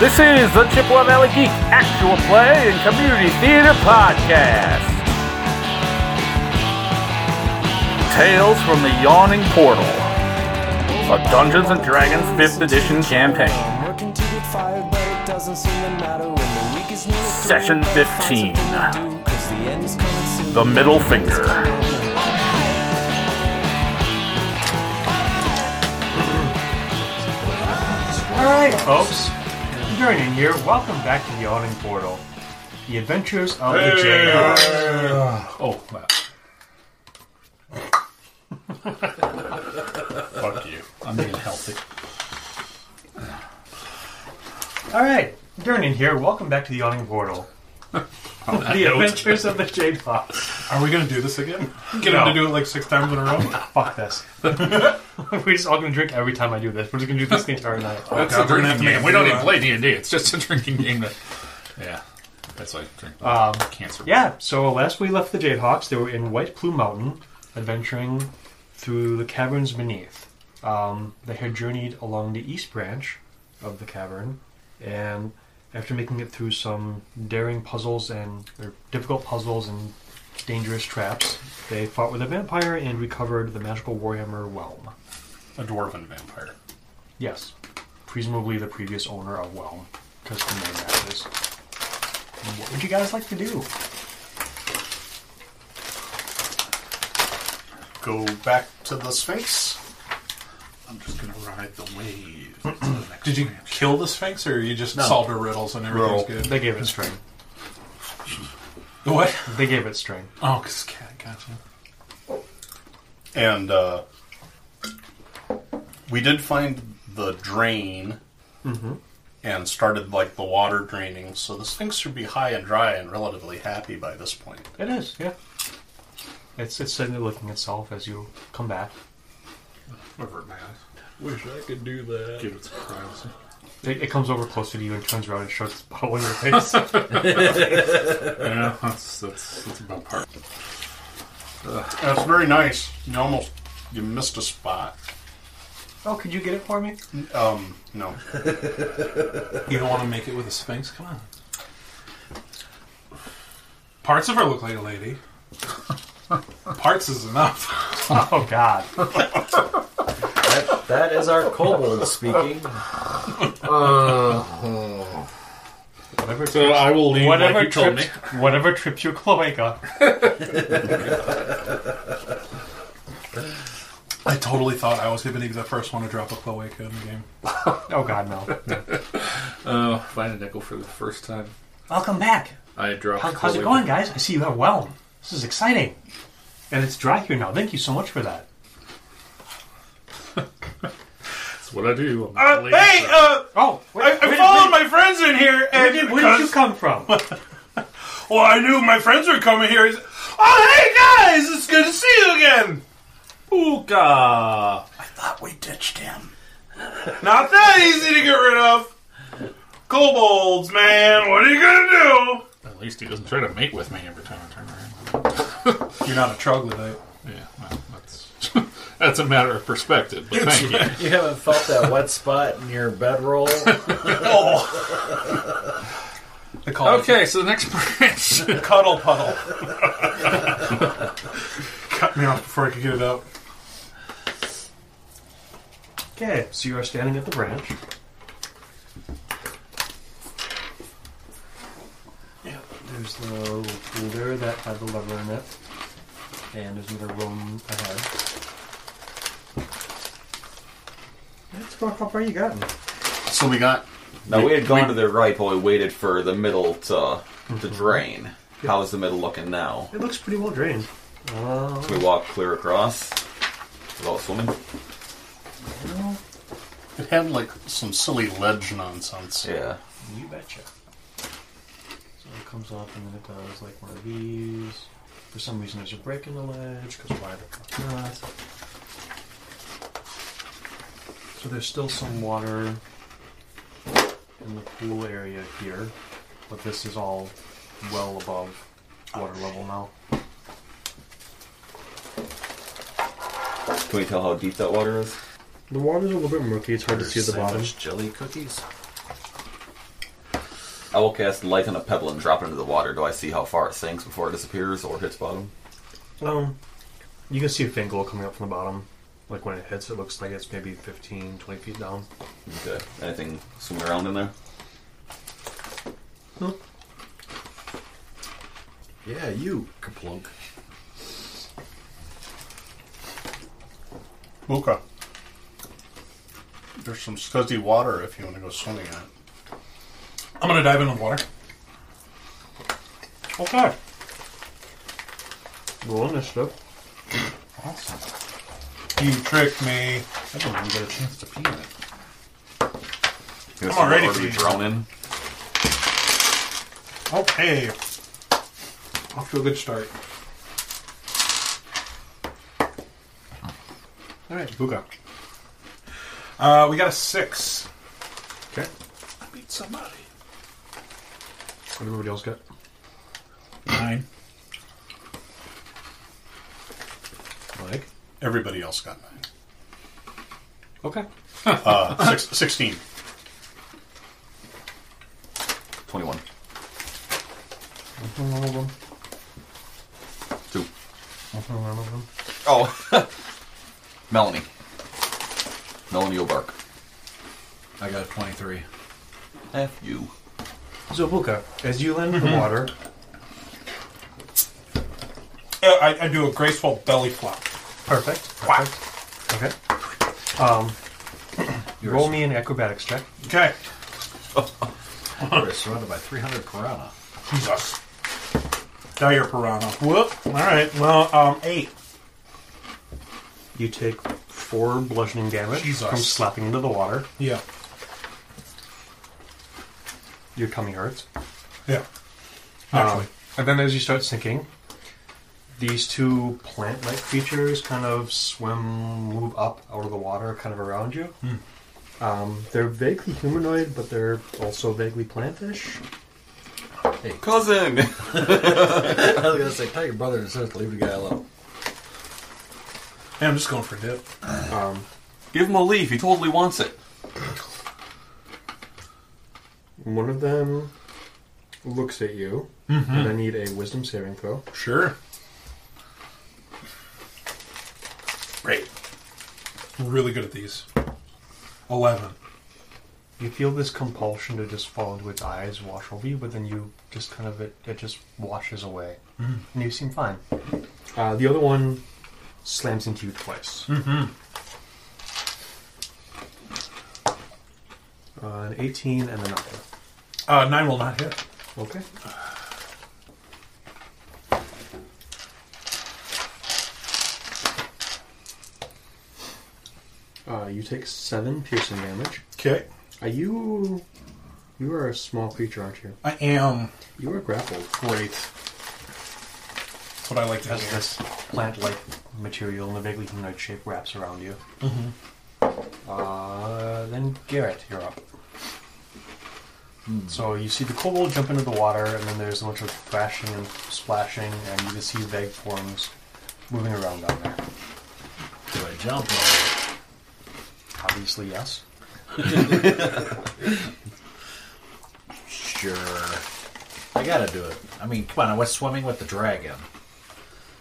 This is the Chippewa Valley Geek Actual Play and Community Theater Podcast. Tales from the Yawning Portal, a Dungeons and Dragons 5th Edition campaign. Working to get fired, but it doesn't seem to matter when the week is near. Session 15 Cause the end is coming soon. The Middle Finger. Alright, folks. If you're joining here, welcome back to the Yawning Portal. The Adventures of the J. Oh, wow. Fuck you. I'm being healthy. Alright, Durnin here. Welcome back to the Yawning Portal. the Adventures of the Jade Fox. Oh, Are we gonna do this again? Get No. him to do it like six times in a row? Fuck this. We're just all gonna drink every time I do this. We're just gonna do this the entire night. That's God, we're gonna have to make- we don't uh, even play D and D. It's just a drinking game. That, yeah, that's like drink um, cancer. Yeah, so last we left the Jadehawks, they were in White Plume Mountain, adventuring through the caverns beneath. Um, they had journeyed along the east branch of the cavern, and after making it through some daring puzzles and or difficult puzzles and dangerous traps, they fought with a vampire and recovered the magical Warhammer Whelm. A dwarven vampire. Yes, presumably the previous owner of Whelm, because the name matches. What would you guys like to do? Go back to the Sphinx. I'm just gonna ride the wave. to the next Did you branch. kill the Sphinx, or you just solved her riddles and everything's good? They gave it string. The what? They gave it string. Oh, 'cause cat gotcha. And uh, we did find the drain Mm-hmm. and started like the water draining, so the Sphinx should be high and dry and relatively happy by this point. It is, yeah. It's it's suddenly licking itself as you come back. Over my eyes. Wish I could do that. Give it some privacy. It, it comes over closer to you and turns around and shoves its bottle in your face. Yeah, that's that's that's about part. That's very nice. You almost you missed a spot. oh, could you get it for me? Um, no. You don't want to make it with a Sphinx? Come on. Parts of her look like a lady. Parts is enough. Oh God! That, that is our kobold speaking. Whatever. Trips, So I will leave whatever trips, whatever trips your cloaca. I totally thought I was going to be the first one to drop a cloaca in the game. Oh God, no! Oh, find a nickel for the first time. Welcome back. I dropped. How, how's it Chloe. going, guys? I see you have whelm. This is exciting, and it's dry here now. Thank you so much for that. That's what I do. I'm Uh, late. hey, uh, Oh, wait, I, I where did- followed where- my friends in here, Where and did, where did you come from? well, I knew my friends were coming here. He's- Oh, hey guys, it's good to see you again. Ooga. Thought we ditched him. Not that easy to get rid of. Kobolds, man. What are you gonna At least he doesn't try to mate with me every time I turn around. do? You're not a troglodyte. Yeah, well, that's that's a matter of perspective. But thank you. You haven't felt that wet spot in your bedroll? They call it Okay, so the next branch. cuddle puddle. Cut me off before I could get it out. Okay, so you are standing at the branch. Yeah, there's the cooler that had the lever in it, and there's another room ahead. Let's go. How far you gotten? So we got Now we had gone to the right, but we waited for the middle to Mm-hmm. to drain. How's the middle looking now? It looks pretty well drained. Uh, We walk clear across without swimming. It had like some silly ledge nonsense. Yeah, you betcha. So it comes up and then it does like one of these. For some reason, there's a break in the ledge. Because why the fuck not? So there's still some water in the pool area here, but this is all well above water level now. can we tell how deep that water is? The water's a little bit murky. It's hard There's so much jelly cookies. I will cast light on a pebble and drop it into the water. Do I see how far it sinks before it disappears or hits bottom? Um, you can see a faint glow coming up from the bottom. Like when it hits, it looks like it's maybe 15, 20 feet down. Okay. Anything swimming around in there? Yeah, you kaplunk. Mooka. There's some scuzzy water if you want to go swimming in it. I'm gonna dive in the water. Okay. Roll initiative. You tricked me. I don't even get a chance to pee in it. I'm already already freezing. drowning. Okay. Off to a good start. All right, Buka. Uh, we got a six. Okay. I beat somebody. What did everybody else get? Nine. Mike. Everybody else got nine. Okay. Uh, six, 16. 21. One of them. Two. One of them. Oh. Melanie. Melanie Obark. I got a 23. F you. So, Buka, as you land in the water, Uh, I, I do a graceful belly flop. perfect. Whack. Okay. Um, roll me an acrobatics check. Okay. We're surrounded by 300 piranha. Jesus. Die your piranha. Whoop. All right. Well, um, eight. You take four bludgeoning damage Jesus. from slapping into the water. Yeah. Your tummy hurts. Yeah. Um, and then as you start sinking, these two plant like creatures kind of swim, move up out of the water, kind of around you. Um, they're vaguely humanoid, but they're also vaguely plantish. Cousin! I was going to say, tell your brother and sister to leave the guy alone. Hey, I'm just going for a dip. Give him a leaf. He totally wants it. One of them looks at you, and I need a wisdom saving throw. Sure. Great. I'm really good at these. Eleven. You feel this compulsion to just fall into its eyes, wash over you, but then you just kind of, it, it just washes away. And you seem fine. Mm-hmm. Uh, the other one slams into you twice. Uh, an 18 and a 9. Uh, nine will not hit. Okay. Uh, you take 7 piercing damage. Okay. Are you. You are a small creature, aren't you? I am You are grappled. great. That's what I like to As hear. this plant like material in the vaguely humanoid shape wraps around you. Mm-hmm. Uh, then Garrett, you're up. So you see the kobold jump into the water, and then there's a bunch of thrashing and splashing, and you can see vague forms moving around down there. Do I jump? Or... Obviously, yes. Sure. I got to do it. I mean, come on, I was swimming with the dragon.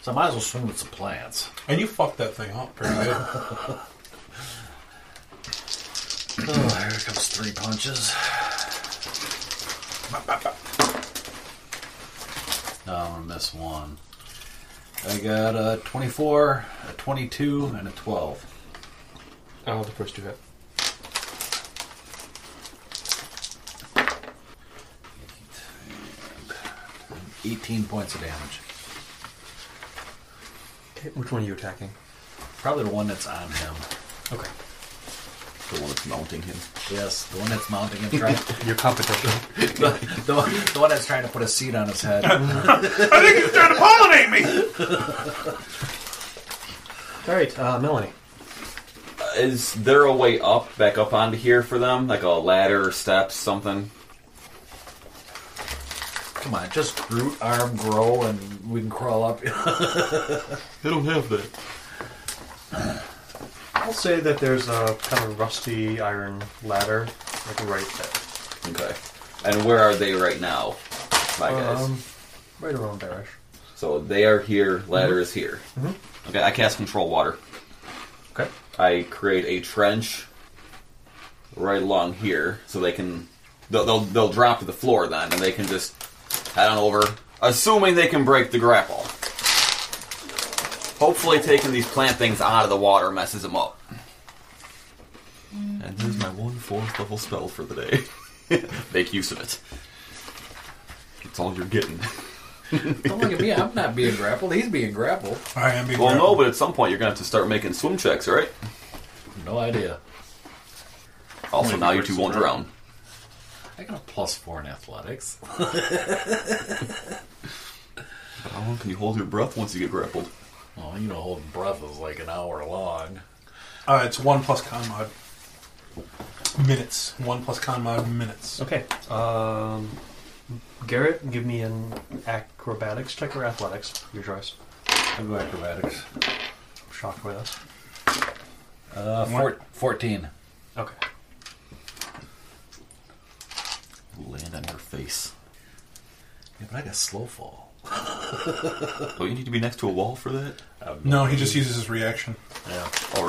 So I might as well swim with some plants. And you fucked that thing up pretty good. Oh, here comes three punches. Bop, bop, bop. No, I'm gonna miss one. I got a 24, a 22, and a 12. Oh, the first two hit. and 18 points of damage. Okay, which one are you attacking? Probably the one that's on him. Okay. The one that's mounting him. Yes, the one that's mounting him. Trying, Your competition. the, the, one- the one that's trying to put a seed on his head. I think he's trying to pollinate me. All right, uh, Melanie. Is there a way up, back up onto here for them? Like a ladder, steps, something? Come on, just root arm grow and we can crawl up. They don't have that. I'll say that there's a kind of rusty iron ladder, like right there. Okay. And where are they right now, my guys? Um, right around there. so they are here. Ladder is here. Okay, I cast control water. Okay. I create a trench right along here, so they can they'll they'll, they'll drop to the floor then, and they can just head on over, assuming they can break the grapple. Hopefully, taking these plant things out of the water messes them up. And here's my one fourth level spell for the day. Make use of it. It's all you're getting. Don't look at me. I'm not being grappled. He's being grappled. I am being Well, no, but at some point you're gonna have to start making swim checks, all right? No idea. Also, now you two won't drown. I got a plus four in athletics. But how long can Uh-huh, you hold your breath once you get grappled? Well, you know, holding breath is like an hour long. Uh, it's one plus con mod minutes. One plus con mod minutes. Okay. Um, Garrett, give me an acrobatics check or athletics. Your choice. I go acrobatics. I'm shocked by this. Uh, four, 14. Okay. Land on your face. Yeah, but I got slow fall. Oh, you need to be next to a wall for that? No, he just uses his reaction, Yeah. Oh,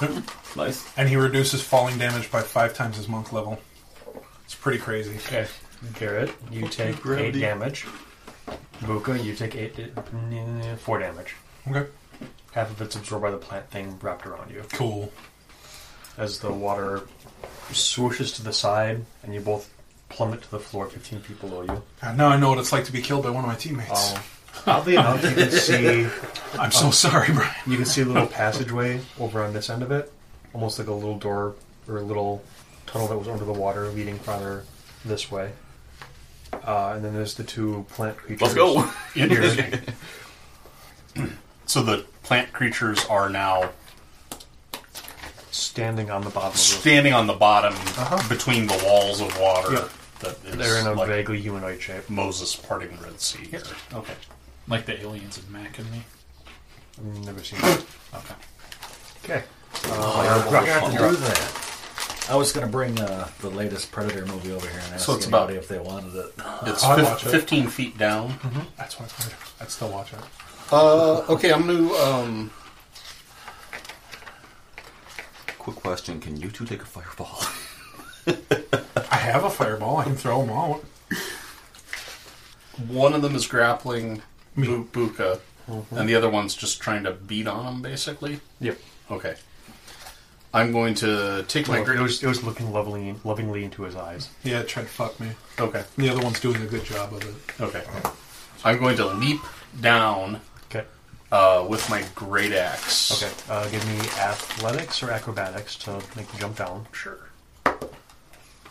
really? nice. and he reduces falling damage by five times his monk level. It's pretty crazy. Okay. Garrett, you take gravity. eight damage. Buka, you take eight, eh, four damage. Okay. Half of it's absorbed by the plant thing wrapped around you. Cool. As the water swooshes to the side, and you both plummet to the floor 15 feet below you. God, Uh, now I know what it's like to be killed by one of my teammates. Oh. oddly enough, you can see I'm so sorry, Brian. You can see a little passageway over on this end of it, almost like a little door or a little tunnel that was under the water leading farther this way. Uh, and then there's the two plant creatures. Let's go. Here. So the plant creatures are now standing on the bottom of the standing on the bottom Uh-huh. between the walls of water Yep. that is They're in a like vaguely humanoid shape. Moses parting the Red Sea. Okay. Like the aliens in Mac and me. I've never seen that. Okay. Okay. I forgot to do that. I was going to bring uh, the latest Predator movie over here and ask So it's anybody about- if they wanted it. It's I'd fif- watch it. 15 feet down. That's why it's weird. I'd still watch it. Uh, okay, I'm going to. Um, Quick question Can you two take a fireball? I have a fireball. I can throw them out. one of them is grappling Bu- Buka, and the other one's just trying to beat on him, basically. Yep. Okay. I'm going to take my. Look, it Gr- was it was looking lovingly lovingly into his eyes. Yeah, it tried to fuck me. okay. The other one's doing a good job of it. Okay. I'm going to leap down Okay. uh, with my great axe. Okay. Uh, give me athletics or acrobatics to make you jump down. Sure.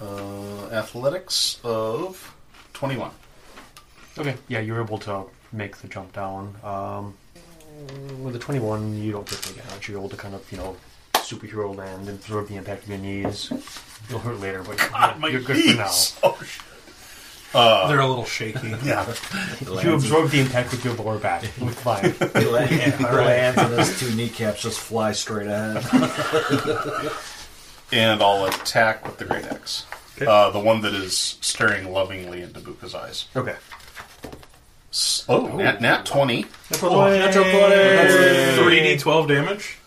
Uh, athletics of 21. Okay. Yeah, you're able to make the jump down. Um, with the 21, you don't get the damage. You're able to kind of, you know, superhero land and throw the impact of your knees. You'll hurt later, but Ah, you're, you're good for now. Oh, shit. Uh, They're a little shaky. Yeah. You absorb the impact with your lower back. With fine. He la- he lands and his two kneecaps just fly straight ahead. And I'll attack with the great axe. Uh, the one that is staring lovingly into Buka's eyes. Okay. S- Oh, nat, nat 20. Oh, Three D twelve damage.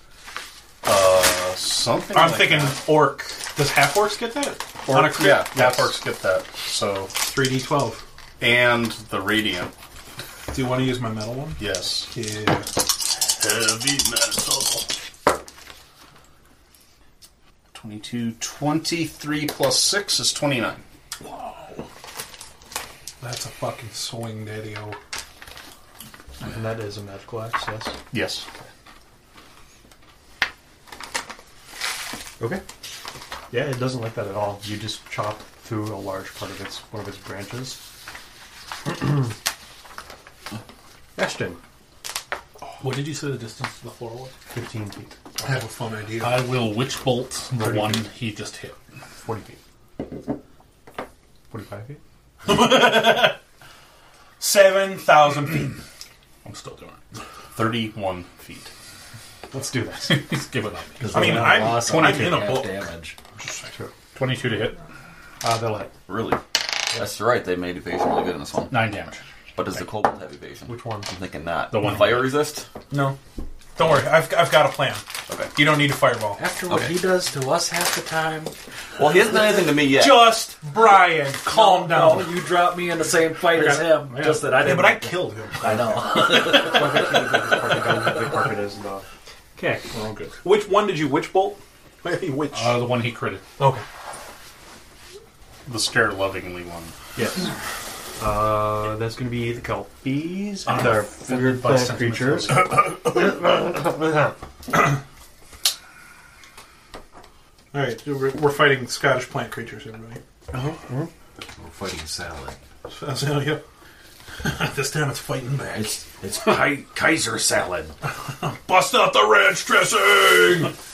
Uh, something I'm like thinking that. orc. Does half orcs get that? Orc, On a crit? yeah, half Yes. orcs get that. So, Three D twelve. and the radiant. Do you want to use my metal one? Yes. Yeah. Heavy metal. 22, 23 plus 6 is 29. That's a fucking swing, Daddy O. And that is a magical axe, yes. Yes. Okay. Yeah, it doesn't like that at all. You just chop through a large part of its one of its branches. Ashton, What did you say the distance to the floor was? 15 feet, I have a fun idea. I will witch bolt the one he just hit. 40 feet, 45 feet. Seven thousand feet. I'm still doing it. 31 feet. Let's do this. He's giving up. I mean, I'm lost 20 in a book. damage. Twenty-two to hit. Ah, Uh, they'll hit. really? That's right. They made evasion really good in this one. Nine damage. But does the kobold have evasion? Which one? I'm thinking not. The one- fire resist. No. Don't worry, I've, I've got a plan. Okay. You don't need a fireball. After what Okay. he does to us half the time. Well, he hasn't done anything to me yet. Just Brian, calm down. No, you dropped me in the same fight as him. Just that I Yeah, didn't. but I killed him. I know. Okay. We're all good. Which one did you witch bolt? Which Uh, the one he critted. Okay. the stare lovingly one. Yes. Uh, that's going to be the kelpies Ah, and our weird by plant creatures. All right, we're we're fighting Scottish plant creatures, everybody. We're fighting salad. So, so, yeah. this time it's fighting back. It's it's Ki- Kaiser salad. Bust out the ranch dressing!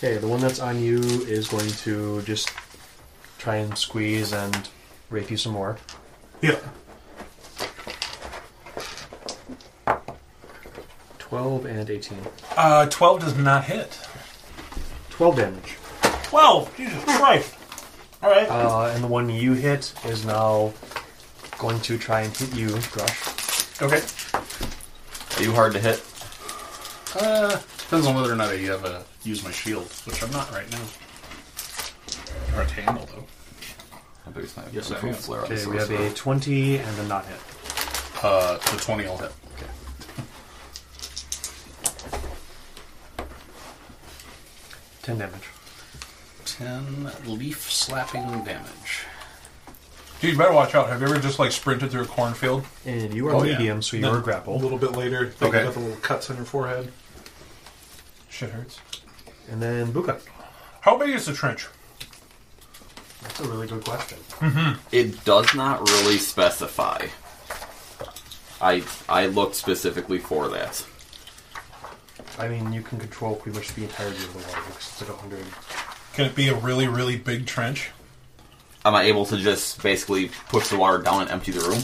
Okay, the one that's on you is going to just try and squeeze and rape you some more. Yeah. 12 and 18. Uh, 12 does not hit. 12 damage. 12! Jesus Christ! Alright. Uh, and the one you hit is now going to try and hit you, Grush. okay. Are you hard to hit? Uh, depends on whether or not I have a use my shield, which I'm not right now. Or it's handle though. I bet he's not. Yes, I Full am. Flare on Okay, this we have one. a 20 and a not hit. Uh, the twenty will hit. Okay. 10 damage. Ten leaf slapping damage. Dude, you better watch out. Have you ever just like sprinted through a cornfield? And you are Oh, yeah. medium, so you No. are A grappled. little bit later, they Okay. got the little cuts on your forehead. Shit hurts. And then Buka. How big is the trench? That's a really good question. It does not really specify. I I looked specifically for that. I mean, you can control pretty much the entirety of the water because it's at 100. Can it be a really, really big trench? Am I able to just basically push the water down and empty the room?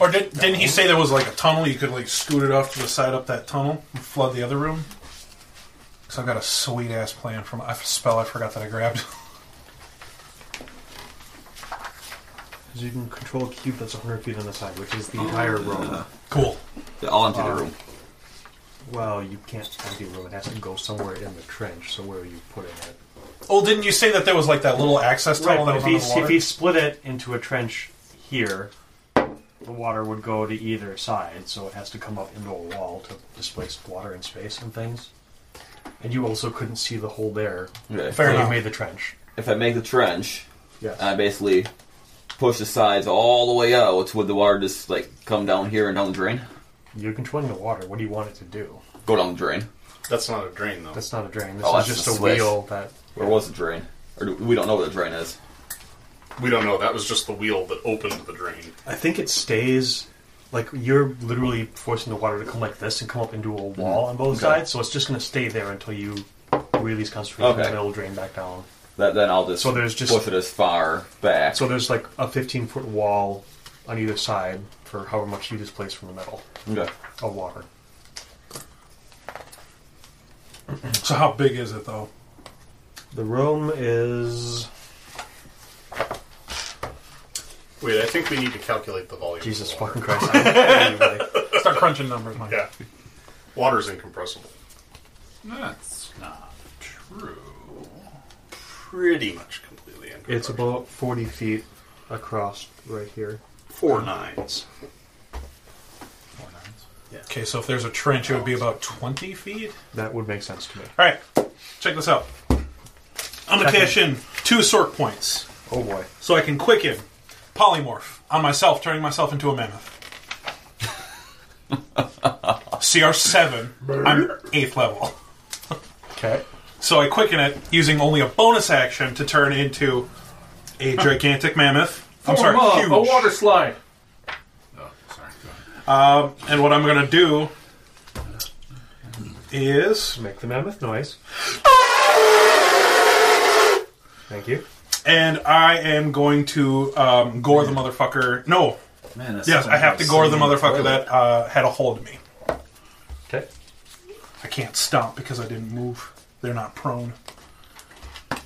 Or did, didn't he say there was like a tunnel? You could like scoot it off to the side up that tunnel and flood the other room? Because I've got a sweet ass plan from a spell I forgot that I grabbed. Because you can control a cube that's 100 feet on the side, which is the entire room. cool. I'll empty the room. Well, you can't empty the room. It has to go somewhere in the trench, so where are you putting it? Oh, didn't you say that there was like that little access tunnel Right, that was if, under he, the water? if he split it into a trench here, the water would go to either side, so it has to come up into a wall to displace water and space and things. And you also couldn't see the hole there. Okay. Fair so you enough. made the trench. If I make the trench, Yes. and I basically push the sides all the way out, would the water just like come down here and down the drain? You're controlling the water. What do you want it to do? Go down the drain. That's not a drain though. That's not a drain. This Oh, is that's just the a switch. wheel that. Where was the drain? Or do, we don't know where the drain is. we don't know. That was just the wheel that opened the drain. I think it stays. Like you're literally forcing the water to come like this and come up into a wall on both Mm-hmm. Okay. sides, so it's just going to stay there until you release concentration, Okay. and it'll drain back down. That, then I'll just So there's just- push it as far back. So there's like a 15 foot wall on either side for however much you displace from the metal okay. of water. so how big is it though? The room is Wait, I think we need to calculate the volume. Jesus of the water. fucking Christ. I don't know anybody. Start crunching numbers, Mike. Yeah, water's incompressible. That's not true. Pretty much completely incompressible. it's about 40 feet across right here. four nines. Okay, so if there's a trench, it would be about 20 feet. That would make sense to me. All right, check this out. I'm gonna cash in two sort points Oh boy. so I can quicken polymorph on myself, turning myself into a mammoth. CR seven. I'm eighth level, Okay. so I quicken it using only a bonus action to turn into a gigantic mammoth. I'm sorry, Form up, huge. A water slide. Oh, sorry. Go ahead. Um, And what I'm gonna do is, Make the mammoth noise. Thank you. and I am going to um, gore the motherfucker. No, Man, that yes, sounds I have like to gore the singing in motherfucker toilet. that uh, had a hold of me. Okay. I can't stomp because I didn't move. They're not prone. could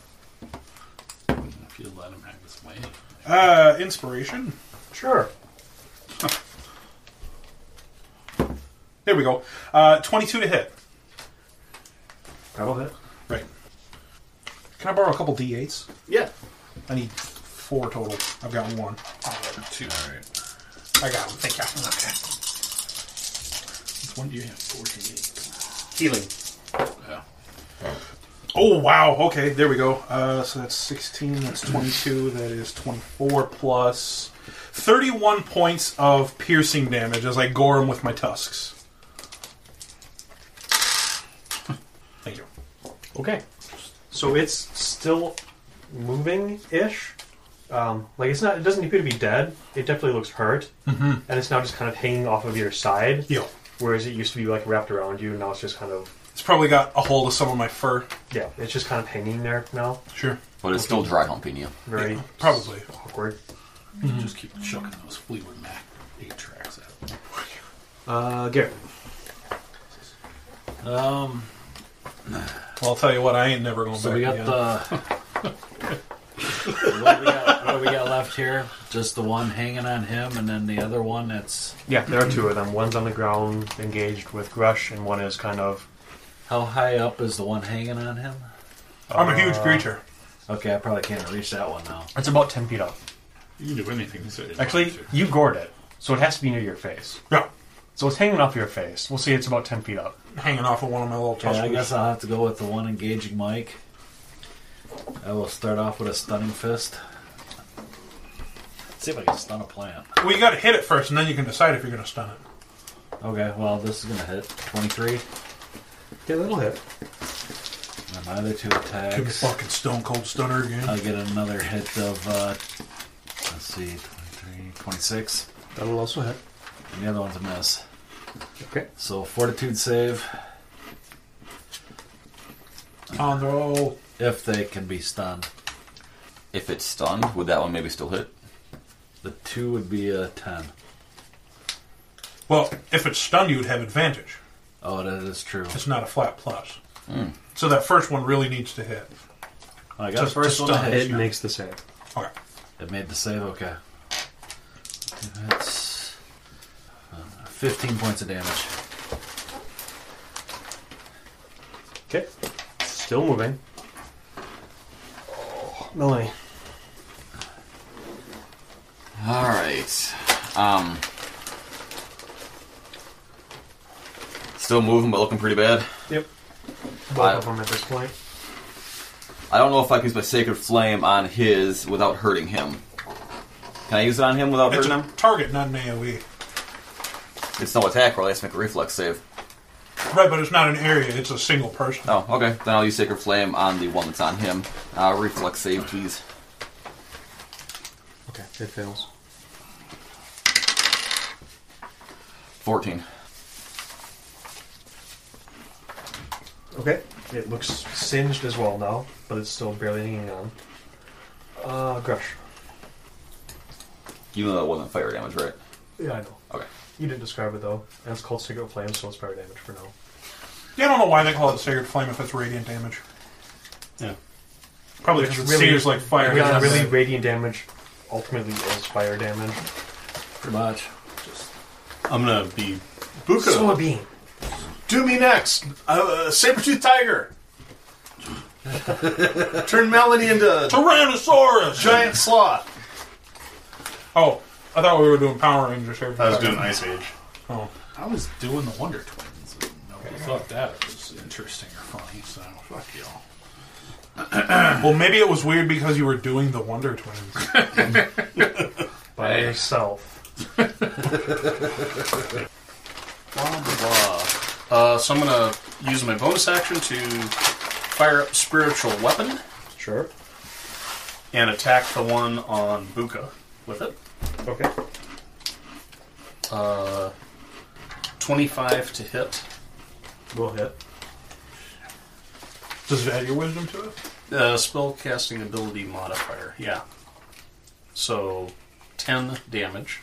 let him have his way. Uh, inspiration. Sure. There we go. Uh, 22 to hit. That'll hit. Right. Can I borrow a couple d8s? Yeah. I need four total. I've got one. Two. All right. I got one. Thank you. Okay. When do you have 48? Healing. Yeah. Oh wow. Okay, there we go. Uh, so that's 16. That's 22. That is 24 plus 31 points of piercing damage as I gore him with my tusks. Thank you. Okay. So it's still moving ish. Um, like it's not. It doesn't appear to be dead. It definitely looks hurt, mm-hmm. and it's now just kind of hanging off of your side. Yo, Whereas it used to be like wrapped around you, now it's just kind of it's probably got a hold of some of my fur. yeah. It's just kind of hanging there now. Sure. But it's still dry humping you. Very Probably. awkward. Just Mm-hmm. keep chucking those Fleetwood Mac eight tracks out. Uh, Garrett. Um, Well, I'll tell you what. I ain't never going so back. we got again. the. what, do we got, what do we got left here? Just the one hanging on him, and then the other one that's. Yeah, there are two of them. One's on the ground, engaged with Grush, and one is kind of How high up is the one hanging on him? I'm a huge uh, creature. Okay, I probably can't reach that one now. It's about 10 feet up. You can do anything to say. Actually, you gored it, so it has to be near your face. Yeah. So it's hanging off your face. We'll see, it's about 10 feet up. Hanging off of one of my little Yeah, I tuskers. guess I'll have to go with the one engaging Mike. I will start off with a stunning fist. See if I can stun a plant. well, you got to hit it first, and then you can decide if you're going to stun it. Okay, well, this is gonna hit 23. Yeah, that'll hit. And my other two Give me attacks. fucking stone cold stunner again. I'll get another hit of, uh, let's see, 23, 26. That'll also hit. And the other one's a miss. Okay. So, fortitude save, On the roll. if they can be stunned. If it's stunned, would that one maybe still hit? The two would be a 10. Well, if it's stunned, you'd have advantage. Oh, that is true. It's not a flat plus. Hmm. So that first one really needs to hit. I got the Just- first just one stun. hit. It makes the save. Okay. It made the save, okay. That's uh, 15 points of damage. Okay. Still moving. Melanie. All right. Um. Still moving, but looking pretty bad. Yep. Both I- of them at this point. I don't know if I can use my sacred flame on his without hurting him. Can I use it on him without It's hurting a E. him? target, not an AoE. It's no attack roll. I have to make a reflex save. Right, but it's not an area, it's a single person. Oh, okay. Then I'll use sacred flame on the one that's on him. Uh, reflex save, please. Okay, it fails. Fourteen. Okay. It looks singed as well now, but it's still barely hanging on. Uh, Grush. Even though that wasn't fire damage, right? Yeah, I know. Okay. You didn't describe it though. And it's called Secret Flame, so it's fire damage for now. Yeah, I don't know why they call it Sacred Flame if it's radiant damage. Yeah. Probably Which because it really- sears like fire. Yeah, doesn't really, it? radiant damage ultimately is fire damage. Pretty much. I'm going to be. Buka, So a beam. do me next. Uh, Sabertooth Tiger! Turn Melanie into Tyrannosaurus! giant sloth! Oh, I thought we were doing Power Rangers here. I was doing Ice Age. Oh. I was doing the Wonder Twins. And nobody thought that was interesting or funny, so fuck y'all. Well, maybe it was weird because you were doing the Wonder Twins. By yourself. Blah, blah, blah. Uh, so I'm going to use my bonus action to fire up Spiritual Weapon Sure. and attack the one on Buka with it. Okay. Uh, 25 to hit. Will hit. Does it add your wisdom to it? Uh, spell casting ability modifier, yeah. So, 10 damage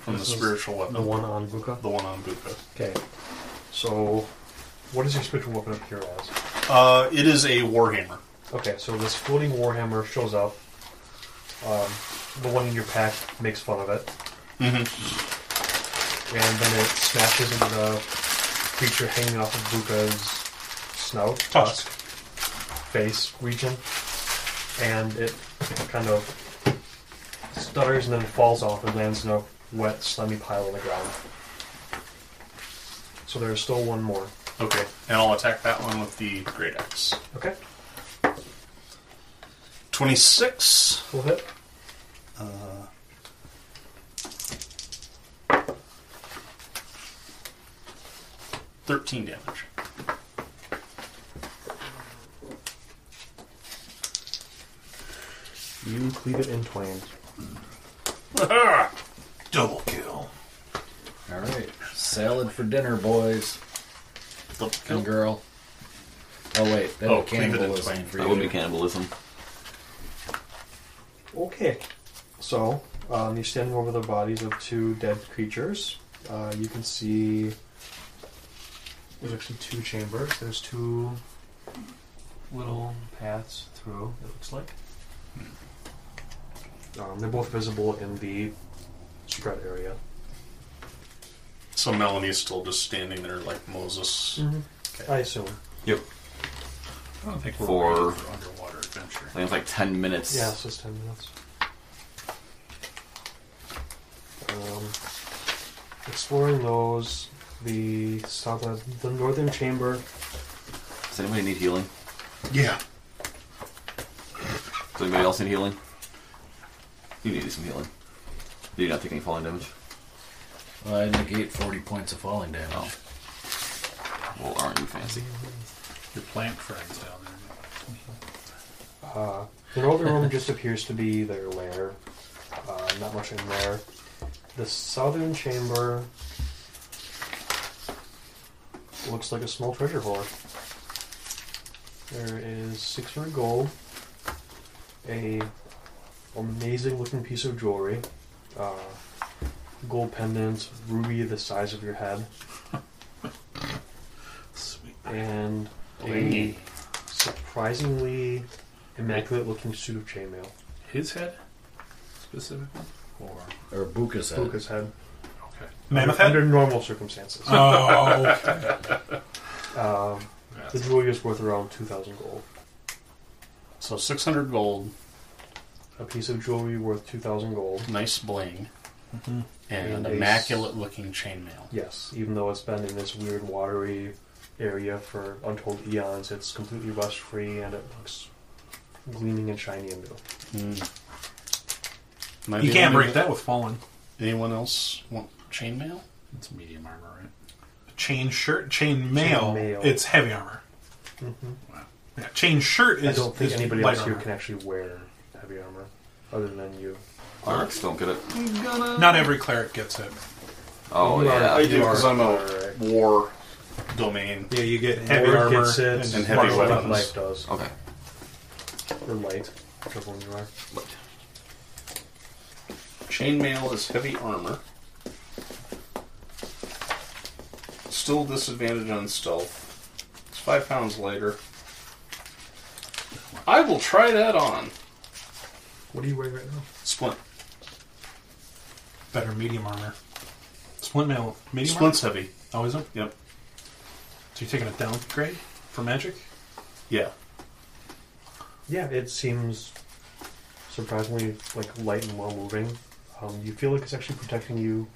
from the spiritual weapon. The one on Buka. The one on Buka. Okay. So, what is your spiritual weapon appear as? Uh, it is a warhammer. Okay, so this floating warhammer shows up, Um, the one in your pack makes fun of it. Mm-hmm. And then it smashes into the creature hanging off of Buka's snout, tusk, face region. And it kind of stutters and then falls off and lands in a wet, slimy pile on the ground. So there's still one more. Okay, and I'll attack that one with the great axe. Okay, Twenty-six. we'll hit. Thirteen damage. You cleave it in twain. Double kill. All right, salad for dinner, boys Double and kill. girl. Oh wait, that Oh, oh, cleave it in cannibalism twain. for That would be you. cannibalism. Okay. So, um, you're standing over the bodies of two dead creatures. Uh, you can see there's actually two chambers. There's two little paths through, it looks like. Um, they're both visible in the spread area. So Melanie's still just standing there like Moses. I assume. Yep. I don't think we're For- ready for underwater adventure. I think it's like 10 minutes. Yeah, so it's 10 minutes. Um, exploring those, the south, uh, the northern chamber Does anybody need healing? Yeah. Does anybody else need healing? You need some healing. Do you not take any falling damage? I negate forty points of falling damage. Oh. Well, aren't you fancy? Your plant friends down there. The northern room just appears to be their lair. Uh, not much in there. The southern chamber looks like a small treasure hoard. There is six hundred gold, a amazing looking piece of jewelry, uh, gold pendant, ruby the size of your head, Sweet. and a Blingy. surprisingly immaculate looking suit of chainmail. His head, specifically. Or Or Buka's head. Luca's head. okay, Mammoth Under head? normal circumstances. Oh, Um, the jewelry is worth around 2,000 gold. So six hundred gold, A piece of jewelry worth 2,000 gold. nice bling, and And a s- immaculate looking chainmail. Yes, even though it's been in this weird watery area for untold eons, it's completely rust free and it looks gleaming and shiny and new. Am I you the can't only break one- that with fallen. Anyone else want chainmail? It's medium armor, right? Chain shirt, chain mail. Chain mail. Mm-hmm. It's heavy armor. Yeah, chain shirt I is. don't think is anybody light else here armor. can actually wear heavy armor other than you. Arcs don't get it. Not every cleric gets it. Oh, yeah. I do because I'm a Alright. war domain. Yeah, you get heavy Ward armor gets it, and heavy Martial weapons. Life does. Okay. Or light, whichever one you are. Chainmail is heavy armor. Still disadvantage on stealth. It's five pounds lighter. I will try that on. What are you wearing right now? Splint. Better medium armor. Splint mail. Medium Splint's heavy. armor? Oh, is it? Yep. So you're taking a downgrade for magic? Yeah. Yeah, it seems surprisingly like light and well moving. Um, you feel like it's actually protecting you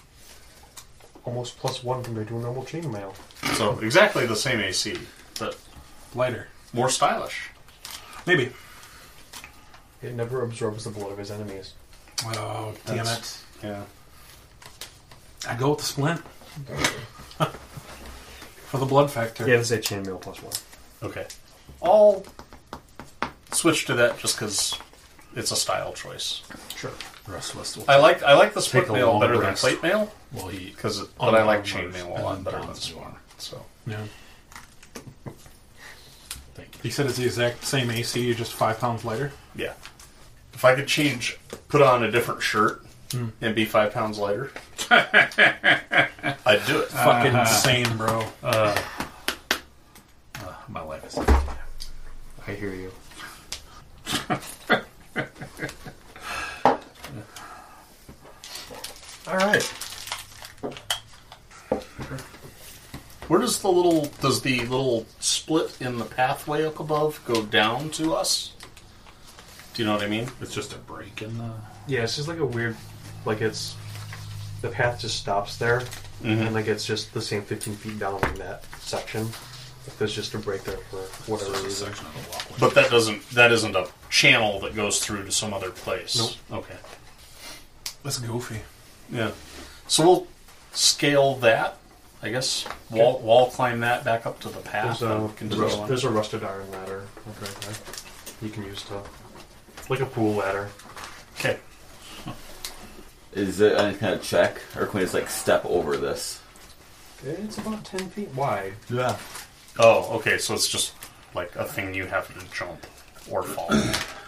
almost plus one compared to a normal chainmail. So exactly the same AC, but Lighter. more stylish. Maybe. It never absorbs the blood of his enemies. Oh, damn it. Yeah. I go with the splint. for the blood factor. Yeah, it's a chainmail plus one. Okay. I'll switch to that just because it's a style choice. Sure. Russ Westel. I like I like the split Take a mail long better rest. than plate mail Well, he because but I like unarmored chain mail a and lot better than unbalanced sworn. So Yeah. Thank You said it's the exact same AC, you're just five pounds lighter. yeah, if I could change, put on a different shirt Hmm. and be five pounds lighter, I'd do it. Fucking insane, bro. My life is. I hear you. All right. Where does the little does the little split in the pathway up above go down to us? Do you know what I mean? It's just a break in the. Yeah, it's just like a weird, like it's the path just stops there, and like it's just the same 15 feet down in that section. Like there's just a break there for whatever There's a reason. section of the walkway. But that doesn't that isn't a channel that goes through to some other place. Nope. Okay. That's goofy. Yeah. So we'll scale that, I guess. Wall wall climb that back up to the path. Ah, There's a, and continue there's, on. there's a rusted iron ladder like right there. You can use to, like a pool ladder. Okay. Is it any kind of check, or can we just like step over this? It's about 10 feet wide. Yeah. Oh, okay. So it's just like a thing you have to jump or fall.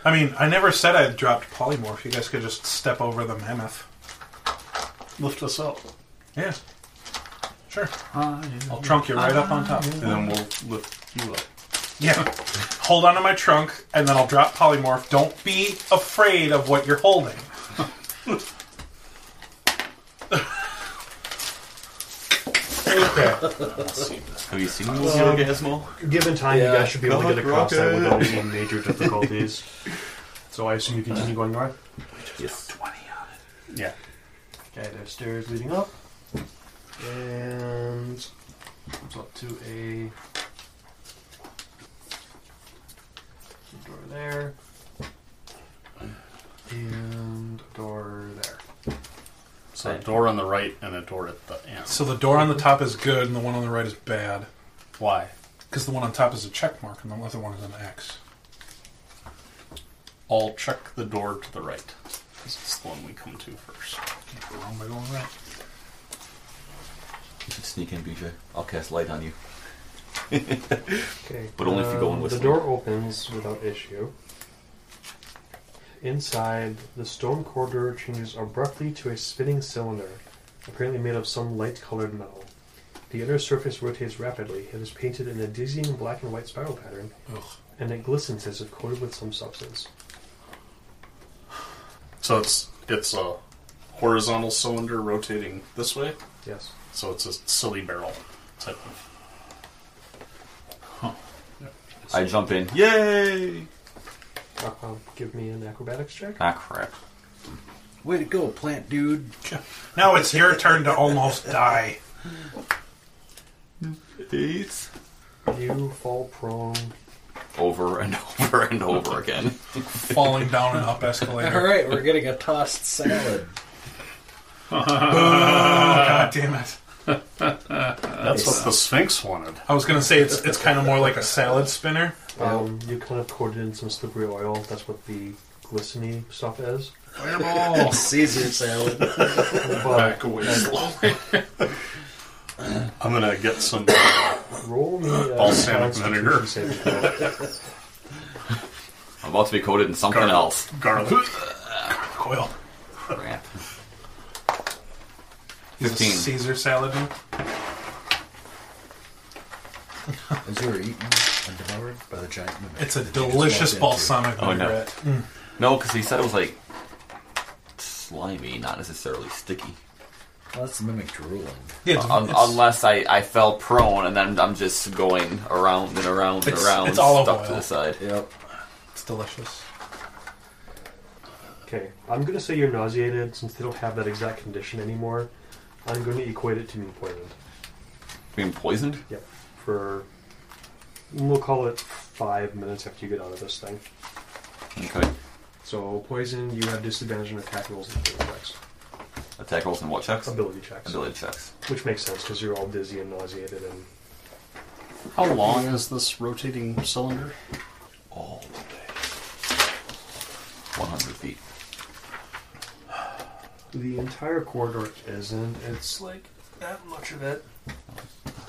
I mean, I never said I dropped polymorph. You guys could just step over the mammoth. Lift us up, Yeah. Sure. I'll trunk you right up on top. and then we'll lift you up. Yeah. Hold onto my trunk, and then I'll drop polymorph. Don't be afraid of what you're holding. Okay. Have you seen this Orgasmo? Given time, you guys should be able to Come get across on, that without any major difficulties. so I assume you continue going north. Yes. Yeah. Okay, there's stairs leading up. And comes up to a a door there. And a door there. So a door on the right and a door at the end. So the door on the top is good, and the one on the right is bad. Why? Because the one on top is a check mark, and the other one is an X. I'll check the door to the right. 'cause It's the one we come to first. Can't go wrong by going right. Sneak in, BJ. I'll cast light on you. Okay. But only if you go in um, The whistling. door opens without issue. Inside, the stone corridor changes abruptly to a spinning cylinder, apparently made of some light colored metal. The inner surface rotates rapidly. It is painted in a dizzying black and white spiral pattern, and it glistens as if coated with some substance. So it's it's a horizontal cylinder rotating this way. Yes. So it's a silly barrel type of. I jump in. Yay! Uh, uh, give me an acrobatics check. Ah, crap. Way to go, plant dude. Now it's your turn to almost die. Eight. You fall prone. Over and over and over again. Falling down an up All escalator. right, we're getting a tossed salad. God damn it. That's what the Sphinx wanted. I was gonna say it's it's kind of more like a salad spinner. Um, you kind of coated in some slippery oil. That's what the glisteny stuff is. Fireball. Caesar salad. But Back away slowly. I'm gonna get some. roll me uh, a Balsamic vinegar. constitution saving throw. I'm about to be coated in something Garlic. else. garlic. Coil. Crap. He's a 15. Caesar salad. dude. As you were eaten and devoured by the giant mimic. It's a that you just delicious walked into. balsamic Oh, no. vinaigrette. No, because he said it was like slimy, not necessarily sticky. Well, that's the mimic drooling. Yeah, it's, Un- it's, unless I, I fell prone and then I'm just going around and around and It's- around, it's olive stuck to oil. the side. Yep. it's delicious. Okay, I'm gonna say you're nauseated since they don't have that exact condition anymore. I'm going to equate it to being poisoned. Being poisoned? Yep. For we'll call it five minutes after you get out of this thing. Okay. So poison, you have disadvantage on attack rolls and ability checks. Attack rolls and what checks? Ability checks, Ability checks. which makes sense because you're all dizzy and nauseated and How long is this rotating cylinder? All the day. 100 feet. The entire corridor isn't. It's like that much of it.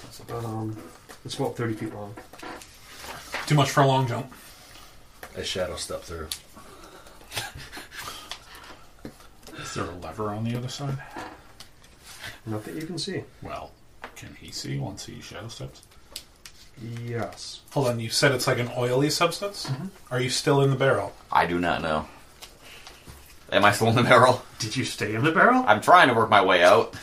It's about um, it's about thirty feet long. Too much for a long jump. A shadow step through. Is there a lever on the other side? Not that you can see. Well, can he see once he shadow steps? Yes. Hold on, you said Mm-hmm. it's like an oily substance. Are you still in the barrel? I do not know. Am I still in the barrel? Did you stay in the barrel? I'm trying to work my way out.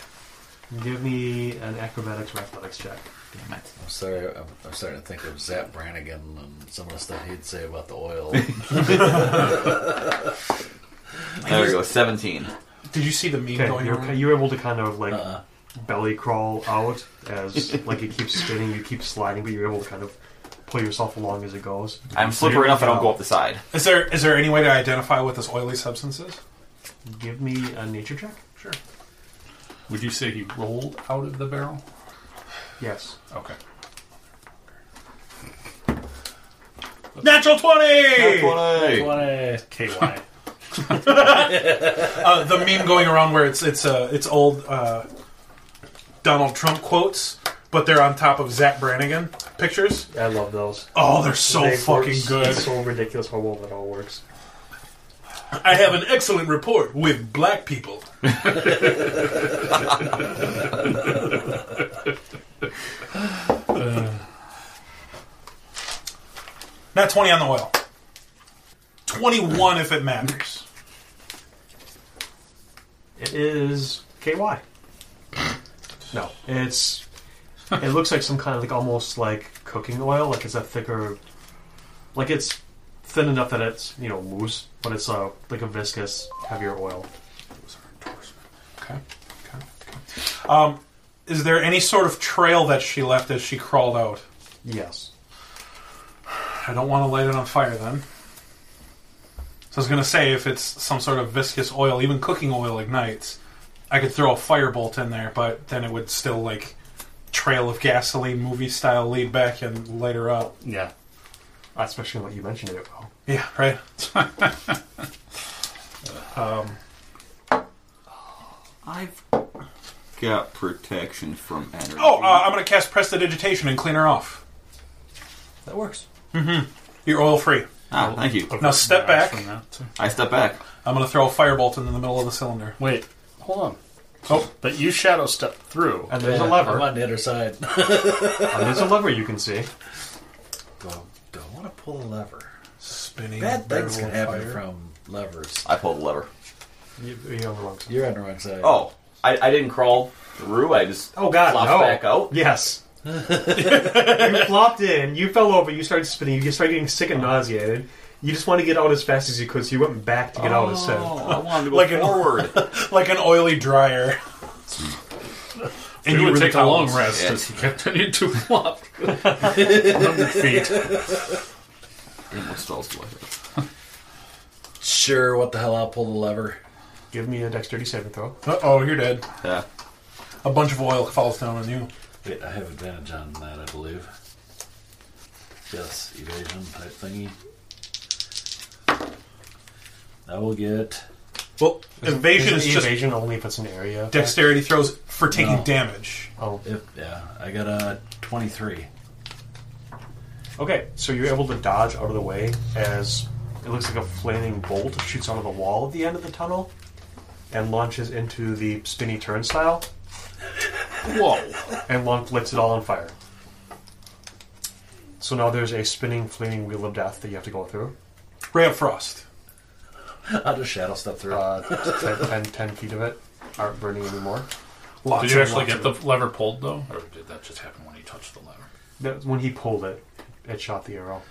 Give me an acrobatics or athletics check. Damn it. I'm sorry. I'm, I'm starting to think of Zap Brannigan and some of the stuff he'd say about the oil. There we go. 17. Did you see the meme Okay, going you're, around? ki- you're able to kind of like Uh-uh. belly crawl out as like it keeps spinning, you keep sliding, but you're able to kind of pull yourself along as it goes. I'm slippery enough I don't go up the side. Is there is there any way to identify what this oily substance is? Give me a nature check. Sure. Would you say he rolled out of the barrel? Yes. Okay. Natural twenty. KY. Uh, the meme going around where it's it's uh, it's old uh, Donald Trump quotes, but they're on top of Zach Brannigan pictures. I love those. Oh, they're so They work fucking good. It's so ridiculous how well that all works. I have an excellent report with black people. Not 20 on the oil. 21 if it matters. It is KY. No, it's. It looks like some kind of like almost like cooking oil. Like it's a thicker, like it's thin enough that it's you know mousse, but it's a like a viscous heavier oil. Okay. okay, okay. Um, is there any sort of trail that she left as she crawled out? Yes. I don't want to light it on fire then. So I was gonna say if it's some sort of viscous oil, even cooking oil ignites. I could throw a firebolt in there, but then it would still like trail of gasoline movie style lead back and light her up. Yeah. Especially what you mentioned it well. Yeah, right. I've got protection from energy. Oh, uh, I'm gonna cast prestidigitation and clean her off. Mm-hmm. that works. You're oil free. ah, thank you. Now step back. From that, too. I step back. I'm gonna throw a firebolt in the middle of the cylinder. Wait, hold on. Oh. But you shadow step through. And there's a I'm lever. on the other side. and there's a lever you can see. don't don't want to pull a lever. Spinning. Bad barrel things can of happen fire. from levers. I pull the lever. You, you're on the wrong side. You're on the wrong side. Oh, I, I didn't crawl through. I just Oh God! flopped no. back out. Yes. you flopped in. You fell over. You started spinning. You started getting sick and nauseated. You just want to get out as fast as you could, so you went back to get out as soon. I wanted to go Like an- forward. Like an oily dryer. And you were would the take a long towels. rest Yeah. as he continued to flop. 100 feet. And what spells do I have? Sure, what the hell? I'll pull the lever. Give me a dexterity saving throw. Uh oh, you're dead. Yeah. A bunch of oil falls down on you. Wait, I have advantage on that, I believe. Yes, evasion type thingy. I will get. Well, evasion Is is it just evasion only if it's an area. effect? dexterity throws for taking No. damage. Oh, If, yeah, I got a twenty-three. okay. So you're able to dodge out of the way as it looks like a flaming bolt shoots out of the wall at the end of the tunnel and launches into the spinny turnstile Whoa. and launch, lights it all on fire. So now there's a spinning, flaming wheel of death that you have to go through. Ray of frost. I'll just shadow step through. Uh, 10, 10 10 feet of it aren't burning anymore. Lots Did you and actually lots get of- the lever pulled, though? Or did that just happen when he touched the lever? That, when he pulled it, it shot the arrow.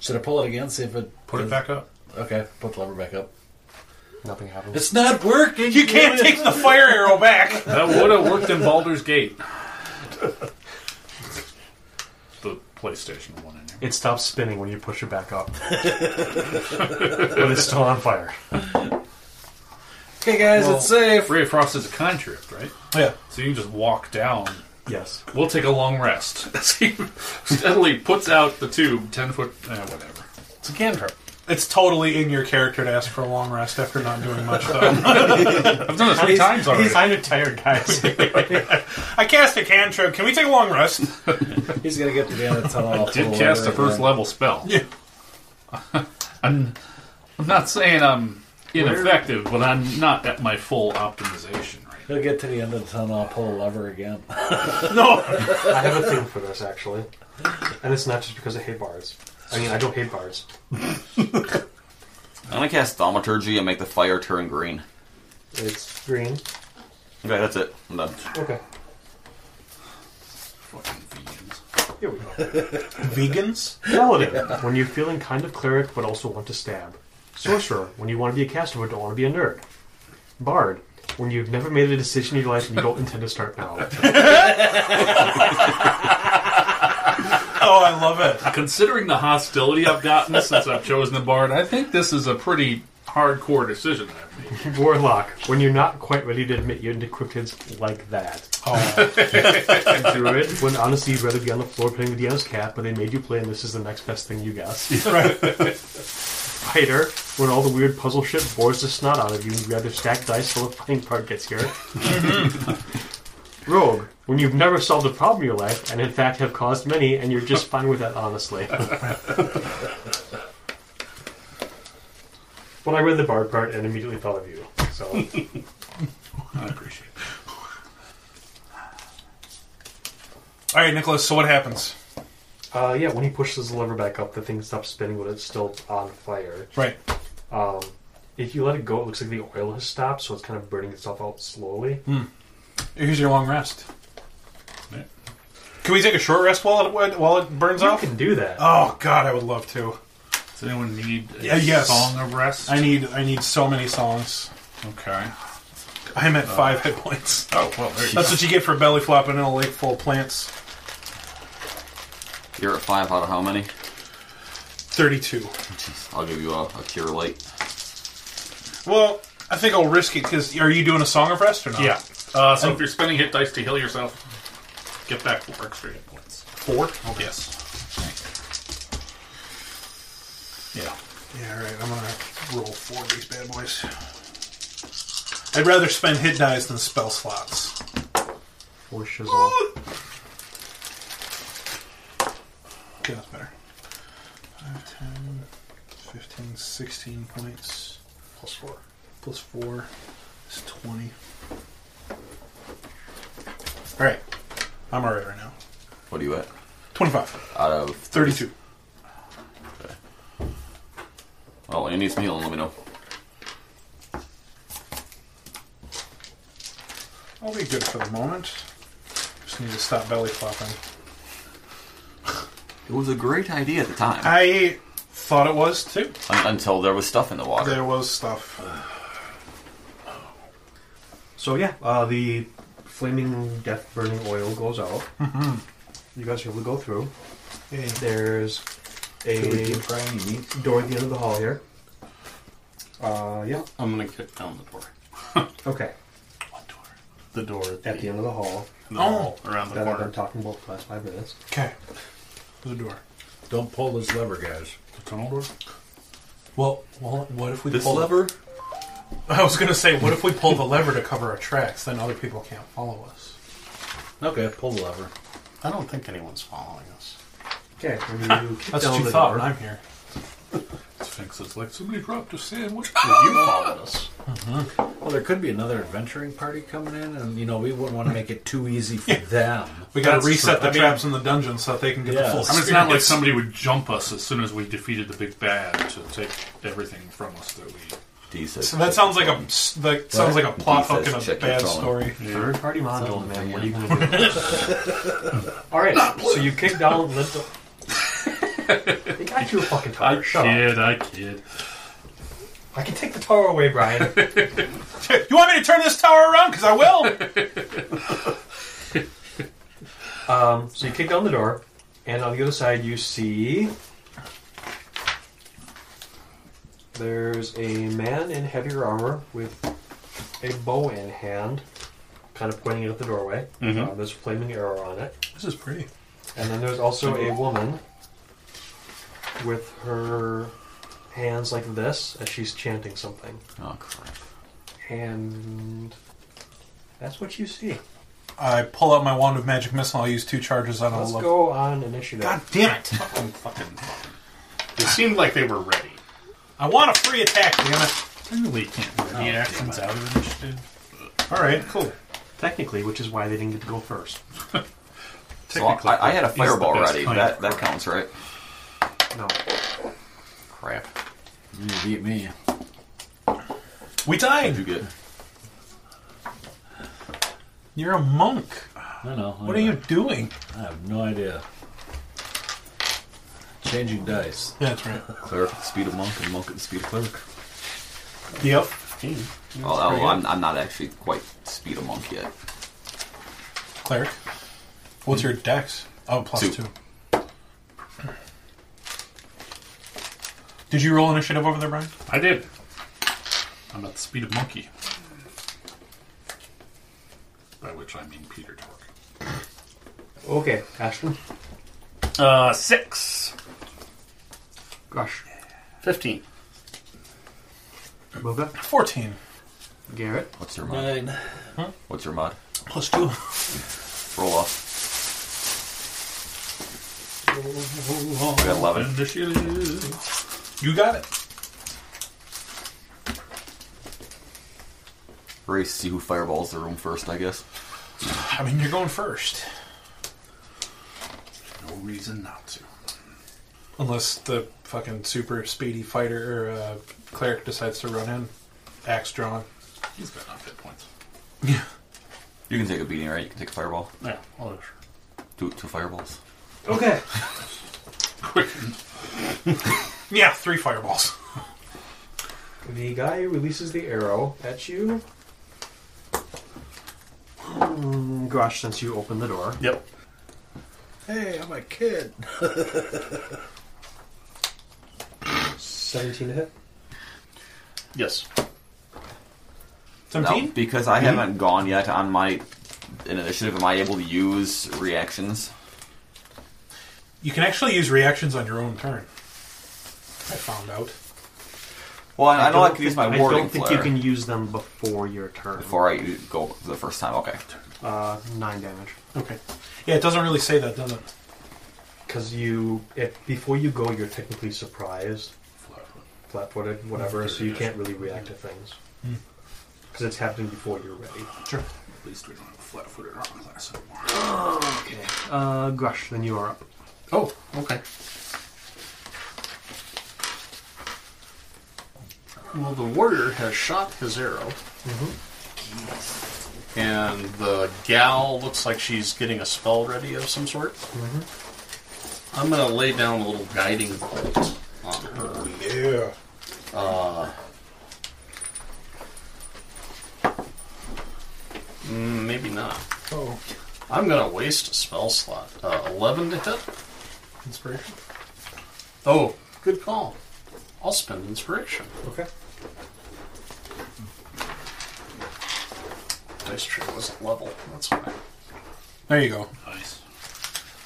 Should I pull it again? See if it. Put it back up. Okay, put the lever back up. Nothing happened. It's not working. You can't take the fire arrow back. That would have worked in Baldur's Gate. the PlayStation one in here. It stops spinning when you push it back up. but it's still on fire. Okay, guys, Well- it's safe. Ray of Frost is a cantrip, right? yeah. So you can just walk down. Yes. We'll take a long rest. As he steadily puts out the tube, 10 foot, eh, whatever. It's a cantrip. It's totally in your character to ask for a long rest after not doing much, though. I've done it three times already. He's kind of tired, guys. I cast a cantrip. Can we take a long rest? He's gonna get to the end of the tunnel. I'll pull did the cast lever a first again. level spell. Yeah. I'm, I'm not saying I'm ineffective, but I'm not at my full optimization right now. He'll get to the end of the tunnel. I'll pull the lever again. I have a thing for this, actually. And it's not just because I hate bars. I mean, I don't hate bars. I'm gonna cast Thaumaturgy and make the fire turn green. It's green. Okay, that's it. I'm done. Okay. Fucking vegans. Here we go. Vegans? Paladin, when you're feeling kind of cleric but also want to stab. Sorcerer, when you want to be a caster but don't want to be a nerd. Bard, when you've never made a decision in your life and you don't intend to start now. Oh, I love it. Considering the hostility I've gotten since I've chosen the bard, I think this is a pretty hardcore decision that I've made. Warlock, when you're not quite ready to admit you're into cryptids like that. Oh, Druid, when honestly you'd rather be on the floor playing with Yano's cat, but they made you play and this is the next best thing you guess. Fighter, when all the weird puzzle shit bores the snot out of you and you'd rather stack dice till the playing part gets here. Rogue, when you've never solved a problem in your life and in fact have caused many and you're just fine with that honestly. when I read the bard part and immediately thought of you, so. I appreciate it. all right, Nicholas. So what happens? Uh, yeah, when he pushes the lever back up, the thing stops spinning, but it's still on fire. Right. Um, if you let it go, it looks like the oil has stopped, so it's kind of burning itself out slowly. Here's your long rest. Yeah. Can we take a short rest while it while it burns You off? can do that. Oh God, I would love to. Does anyone need a Yeah, yes. song of rest? I need I need so many songs. Uh, okay. I'm at five hit points. Oh, well, there you That's what you get for belly flopping in a lake full of plants. You're at five out of how many? Thirty-two. I'll give you a, a cure light. Well, I think I'll risk it because are you doing a song of rest or not? Yeah. Uh, so if you're spending hit dice to heal yourself, get back four extra hit points. four. Yes. Yeah. Yeah. All right. I'm gonna roll four of these bad boys. I'd rather spend hit dice than spell slots. Or shizzle. Okay, that's better. 5, 10, 15, 16 points. Plus 4. Plus 4 is 20. Alright. I'm alright right now. What are you at? 25. Out of 32. well, when you need some healing, let me know. I'll be good for the moment. Just need to stop belly flopping. It was a great idea at the time I thought it was too. Un- until there was stuff in the water. There was stuff. So yeah, uh, the flaming, death-burning oil goes out. You guys are able to go through. Hey. There's a door at the end of the hall here. Uh, yeah. I'm gonna kick down the door. Okay. What door? The door at the, At the end of the hall the hall around the that I've corner. been talking about for the last five minutes. Oh, Okay. The door. Don't pull this lever, guys. The tunnel door? Well, well, what if we this pull lever? I was gonna say, what if we pull the lever to cover our tracks? Then other people can't follow us. Okay, pull the lever. I don't think anyone's following us. Okay. When you kick That's down what you the thought. door- when I'm here. Sphinx is like, somebody dropped a sandwich. Ah! Well, you followed us. Well, there could be another adventuring party coming in, and you know we wouldn't want to make it too easy for them. We got That's to reset the true. I mean- traps in the dungeon so that they can get Yeah. the full. I I mean, it's not like experience. somebody would jump us as soon as we defeated the big bad to take everything from us that we. D says So that sounds like a that sounds like a plot He says hook in a check bad your phone. story. Third party module, man. What are you going to do? All right, so you kick down the door. they got you a fucking tower. Shut up. I kid. I can take the tower away, Brian. You want me to turn this tower around? Because I will. um, so you kick down the door, and on the other side you see there's a man in heavier armor with a bow in hand, kind of pointing it at the doorway. Uh, there's a flaming arrow on it. this is pretty. And then there's also a woman with her hands like this as she's chanting something. Oh crap! And that's what you see. I pull out my wand of magic missile. I'll use two charges on a Let's level. go on initiative. God damn it! Fucking, fucking. It seemed like they were ready. I want a free attack. Damn it! I really can't do any actions out of initiative. All right, cool. Technically, which is why they didn't get to go first. So I, I had a He's the fireball best ready. kind That of that counts, right? No. Crap. You beat me. We You died. get You're a monk. I don't know. What are you doing? I have no idea. Changing dice. That's right. cleric at the speed of monk and monk at the speed of cleric. Yep. Although I'm, I'm not actually quite speed of monk yet. Cleric. What's your dex? Oh, plus Two. two. Did you roll initiative over there, Brian? I did. I'm at the speed of monkey. By which I mean Peter Tork. Okay, Ashton. Uh, six. Gosh. 15. Boga. 14. Garrett. What's your mod? What's your mod? Plus two. Roll off. I got 11. Initiative. You got it. Race, see who fireballs the room first, I guess. I mean, you're going first. No reason not to. Unless the fucking super speedy fighter or uh, cleric decides to run in. Axe drawn. He's got enough hit points. You can take a beating, right? You can take a fireball. Yeah, I'll do Two, two fireballs. Okay. Quick. Yeah, three fireballs. The guy who releases the arrow at you. Mm, Gosh, since you opened the door. Yep. Hey, I'm a kid. 17 to hit. Yes. 17? No, because I haven't gone yet on my an initiative. Am I able to use reactions? You can actually use reactions on your own turn. I found out. Well, I, I know I don't can use think- my warding I don't think flare you can use them before your turn. before I go the first time. Okay. Uh, 9 damage. Okay. Yeah, it doesn't really say that, does it? Because you, if, before you go, you're technically surprised, flat-footed, whatever, so you can't really react to things. Hmm. Because it's happening before you're ready. Sure. At least we don't have a flat footed armor class anymore. Okay. Uh, Grush, then you are up. Oh, okay. Well, the warrior has shot his arrow. And the gal looks like she's getting a spell ready of some sort. I'm going to lay down a little guiding bolt on her. Yeah. Mm, maybe not. Oh. I'm going to waste a spell slot. Uh, 11 to hit? Inspiration? Oh, good call. I'll spend inspiration. Okay. Dice tray wasn't level. That's fine. There you go. Nice.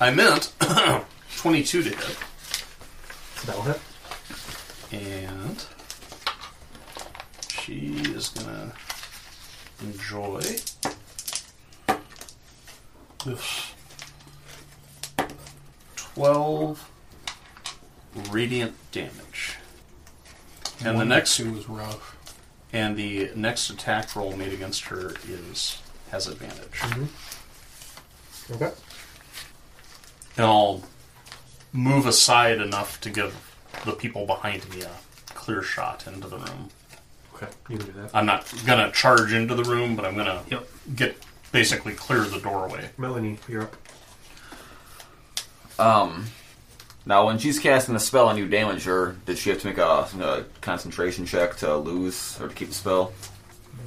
I meant 22 to hit. That'll hit. And she is gonna enjoy this 12 radiant damage. And the next two was rough. and the next attack roll made against her is has advantage. Mm-hmm. Okay. And I'll move aside enough to give the people behind me a clear shot into the room. Okay, you can do Uh, that. I'm not gonna charge into the room, but I'm gonna Yep. get basically clear the doorway. Melanie, you're up. Um. Now, when she's casting a spell and you damage her, did she have to make a, a concentration check to lose or to keep the spell?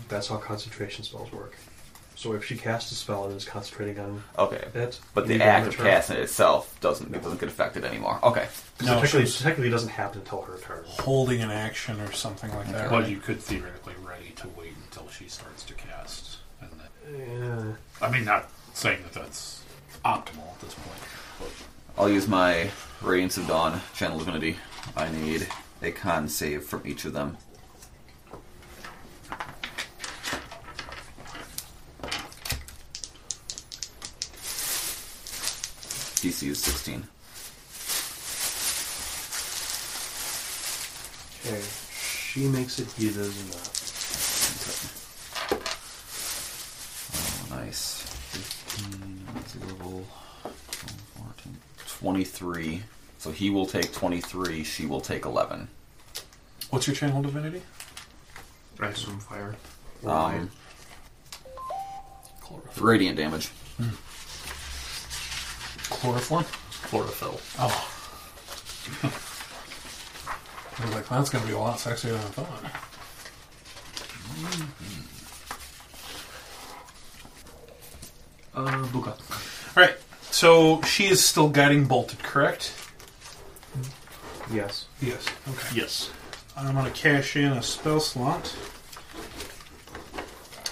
That's how concentration spells work. So if she casts a spell and is concentrating on Okay. it, But the act of casting it itself doesn't it doesn't get affected anymore. Okay. No, no, technically, she's- technically, it doesn't happen until her turn. Holding an action or something like that. But you could theoretically ready to wait until she starts to cast. And then, Yeah. I mean, not saying that that's optimal at this point. But I'll use my Radiance of Dawn, Channel Divinity. I need a con save from each of them. DC is 16. Okay. She makes it. He does not. Oh, nice. 15, let's see, level 14, 23. So he will take 23, she will take 11. What's your channel divinity? I assume fire. Um, radiant damage. Chloroform? Oh. Chlorophyll. I was like, that's going to be a lot sexier than I thought. Uh, Buka. All right. So she is still guiding bolted, correct? Yes. Yes. Okay. Yes. I'm gonna cash in a spell slot,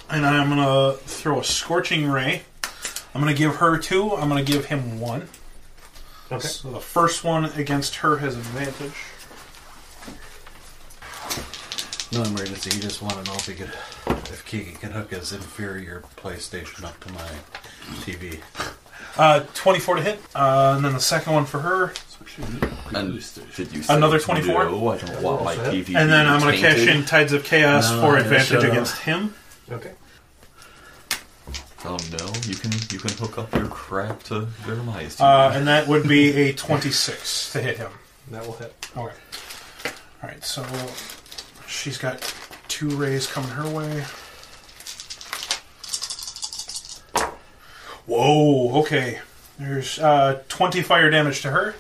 and I'm gonna throw a scorching ray. I'm gonna give her two. I'm gonna give him one. Okay. So the first one against her has advantage. No emergency. He just wanted to know if he could, if Keegan can hook his inferior PlayStation up to my TV. Uh, 24 to hit, uh, and then the second one for her, And should you Another say 24? no, I don't want my PvP and then I'm gonna cash tainted. in Tides of Chaos No, for no, advantage shut up. against him. Okay. Oh no, you can you can hook up your crap to Jeremiah's. too. Uh, and that would be a 26 to hit him. That will hit. Okay. All right, so she's got two rays coming her way. Whoa, okay. There's uh, 20 fire damage to her.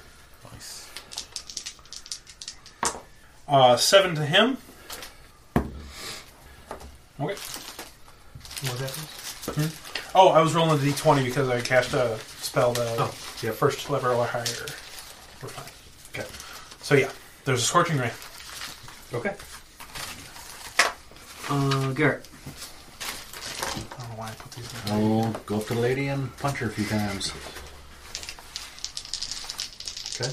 Uh, 7 to him. Okay. What happens? Oh, I was rolling a d20 because I cast a spell that Oh, yeah. first level or higher. We're fine. Okay. So, yeah, there's a scorching ray. Okay. Uh, Garrett. I don't know why I put these in. I'll go up to the lady and punch her a few times. Okay.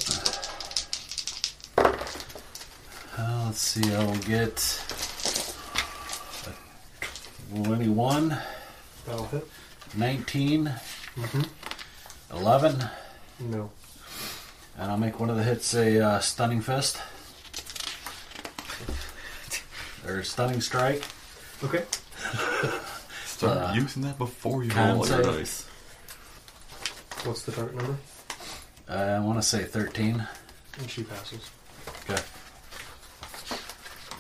Uh, let's see. I'll get a 21, That'll hit. 19, Mm-hmm. 11, No. and I'll make one of the hits a uh, stunning fist or stunning strike. Okay. Start uh, using that before you con roll your save. dice. What's the target number? I want to say 13. And she passes. Okay.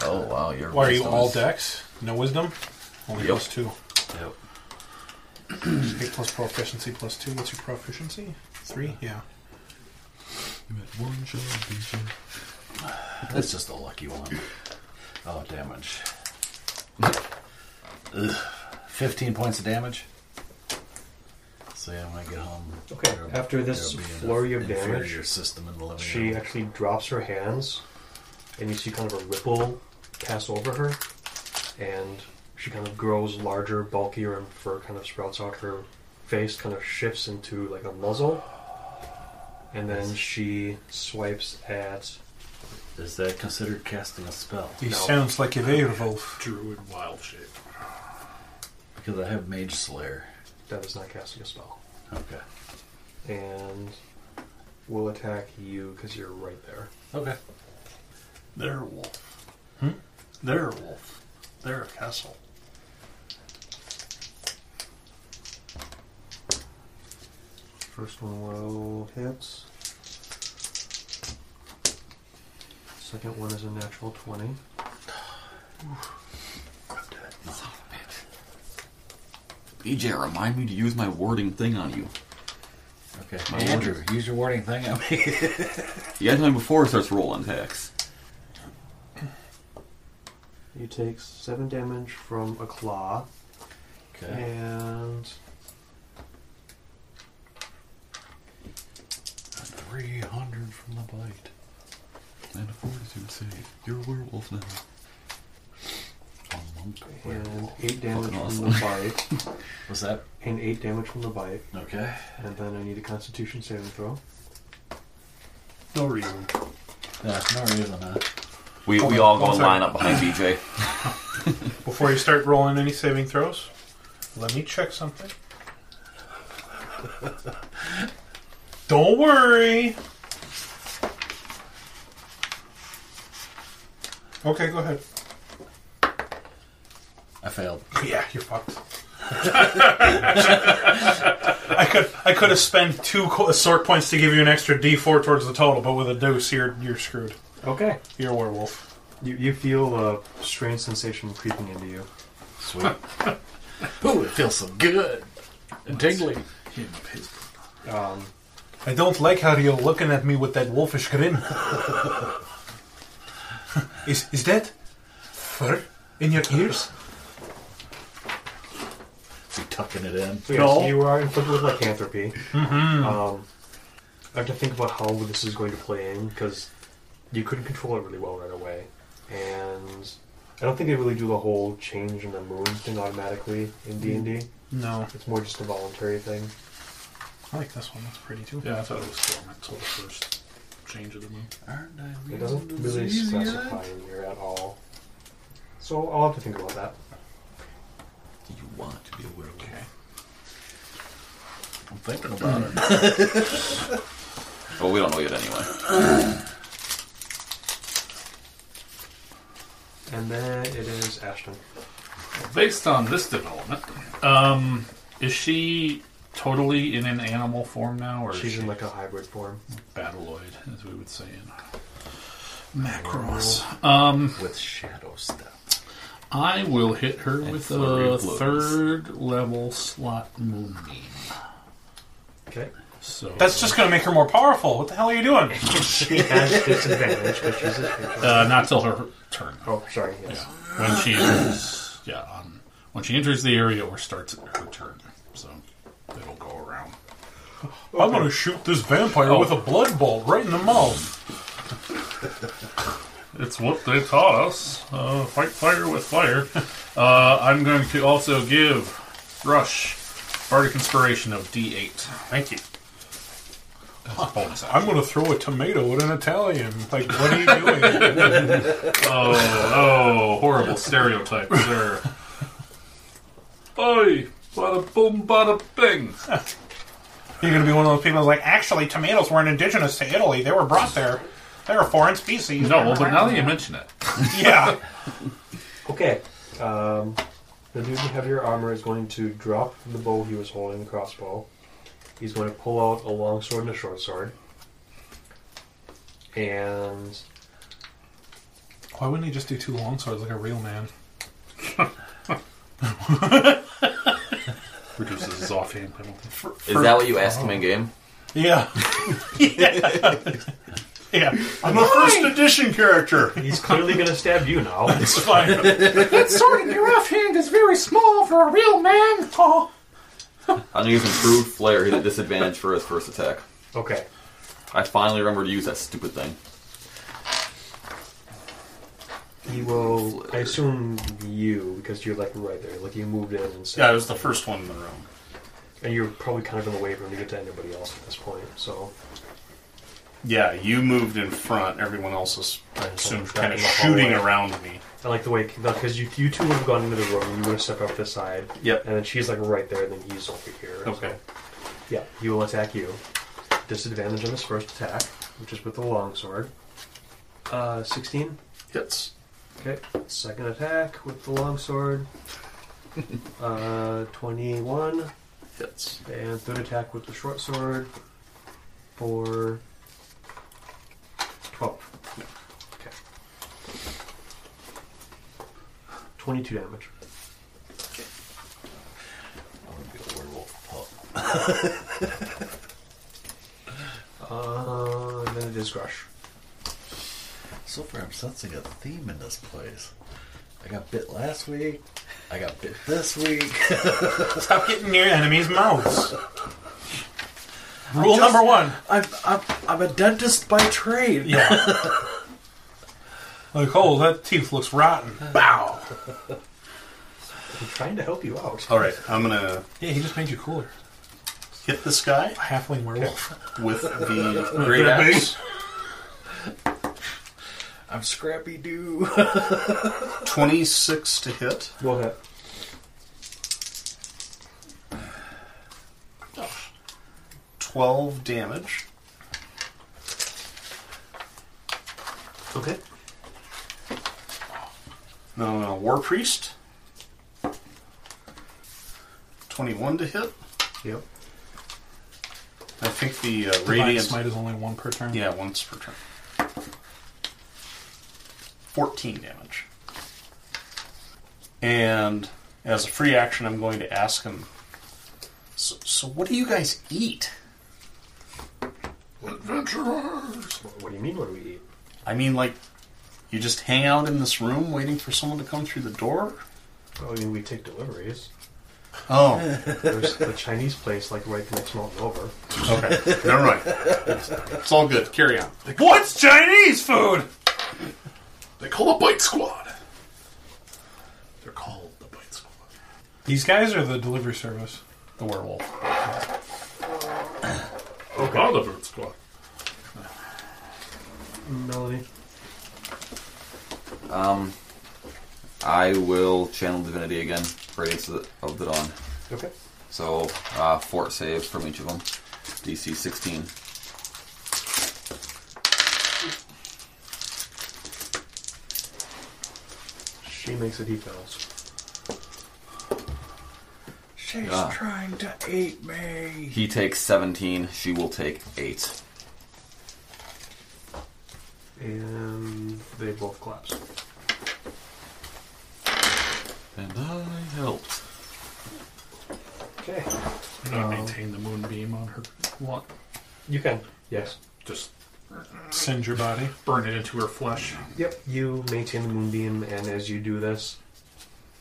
Oh wow, you're. Why are you all dex? No wisdom? Only Yep. plus two. Yep. Eight plus proficiency plus two. What's your proficiency? Three? Yeah. One shot, two shot. That's just a lucky one. Oh, damage. Ugh. 15 points of damage. So yeah, when I get home. Okay, there'll- after this there'll be an flurry of inferior damage, system in the living She room. actually drops her hands, and you see kind of a ripple pass over her, and she kind of grows larger, bulkier, and fur kind of sprouts out. Her face kind of shifts into like a muzzle, and then she swipes at. Is that considered casting a spell? He No. sounds like a werewolf. Druid wild shape. Because I have Mage Slayer. That is not casting a spell, Okay. and will attack you because you're right there. Okay. They're a wolf. Hmm? They're a wolf. They're a castle. First one will hits. Second one is a natural 20. BJ, E remind me to use my wording thing on you. Okay. My Andrew, use your warning thing. I mean, You had time before it starts rolling attacks. You take 7 damage from a claw, okay. and Three hundred from the bite. And a fortitude save. You're a werewolf now. A monk and werewolf. 8 damage Fucking from the bite, Was that and 8 damage from the bite, okay? and then I need a constitution saving throw. No reason. Yeah, no reason, huh? We, we all go and line up behind E BJ. Before you start rolling any saving throws, let me check something. Don't worry. Okay, go ahead. I failed. Yeah, you're fucked. I could I could have spent two uh, co- sort points to give you an extra D4 towards the total, but with a deuce, you're you're screwed. Okay. You're a werewolf. You, you feel a strange sensation creeping into you. Sweet. Ooh, it feels so good. And tingly. Um, I don't like how you're looking at me with that wolfish grin. is is that fur in your ears? Is he tucking it in? so yes, you are inflicted with lycanthropy. Um, I have to think about how this is going to play in because you couldn't control it really well right away, and I don't think they really do the whole change in the mood thing automatically in D and D. No, It's more just a voluntary thing. I like this one. That's pretty too. Yeah, I thought it was storm until the first change of the moon. Aren't I It doesn't really specify in here at all. So I'll have to think about that. Do you want to be a werewolf? I'm thinking about it. Well, we don't know yet anyway. And then it is Ashton. Hmm. Based on this development, um, is she totally in an animal form now, or is She's she in like a hybrid form. battleoid, as we would say in Macross? Um, With shadow stuff. I will hit her with flurry a of blows. third level slot moonbeam. Okay. So That's just gonna make her more powerful. What the hell are you doing? She has disadvantage because she's a creature. uh, not till her turn. oh, sorry. Yes. when she enters, yeah, um, when she enters the area or starts her turn. So it'll go around. I'm gonna shoot this vampire with a blood bolt right in the mouth. It's what they taught us: uh, fight fire with fire. Uh, I'm going to also give Rush bardic inspiration of D8. Thank you. That's a bonus action. I'm gonna throw a tomato at an Italian. Like, what are you doing? Oh, horrible stereotype, sir. Oi! Bada boom, bada bing. You're gonna be one of those people who's like, actually, tomatoes weren't indigenous to Italy. They were brought there. They're a foreign species. No, but now that you mention it, yeah. Okay. Um, the dude in heavier armor is going to drop the bow he was holding, the crossbow. He's going to pull out a long sword and a short sword. And Why wouldn't he just do two long swords like a real man? reduces his offhand penalty. Is that what you Oh. asked him in game? Yeah. yeah. I'm a first edition character. he's clearly going to stab you now. It's fine. that sword in your left hand is very small for a real man. Oh. I'm gonna use improved flair. Hit at disadvantage for his first attack. Okay. I finally remembered to use that stupid thing. He will. I assume you, because you're like right there. Like you moved in and Yeah, stuff. I was the first one in the room. And you're probably kind of in the way for him to get to anybody else at this point. So Yeah, you moved in front. Everyone else is I assume, Back kind in of the shooting hallway. around me. I like the way because you you two would have gone into the room. You would have stepped off to the side. Yep. And then she's like right there, and then he's over here. Okay. So, yeah, he will attack you. Disadvantage on his first attack, which is with the longsword. Uh, sixteen. Hits. Okay. Second attack with the longsword. uh, twenty-one. Hits. And third attack with the short sword for 12. Okay. 22 damage. I want to be a werewolf Uh, and then it is Grush. pup. So far, I'm sensing a theme in this place. I got bit last week. I got bit this week. Stop getting near enemies' mouths. Rule number one. I'm, I'm, I'm a dentist by trade. Yeah. like, oh, that tooth looks rotten. Bow. I'm trying to help you out. All right, I'm gonna Yeah, he just made you cooler. hit this guy Halfling werewolf. with the great That big? axe. I'm Scrappy Doo. Twenty-six to hit. Go ahead. Twelve damage. Okay. No, no, war priest. Twenty-one to hit. Yep. I think the uh, Divine radiant. Smite is only one per turn. Yeah, once per turn. 14 damage. And as a free action, I'm going to ask him. So, so what do you guys eat? Adventurers. What do you mean? What do we eat? I mean, like, you just hang out in this room waiting for someone to come through the door? Well, I mean, we take deliveries. Oh, There's the Chinese place like right the next mountain over. okay. Never mind. It's all good. Carry on. What's Chinese food? They call a bite squad. They're called the bite squad. These guys are the delivery service. The werewolf. Okay. Oliver Squad. Melody. I will channel divinity again. Radiance of the, of the dawn. Okay. So uh, fort saves from each of them. DC 16. She makes a deep bounce. She's Yeah. trying to eat me. He takes 17. She will take 8. And they both collapse. And I helped. Okay. Can I maintain the moonbeam on her? What? You can. Yes. Just Send your body. burn it into her flesh. Yep. You maintain the moonbeam, and as you do this,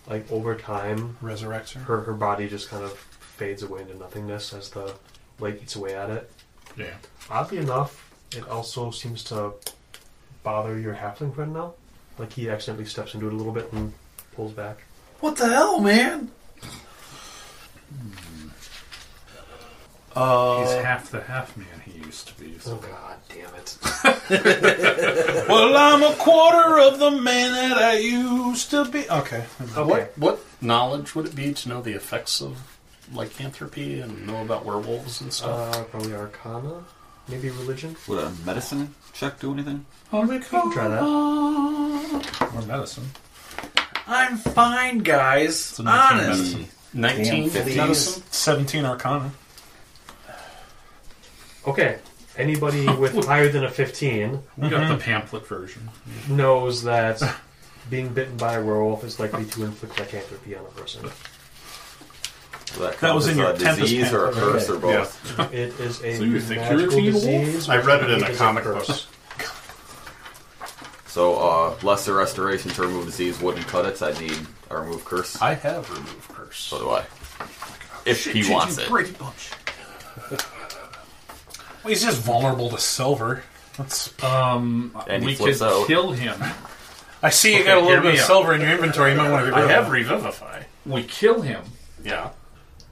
like over time, Resurrects her. her her body just kind of fades away into nothingness as the light eats away at it. Yeah. Oddly enough, it also seems to bother your halfling friend now. Like he accidentally steps into it a little bit and pulls back. What the hell, man? He's half the half man he used to be. So. Oh, god, damn it! Well, I'm a quarter of the man that I used to be. Okay. Okay. What knowledge would it be to know the effects of lycanthropy and know about werewolves and stuff? Uh, probably Arcana, maybe religion. Would a medicine check do anything? You can try that. Or medicine. I'm fine, guys. a nineteen Honest. medicine. 19? Damn, medicine? 17 Arcana. Okay. Anybody with higher than a fifteen We got the pamphlet version. knows that being bitten by a werewolf is likely to inflict lycanthropy on a person. Does that, That count was as in your a Tempest disease or a pamphlet, curse or both? It is a So you think you're a magical teen wolf? disease. I read it in which a is comic curse. book. So uh, lesser restoration to remove disease wouldn't cut it. I need a remove curse. I have removed curse. So do I. If he wants it. Brady Bunch. Well, he's just vulnerable to silver. That's, Um, And he we flips could out. kill him. I see you Okay, got a hear little bit me of out. silver in your inventory. You might want to get I rid have of it. revivify. We kill him. Yeah.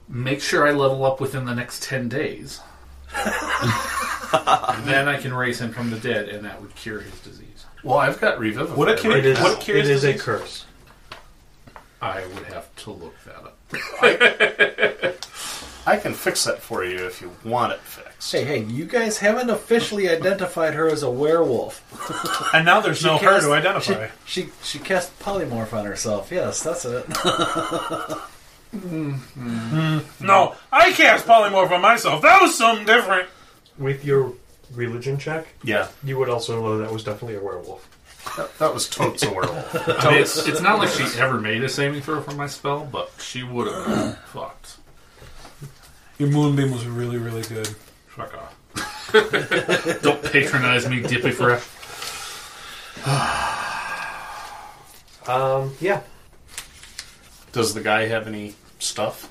Make sure I level up within the next ten days. And then I can raise him from the dead, and that would cure his disease. Well, I've got revivify. What a right kid- It is, now. What cures it is a disease? curse. I would have to look that up. I can fix that for you if you want it fixed. Hey, hey, you guys haven't officially identified her as a werewolf. And now there's no her cast- to identify. She she cast polymorph on herself. Yes, that's it. Oh, No, I cast polymorph on myself. That was something different. With your religion check, Yeah, you would also know that was definitely a werewolf. that, that was totes a werewolf. I mean, it's, it's not like she ever made a saving throw from my spell, but she would have been fucked. Your moonbeam was really, really good. Fuck off. Don't patronize me, Dippy Fresh. Um, yeah. Does the guy have any stuff?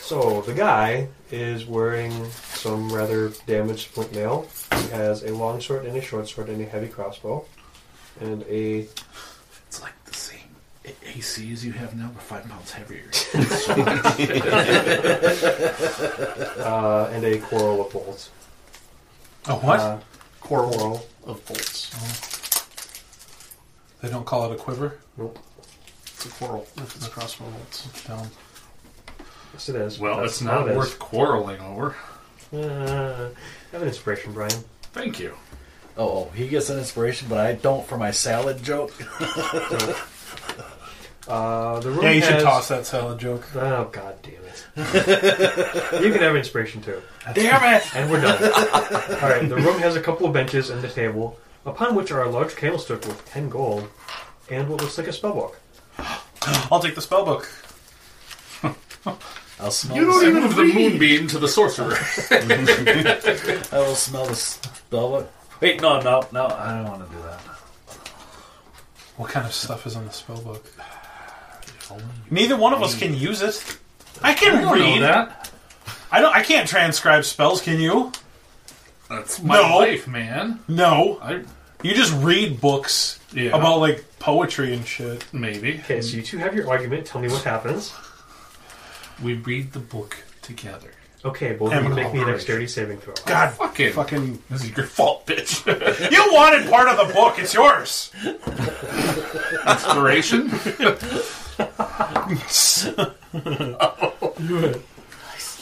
So the guy is wearing some rather damaged flint mail. He has a long sword and a short sword and a heavy crossbow. And a It's like the same AC as you have now, but five pounds heavier. uh, and a coral of bolts. A what? Uh, Coral coral. of bolts. they don't call it a quiver. Nope. It's a coral. It's a crossbow bolts. Dumb. Yes, it is. Well, That's it's not it is. worth quarreling over. Uh, have an inspiration, Brian. Thank you. Oh, he gets an inspiration, but I don't for my salad joke. Uh, the room Yeah, you should has- toss that salad joke. Oh god damn it! you can have inspiration too, Damn it! and we're done. All right, the room has a couple of benches and a table. upon which are a large candlestick with ten gold and what looks like a spellbook. I'll take the spell book. I'll smell You the, don't even move the moonbeam to the sorcerer. I will smell the spell book. Wait, no, no, no, I don't want to do that. What kind of stuff is on the spell book? Neither one of us can use it. I can read. that. I don't. I can't transcribe spells. Can you? That's my No. life, man. No. I You just read books Yeah. about like poetry and shit. maybe Okay, so you two have your argument. Tell me what happens. we read the book together. Okay, both of you Eminent make me a operation. dexterity saving throw. God, Fucking. fucking. This is your fault, bitch. You wanted part of the book. It's yours. Inspiration.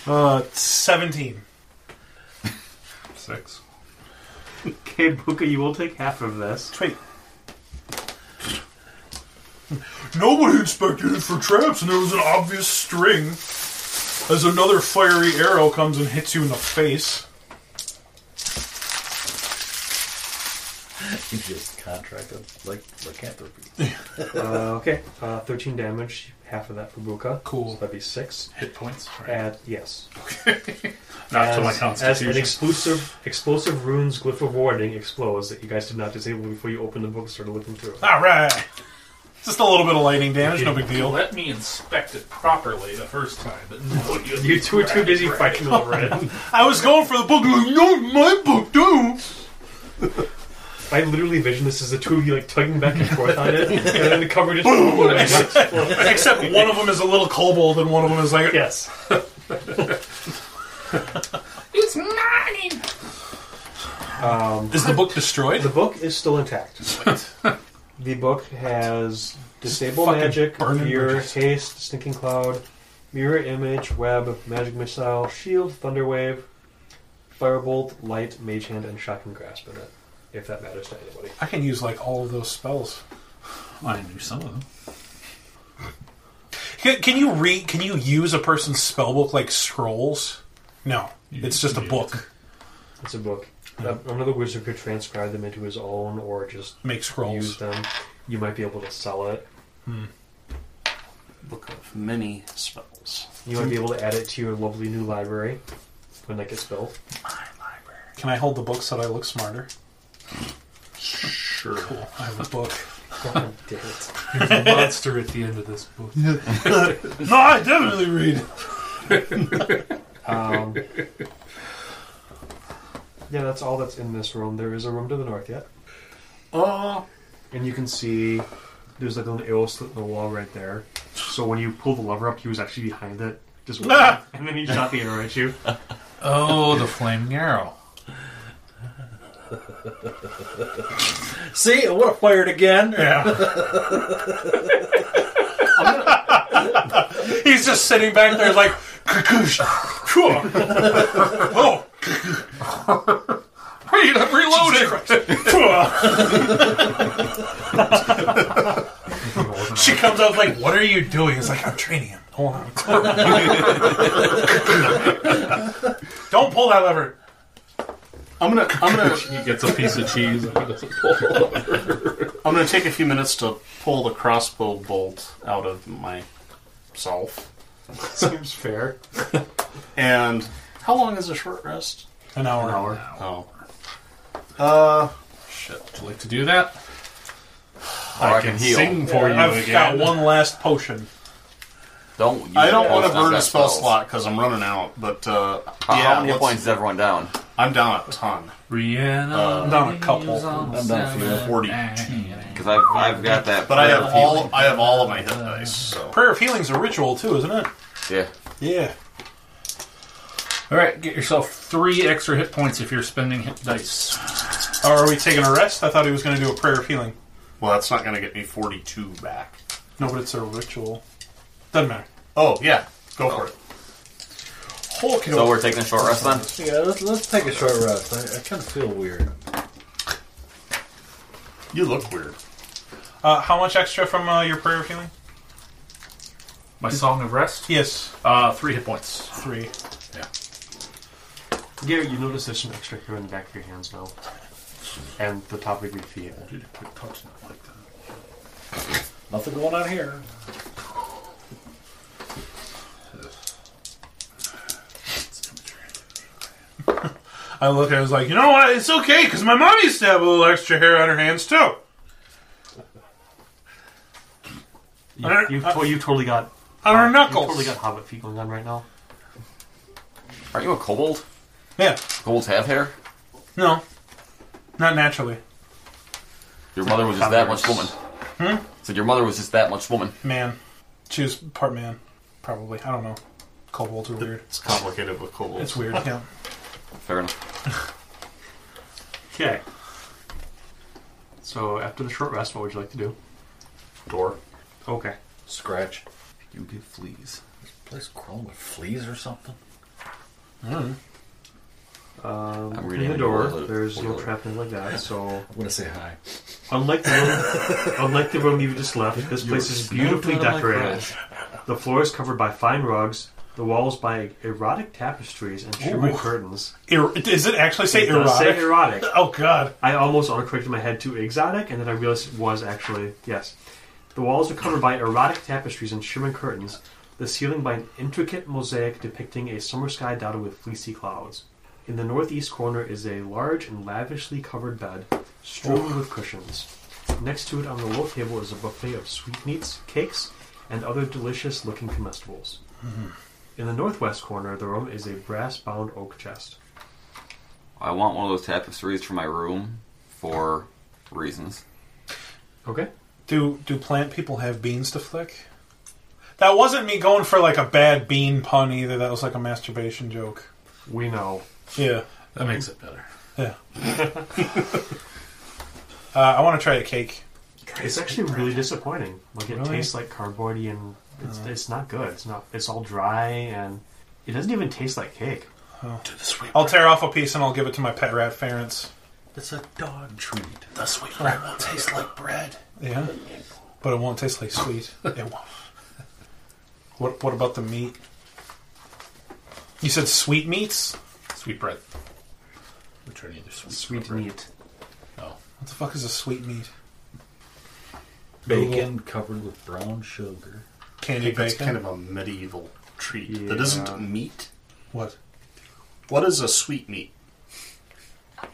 Uh, seventeen. Six. Okay, Buka, you will take half of this. Wait. Nobody inspected it for traps, and there was an obvious string. As another fiery arrow comes and hits you in the face. You just contract of like lycanthropy. Uh, okay, uh, 13 damage, half of that for Buka. Cool. So that'd be 6. Hit points. Right. Add, yes. Not to my as, as an constitution. explosive, explosive runes glyph of warding explodes that you guys did not disable before you opened the book and started looking through it. All right. Just a little bit of lightning damage, no big deal. Let me inspect it properly the first time, but no, you, You two are too busy fighting over it. I was going for the book. Like, no, my book too. I literally vision this as the two of you like tugging back and forth on it, and then the cover just boom. Except one of them is a little kobold, and one of them is like, yes. It's mine. Um, is the book destroyed? The book is still intact. the book has disable Fucking magic, burning fear, bridges. haste, stinking cloud, mirror image, web, magic missile, shield, thunderwave, firebolt, light, mage hand, and shocking grasp in it. If that matters to anybody. I can use like all of those spells. I knew some of them. Can, can you read? Can you use a person's spell book like scrolls? No, it's just a book. It's a book. Uh, Another wizard could transcribe them into his own, or just Make use scrolls. them. You might be able to sell it. Hmm. Book of many spells. You might be able to add it to your lovely new library when that gets built. Can I hold the book so that I look smarter? Sure. Cool. I have a book. Oh, God damn it. There's a monster at the end of this book. no, I definitely read. Um, yeah, that's all that's in this room. There is a room to the north yet. Uh. Oh, And you can see there's like an arrow slit in the wall right there. So when you pull the lever up, he was actually behind it. Just waiting. Ah! and then he shot the arrow at you. oh, the flaming arrow. See, I would have fired again. Yeah. He's just sitting back there like, "Cuckoosh." oh, Wait, I'm reloading. she comes up like, "What are you doing?" It's like, "I'm training him." Hold on. Don't pull that lever. I'm gonna I'm gonna He gets a piece of cheese. and he doesn't pull. I'm gonna take a few minutes to pull the crossbow bolt out of myself. Seems fair. And how long is a short rest? An hour. Oh, Shit, would you like to do that? Or I can heal. sing for you I've got again. one last potion. Don't. use I don't your want to potions, burn a not spell spells. slot because I'm running out. But uh, How, how let's- many hit points is everyone down? I'm down a ton. Brianna. I'm down a couple. I'm not feeling Forty-two. Because I've, I've got that. But I prayer have of healing. all I have all of my hit dice. So Prayer of healing's a ritual too, isn't it? Yeah. Yeah. All right, get yourself three extra hit points if you're spending hit dice. Or are we taking a rest? I thought he was going to do a prayer of healing. well, that's not gonna get me forty-two back. No, but it's a ritual. Doesn't matter. Oh yeah, go for it. So we're taking a short rest then. Yeah, let's, let's take a short rest. I, I kind of feel weird. You look weird. Uh, how much extra from uh, your prayer of healing? My song of rest, Yes, uh, three hit points. three. Garrett, you notice there's some extra hair in the back of your hands now. and the top of your theater. Nothing going on here. I look at it, I was like, you know what? It's okay, because my mom used to have a little extra hair on her hands, too. You, I- you, to- you totally got On her you uh, knuckles. totally got hobbit feet going on right now. Aren't you a kobold? yeah. Kobolds have hair? No. Not naturally. Your mother was just that much woman. Hmm? Said your mother was just that much woman. Man. She was part man, probably. I don't know. Kobolds are weird. It's complicated with kobolds. It's weird, yeah. Fair enough. Okay. So after the short rest, what would you like to do? Door. Okay. Scratch. You get fleas. Place crawling with fleas or something. Um, I'm in reading the a door, booklet. there's no trap in like that. So I want to say hi. unlike the room, unlike the room you just left, this place is beautifully Not like decorated. that. The floor is covered by fine rugs. The walls by erotic tapestries and Sherwood Ooh. curtains. Er- does it actually say It does erotic? Say erotic. oh, God. I almost autocorrected my head to exotic, and then I realized it was actually yes. The walls are covered by erotic tapestries and shimmer curtains. The ceiling by an intricate mosaic depicting a summer sky dotted with fleecy clouds. In the northeast corner is a large and lavishly covered bed, strewn with cushions. Next to it, on the low table, is a buffet of sweetmeats, cakes, and other delicious-looking comestibles. In the northwest corner of the room is a brass-bound oak chest. I want one of those tapestries for my room for reasons. Okay. Do do plant people have beans to flick? That wasn't me going for like a bad bean pun either. That was like a masturbation joke. We know. Yeah, That makes it better. yeah. uh, I want to try a cake. It's actually really disappointing. Like it Really? tastes like cardboardy, and it's, it's not good. It's not. It's all dry, and it doesn't even taste like cake. Do the sweet, I'll tear off a piece and I'll give it to my pet rat Ference. It's a dog treat. the sweet bread will taste like bread. Yeah, but it won't taste like sweet. It won't. What What about the meat? You said sweetmeats. Sweet bread. Which are neither sweet, Sweet or bread. meat. Oh, What the fuck is a sweetmeat? Bacon covered with brown sugar. Candy It's bacon. kind of a medieval treat that Yeah. isn't meat. what? What is a sweetmeat? Okay,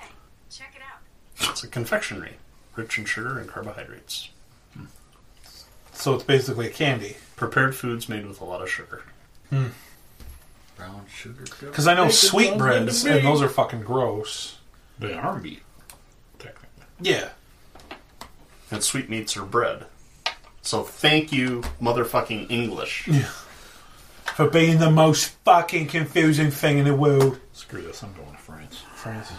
check it out. It's a confectionery, rich in sugar and carbohydrates. So it's basically a candy. Prepared foods made with a lot of sugar. Brown sugar. covered- Because I know Bacon sweetbreads, sounds good to and me. those are fucking gross. they are meat, technically. Yeah. And sweetmeats are bread. So thank you, motherfucking English. For being the most fucking confusing thing in the world. Screw this. I'm going to France. France.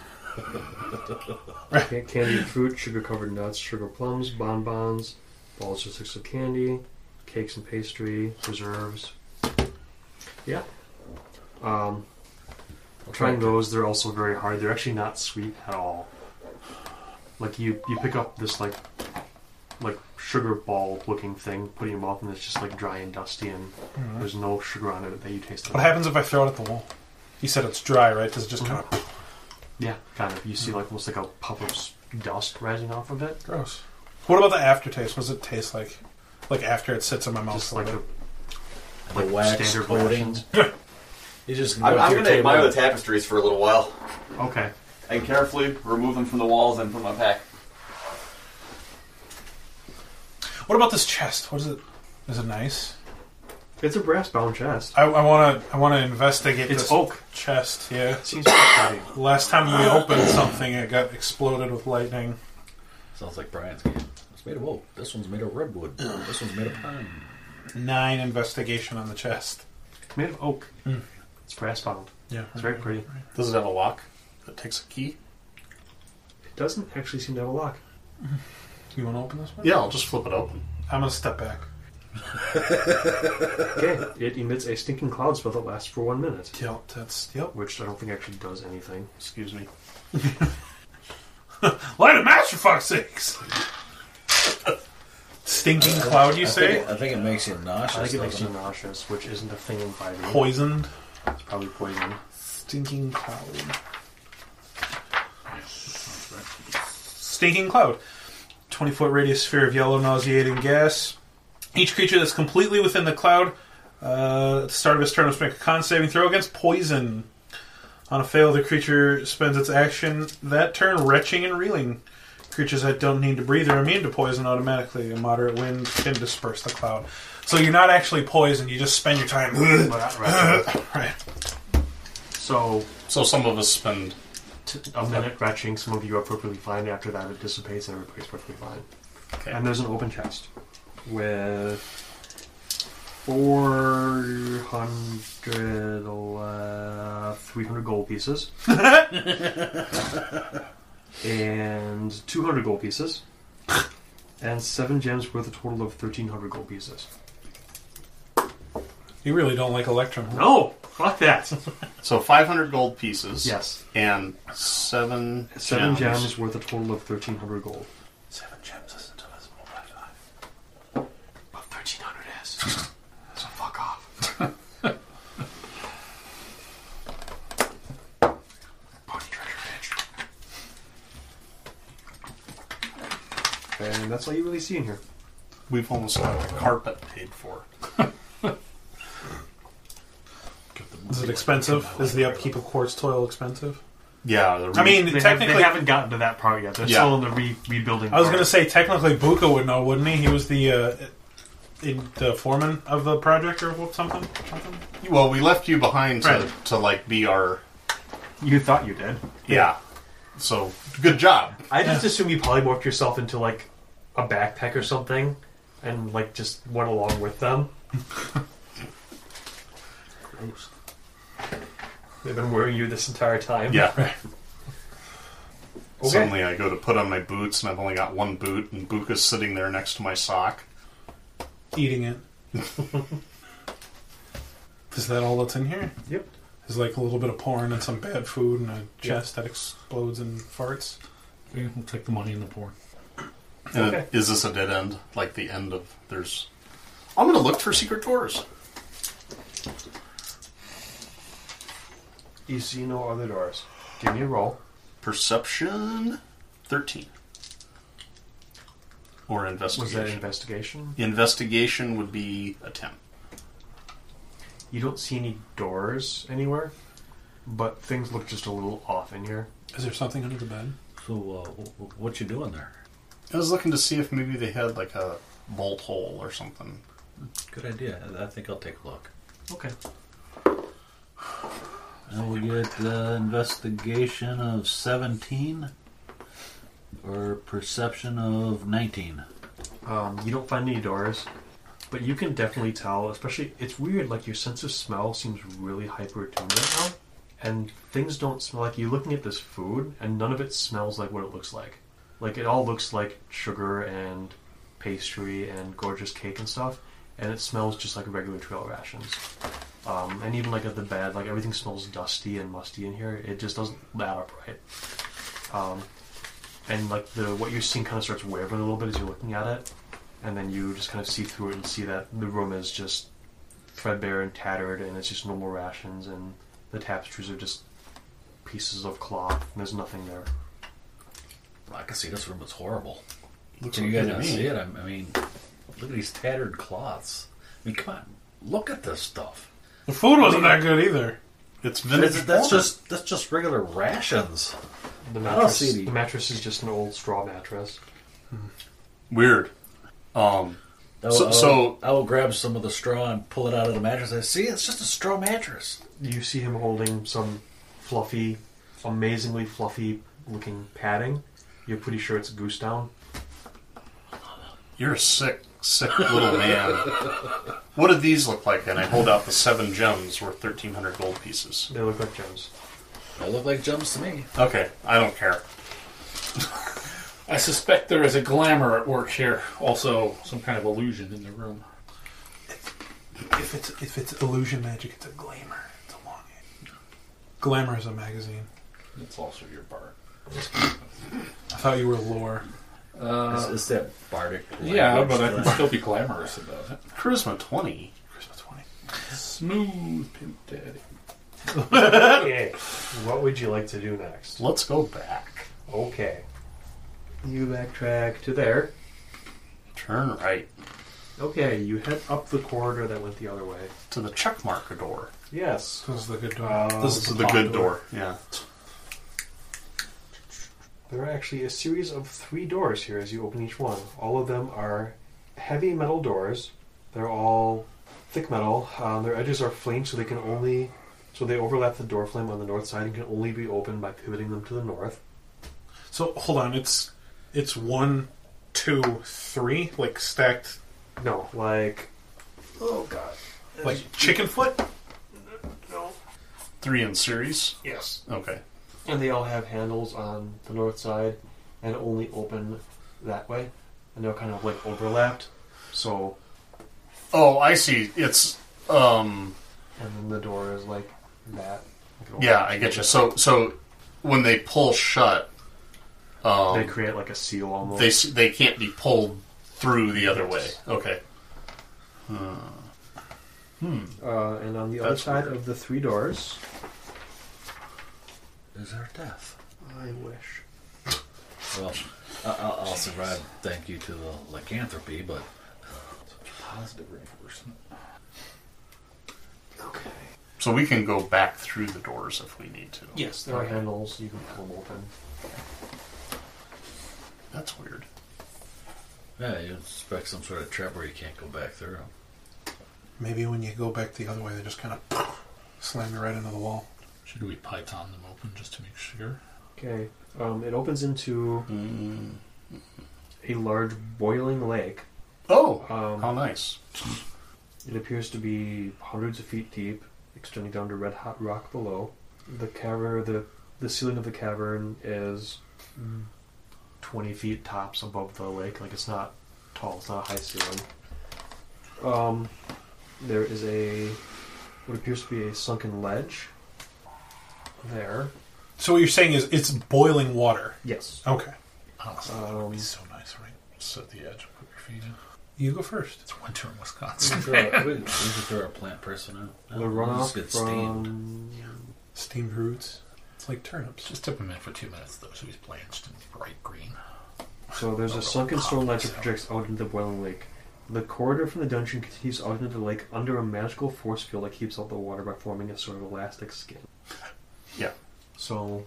Ca- Candied fruit, sugar-covered nuts, sugar plums, bonbons, balls or sticks of candy, cakes and pastry, preserves. Yeah. Um, trying those, they're also very hard. They're actually not sweet at all. Like you, you pick up this like, like sugar ball-looking thing, put it in your mouth, and it's just like dry and dusty, and there's no sugar on it that you taste. at What all. happens if I throw it at the wall? You said it's dry, right? Does it just kind Mm-hmm. of Yeah, kind of. You see like almost like a puff of s- dust rising off of it. gross? What about the aftertaste? What does it taste like? Like after it sits in my mouth Just for like a a bit? like the wax standard coating. rations. You just I'm, go I'm to going your to table. admire the tapestries for a little while Okay. and carefully remove them from the walls and from my pack. What about this chest? What is it? Is it nice? It's a brass bound chest. I, I wanna I wanna investigate It's this oak. chest. Yeah. Seems pretty sturdy. Last time we opened something, it got exploded with lightning. Sounds like Brian's game. It's made of oak. This one's made of redwood. this one's made of pine. Nine investigation on the chest. It's made of oak. It's brass bound. Yeah. It's very pretty. It Does it have a lock that takes a key? doesn't actually seem to have a lock. You wanna open this one? Yeah, I'll just flip it open. I'm gonna step back. Okay. It emits a stinking cloud spell that lasts for one minute, Yep, that's yep. which I don't think actually does anything. Excuse me. Light a match for fuck's sakes! Stinking cloud, you I think, say? it, I think it makes you nauseous. I think it makes doesn't you nauseous, which isn't a thing in five years. Poisoned. It's probably poison. Stinking cloud. Stinking cloud. 20 foot radius sphere of yellow, nauseating gas. Each creature that's completely within the cloud uh, at the start of its turn must make a con saving throw against poison. On a fail, the creature spends its action that turn retching and reeling. Creatures that don't need to breathe are immune to poison automatically. A moderate wind can disperse the cloud. So you're not actually poisoned, you just spend your time. Right, right, right. right. So So some of us spend. t- a minute retching, some of you are perfectly fine. After that, it dissipates and everybody's perfectly fine. Okay. And there's an open chest with 400, uh, 300 gold pieces and 200 gold pieces and seven gems worth a total of 1,300 gold pieces. You really don't like Electrum. huh? No! Fuck that! So 500 gold pieces. yes. And seven. Seven gems. worth a total of 1,300 gold. Seven gems is the toughest move I've done. But 1,300 is. so fuck off. Body treasure, bitch. And that's all you really see in here. We've almost got the carpet paid for. Is it expensive? Is the upkeep of quartz toil expensive? Yeah. The re- I mean, They, have, technically, not gotten to that part yet. They're Yeah. still in the re- rebuilding. I was part. going to say technically Buka would know, wouldn't he? He was the uh, in, the foreman of the project or something. Something. well, we left you behind to, Right. to like be our. you thought you did. Yeah. So good job. I just assume you polymorphed yourself into like a backpack or something, and like just went along with them. Gross. They've been wearing you this entire time. Yeah. Okay. Suddenly I go to put on my boots and I've only got one boot and Buka's sitting there next to my sock. Eating it. is that all that's in here? Yep. Is like a little bit of porn and some bad food and a chest that explodes and farts. Okay, we'll take the money and the porn. And Okay. Is this a dead end? Like the end of there's I'm gonna look for secret doors. You see no other doors. Give me a roll. Perception thirteen. Or Was investigation. that investigation? investigation would be a ten. You don't see any doors anywhere, but things look just a little off in here. Is there something under the bed? So, uh, wh- wh- what you doing there? I was looking to see if maybe they had like a bolt hole or something. Good idea. I- I think I'll take a look. Okay. And we get uh, investigation of 17 or perception of 19. Um, you don't find any doors, but you can definitely tell. Especially, it's weird. Like your sense of smell seems really hyper attuned right now, and things don't smell like you're looking at this food, and none of it smells like what it looks like. Like it all looks like sugar and pastry and gorgeous cake and stuff, and it smells just like regular trail rations. Um, and even like at the bed, like everything smells dusty and musty in here. It just doesn't add up right. Um, and like the what you're seeing kind of starts wavering a little bit as you're looking at it, and then you just kind of see through it and see that the room is just threadbare and tattered, and it's just normal rations, and the tapestries are just pieces of cloth, and there's nothing there. I can see this room is horrible. Looks Can you guys okay not to see me. it? I'm- I mean, look at these tattered cloths. I mean, come on, look at this stuff. The food wasn't that good either. It's vintage. That's, that's porn. just that's just regular rations. The don't mattress, see any. the mattress is just an old straw mattress. weird. Um I will- So- I will- so- uh, I will grab some of the straw and pull it out of the mattress. I see it's just a straw mattress. You see him holding some fluffy, amazingly fluffy looking padding. You're pretty sure it's goose down. You're a sick, sick little man. What do these look like? And I hold out the seven gems worth 1,300 gold pieces. They look like gems. They look like gems to me. Okay, I don't care. I suspect there is a glamour at work here. Also, some kind of illusion in the room. If it's if it's illusion magic, it's a glamour. It's a long name. Glamour is a magazine. It's also your bar. I thought you were lore. It's, it's that bardic. Yeah, language but I can that- still be glamorous about it. Charisma 20. Christmas twenty. Smooth pimp daddy. Okay. What would you like to do next? Let's go back. Okay. You backtrack to there. Turn right Okay, you head up the corridor that went the other way. to the checkmark door. Yes. This is the good dog. Uh, This is the top good door. Yeah. There are actually a series of three doors here as you open each one. All of them are heavy metal doors. They're all thick metal. Um, their edges are flamed so they can only so they overlap the door frame on the north side and can only be opened by pivoting them to the north. So hold on, it's it's one, two, three, like stacked, No, like oh god, like chicken foot. Three in series. Yes. Okay. and they all have handles on the north side and only open that way. And they're kind of like overlapped. So Oh, I see. It's um and then the door is like that. yeah, I get you. So so when they pull shut, They um, create like a seal almost. they s- they can't be pulled through the other way. Okay. Uh, and on the other That's side weird. of the three doors, Is there death? I wish. Well, I- I'll, I'll survive. Thank you to the lycanthropy, but Positive reinforcement. Okay. So we can go back through the doors if we need to. Yes, there are handles. You can pull them open. That's weird. yeah, you expect some sort of trap where you can't go back through. Maybe when you go back the other way, they just kind of slam you right into the wall. Should we python them open just to make sure? Okay. Um, it opens into Mm. a large boiling lake. Oh, Um, how nice. It appears to be hundreds of feet deep, extending down to red hot rock below. The cavern, the the ceiling of the cavern is twenty feet tops above the lake. Like it's not tall. It's not a high ceiling. Um, there is a what appears to be a sunken ledge. There. So what you're saying is it's boiling water. Yes. Okay. Uh, Honestly, that would Um, be so nice, right? Sit at the edge, put your feet in. You go first. It's winter in We Wisconsin. should throw- we we should throw a plant person out. Oh, the We'll runoff just get steamed. from Steamed roots. It's like turnips. Just dip him in for two minutes, though, so he's blanched and bright green. So there's a sunken stone ledge that projects out into the boiling lake. The corridor from the dungeon continues out into the lake under a magical force field that keeps out the water by forming a sort of elastic skin. Yeah. So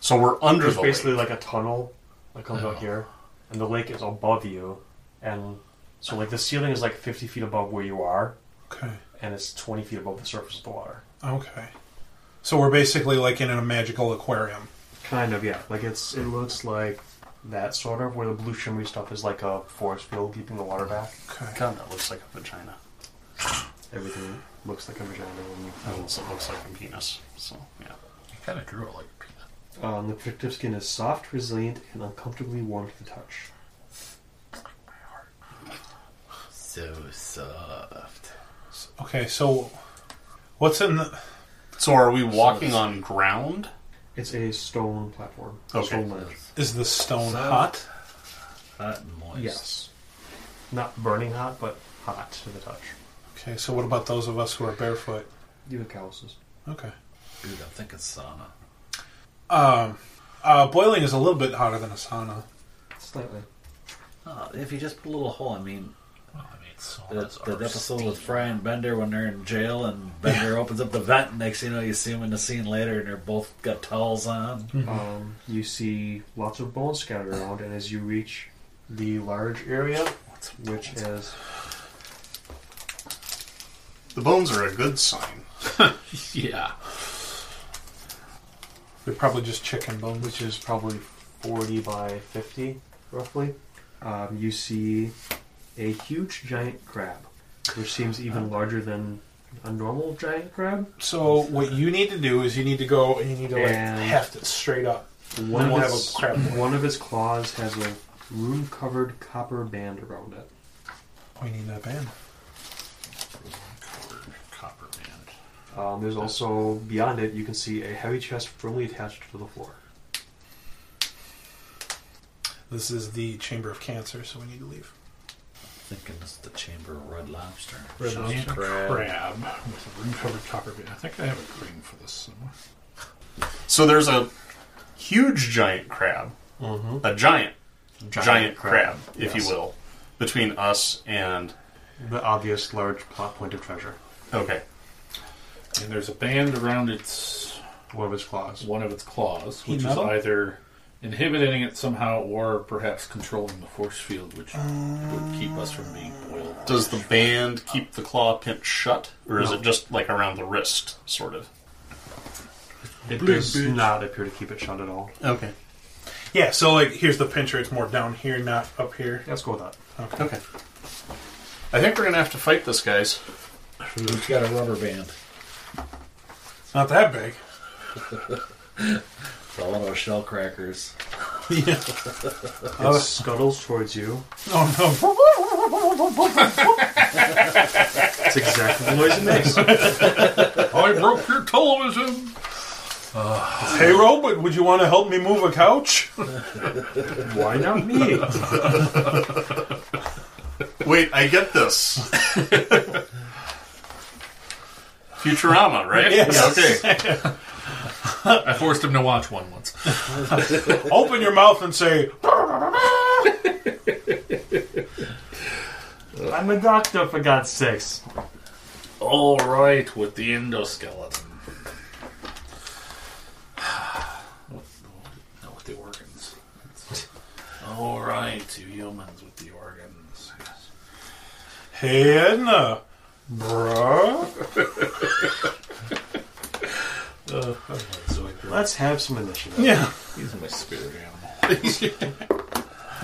So we're under there's the basically lake. like a Oh. tunnel that comes out here, and the lake is above you, and so like the ceiling is like 50 feet above where you are, Okay. and it's 20 feet above the surface of the water. Okay. So we're basically like in a magical aquarium. Kind of, yeah. Like it's it looks like that sort of where the blue shimmery stuff is like a force field keeping the water back. Okay. God, that looks like a vagina. Everything looks like a vagina when you Unless it looks like a penis. So yeah. He kind of drew it like a peanut. Um, the protective skin is soft, resilient, and uncomfortably warm to the touch. So soft. Okay. So what's in the? So are we walking on ground? It's a stone platform. Okay. Stone ledge. Is the stone So- hot? Hot and moist. Yes. Not burning hot, but hot to the touch. Okay. So what about those of us who are barefoot? You have calluses. Okay. Dude, I'm thinking sauna. Um, uh, boiling is a little bit hotter than a sauna. Slightly. Oh, if you just put a little hole, I mean, Well, I mean, so that, that episode with Fry and Bender when they're in jail and Bender opens up the vent, next thing you know, you see them in the scene later and they're both got towels on. Um, you see lots of bones scattered around, and as you reach the large area, which is The bones are a good sign. Yeah. They're probably just chicken bones. which is probably 40 by 50, roughly, um, you see a huge giant crab, which seems even larger than a normal giant crab. So what you need to do is you need to go and you need to like And- heft it straight up. One Then of, we'll his, have a crab boy. one of his claws has a room covered copper band around it. We need that band. Copper band. Um, there's also, beyond it, you can see a heavy chest firmly attached to the floor. This is the chamber of cancer, so we need to leave. Thinking this is the chamber of red lobster. Red Giant lobster. crab. with a room covered copper band. I think I have a green for this somewhere. So there's a huge giant crab, a giant giant, crab, if Mm-hmm. yes. you will, between us and The obvious large plot point of treasure. okay. And there's a band around its One of its claws. one of its claws, He which is metal? either inhibiting it somehow or perhaps controlling the force field, which would keep us from being boiled. Does the band keep the claw pinch shut, or is it just like around the wrist, sort of? It Blue does bitch. not appear to keep it shut at all. Okay. Yeah, so like here's the pincher. It's more down here, not up here. Let's go with that. Okay. I think we're gonna have to fight this, guys. Who's got a rubber band? It's not that big. It's all those shell crackers. It Uh, scuttles towards you. Oh That's exactly the noise it makes. I broke your television! no! hey, robot, would you want to help me move a couch? Why not me? Wait, I get this. Futurama, right? Yes. Okay. I forced him to watch one once. Open your mouth and say, I'm a doctor, for God's sakes. All right, with the endoskeleton. What- no, with the organs. All right, to humans with the organs. "Hey, Edna, bruh." Let's have some initiative. Yeah. He's my spirit animal.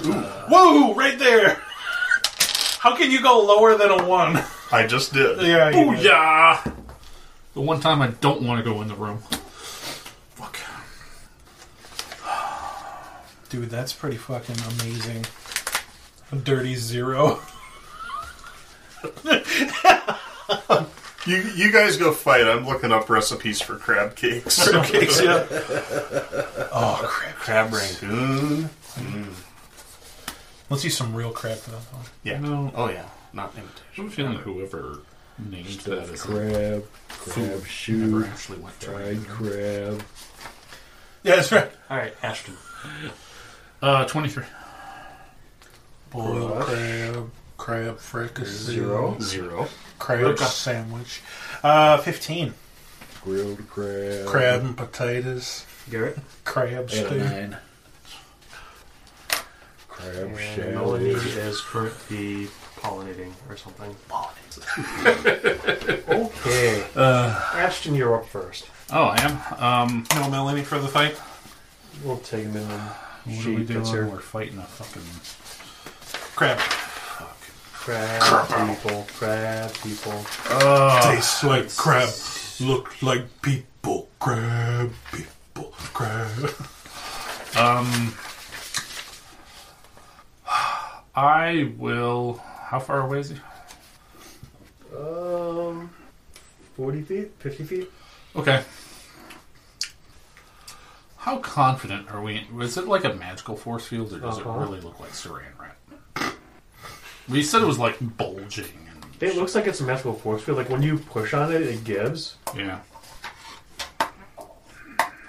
Whoa, right there. How can you go lower than a one? I just did. Yeah. you did. Yeah. The one time I don't want to go in the room. Fuck. Dude, that's pretty fucking amazing. A dirty zero. You you guys go fight. I'm looking up recipes for crab cakes. Cakes, yeah. Oh, crab, crab ring. Soon. Let's use some real crab for that one. Yeah. No. Oh yeah. Not imitation. I'm feeling whoever named that is Crab, crab never shoot, actually went to it. fried crab. Yeah, that's right. All right, Ashton. Uh, 23. Boiled crab, crab fricassee, zero, Zero. crab sandwich, uh, fifteen. Grilled crab. Crab and potatoes, Garrett. crab Eight out of stew. nine. Crab Melanie shell. is currently pollinating or something. Okay. Uh, Ashton, you're up first. Oh, I am. Um, No Melanie for the fight. We'll take him in. when what she are we doing? gets her We're fighting a fucking. Crab. crab people. Crab people. Tastes like crab. Look like people. Crab people. Crab. Um, I will. How far away is he? Um, forty feet, fifty feet. Okay. How confident are we? Was it like a magical force field, or does Uh-huh. it really look like Saran wrap? We said it was like bulging. And, It looks like it's a magical force field. Like when you push on it, it gives. yeah.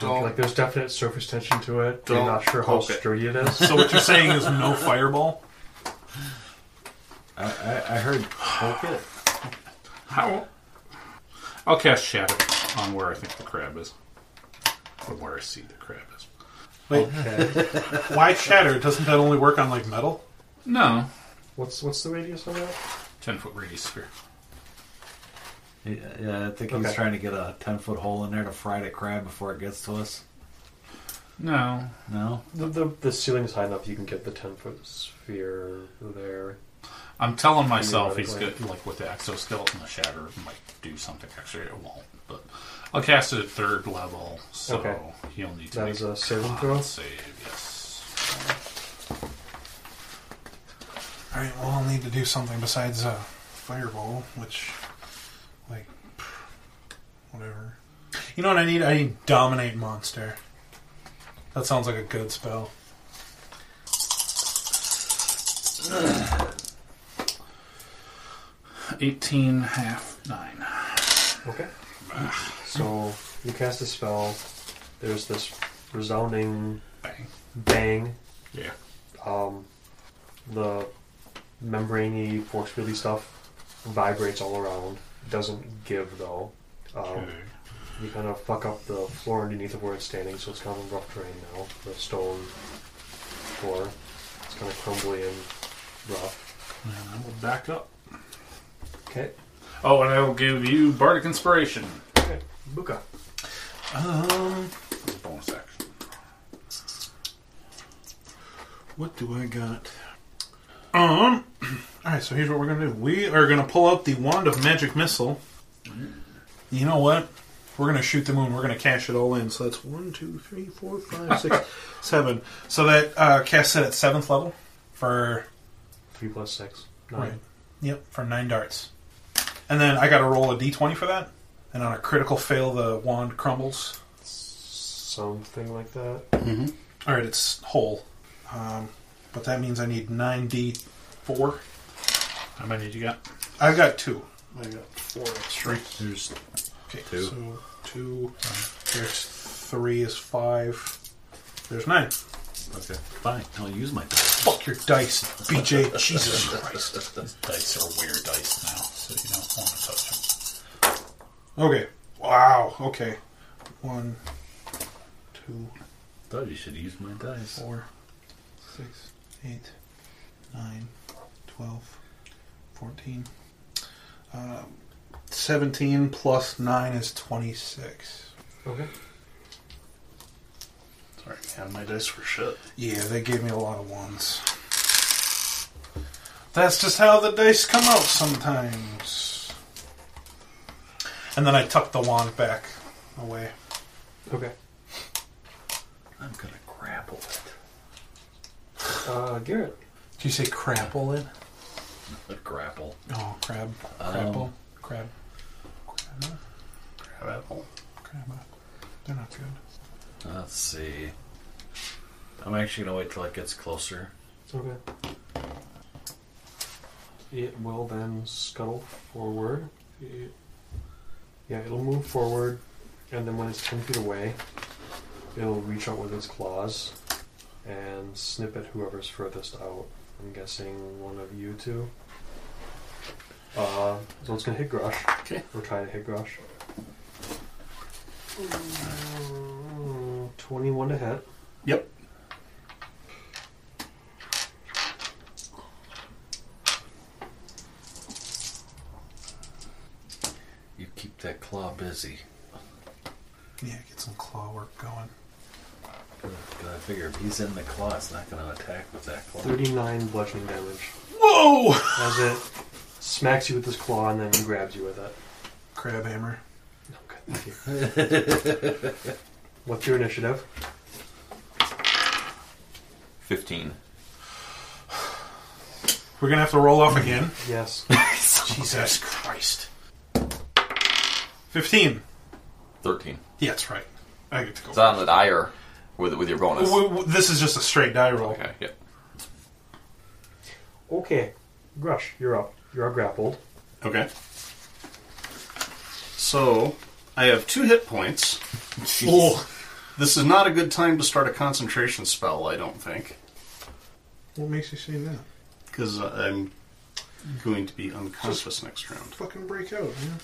Like there's definite surface tension to it. You're Don't not sure how poke it. sturdy it is. So what you're saying is no fireball? I, I, I heard poke it. How? I'll cast Shadow on where I think the crab is, from where I see the crab is. Okay. Why shatter? Doesn't that only work on like metal? No, what's what's the radius on that? ten foot radius sphere. Yeah, yeah, I think Okay. he's trying to get a 10 foot hole in there to fry the crab before it gets to us. No, No? The, the the ceiling's high enough you can get the ten foot sphere there. I'm telling myself he's Theoretically. good. Like with the exoskeleton, the shatter might do something. Actually, it won't. But I'll cast it at third level, so Okay. he'll need to That make is a saving throw. con save. Yes. Alright, well, I'll need to do something besides uh, fireball, which, like, whatever. You know what I need? I need dominate monster. That sounds like a good spell. Eighteen, half nine. Okay. So you cast a spell. There's this resounding Bang. bang. Yeah. Um, the membraney force fieldy stuff vibrates all around. Doesn't give though. Um, You kind of fuck up the floor underneath of where it's standing, so it's kind of rough terrain now. The stone floor, it's kind of crumbly and rough. And I will back up. Okay, Oh, and I will give you Bardic Inspiration. okay, Buka. Um, Bonus action. what do I got? Um. All right, so here's what we're gonna do. We are gonna pull out the wand of magic missile. You know what? We're gonna shoot the moon. We're gonna cash it all in. So that's one, two, three, four, five, six, seven. So that uh, cast it at seventh level for Three plus six, nine. Right. Yep, for nine darts. And then I got to roll a d20 for that. And on a critical fail, the wand crumbles. Something like that. All right, it's whole. Um, but that means I need 9d4. How many did you got? I've got two. I got four extra. There's Okay, Two. so two. There's three is five. There's nine. okay. Fine. I'll use my Fuck your dice, BJ. Jesus Christ. Those dice are weird dice now, so you don't want to touch them. Okay. Wow. Okay. One, two, thought you should use my dice. four, six, eight, nine, twelve, fourteen. Um, Seventeen plus nine is twenty-six. Okay. Sorry, man, my dice were shit. Yeah, they gave me a lot of ones. That's just how the dice come out sometimes. And then I tuck the wand back away. Okay. I'm gonna grapple it. Uh, Garrett. Did you say crapple it? A grapple. Oh, crab. Crapple. crab. Um, Crab. Crab apple. Crab. They're not good. Let's see. I'm actually gonna wait till it gets closer. Okay. It will then scuttle forward. It, yeah, it'll move forward, and then when it's 10 feet away, it'll reach out with its claws and snip at whoever's furthest out. I'm guessing one of you two. Uh, so it's going to hit Grush. Okay. We're trying to hit Grush. 21 to hit. Yep. You keep that claw busy. Yeah, get some claw work going. Because I figure if he's in the claw, it's not gonna attack with that claw. 39 bludgeoning damage. Whoa! as it smacks you with its claw and then grabs you with it. Crab hammer. Okay, thank you. What's your initiative? 15. We're gonna have to roll off again. Yes. Jesus Christ. 15. 13. Yeah, that's right. I get to go. It's on the dire with, with your bonus. W- w- this is just a straight die roll. Okay, yeah. Okay, Grush, you're up. You're grappled. Okay. So, I have two hit points. Oh, this is not a good time to start a concentration spell, I don't think, What makes you say that? because I'm going to be unconscious next round. Fucking break out, man.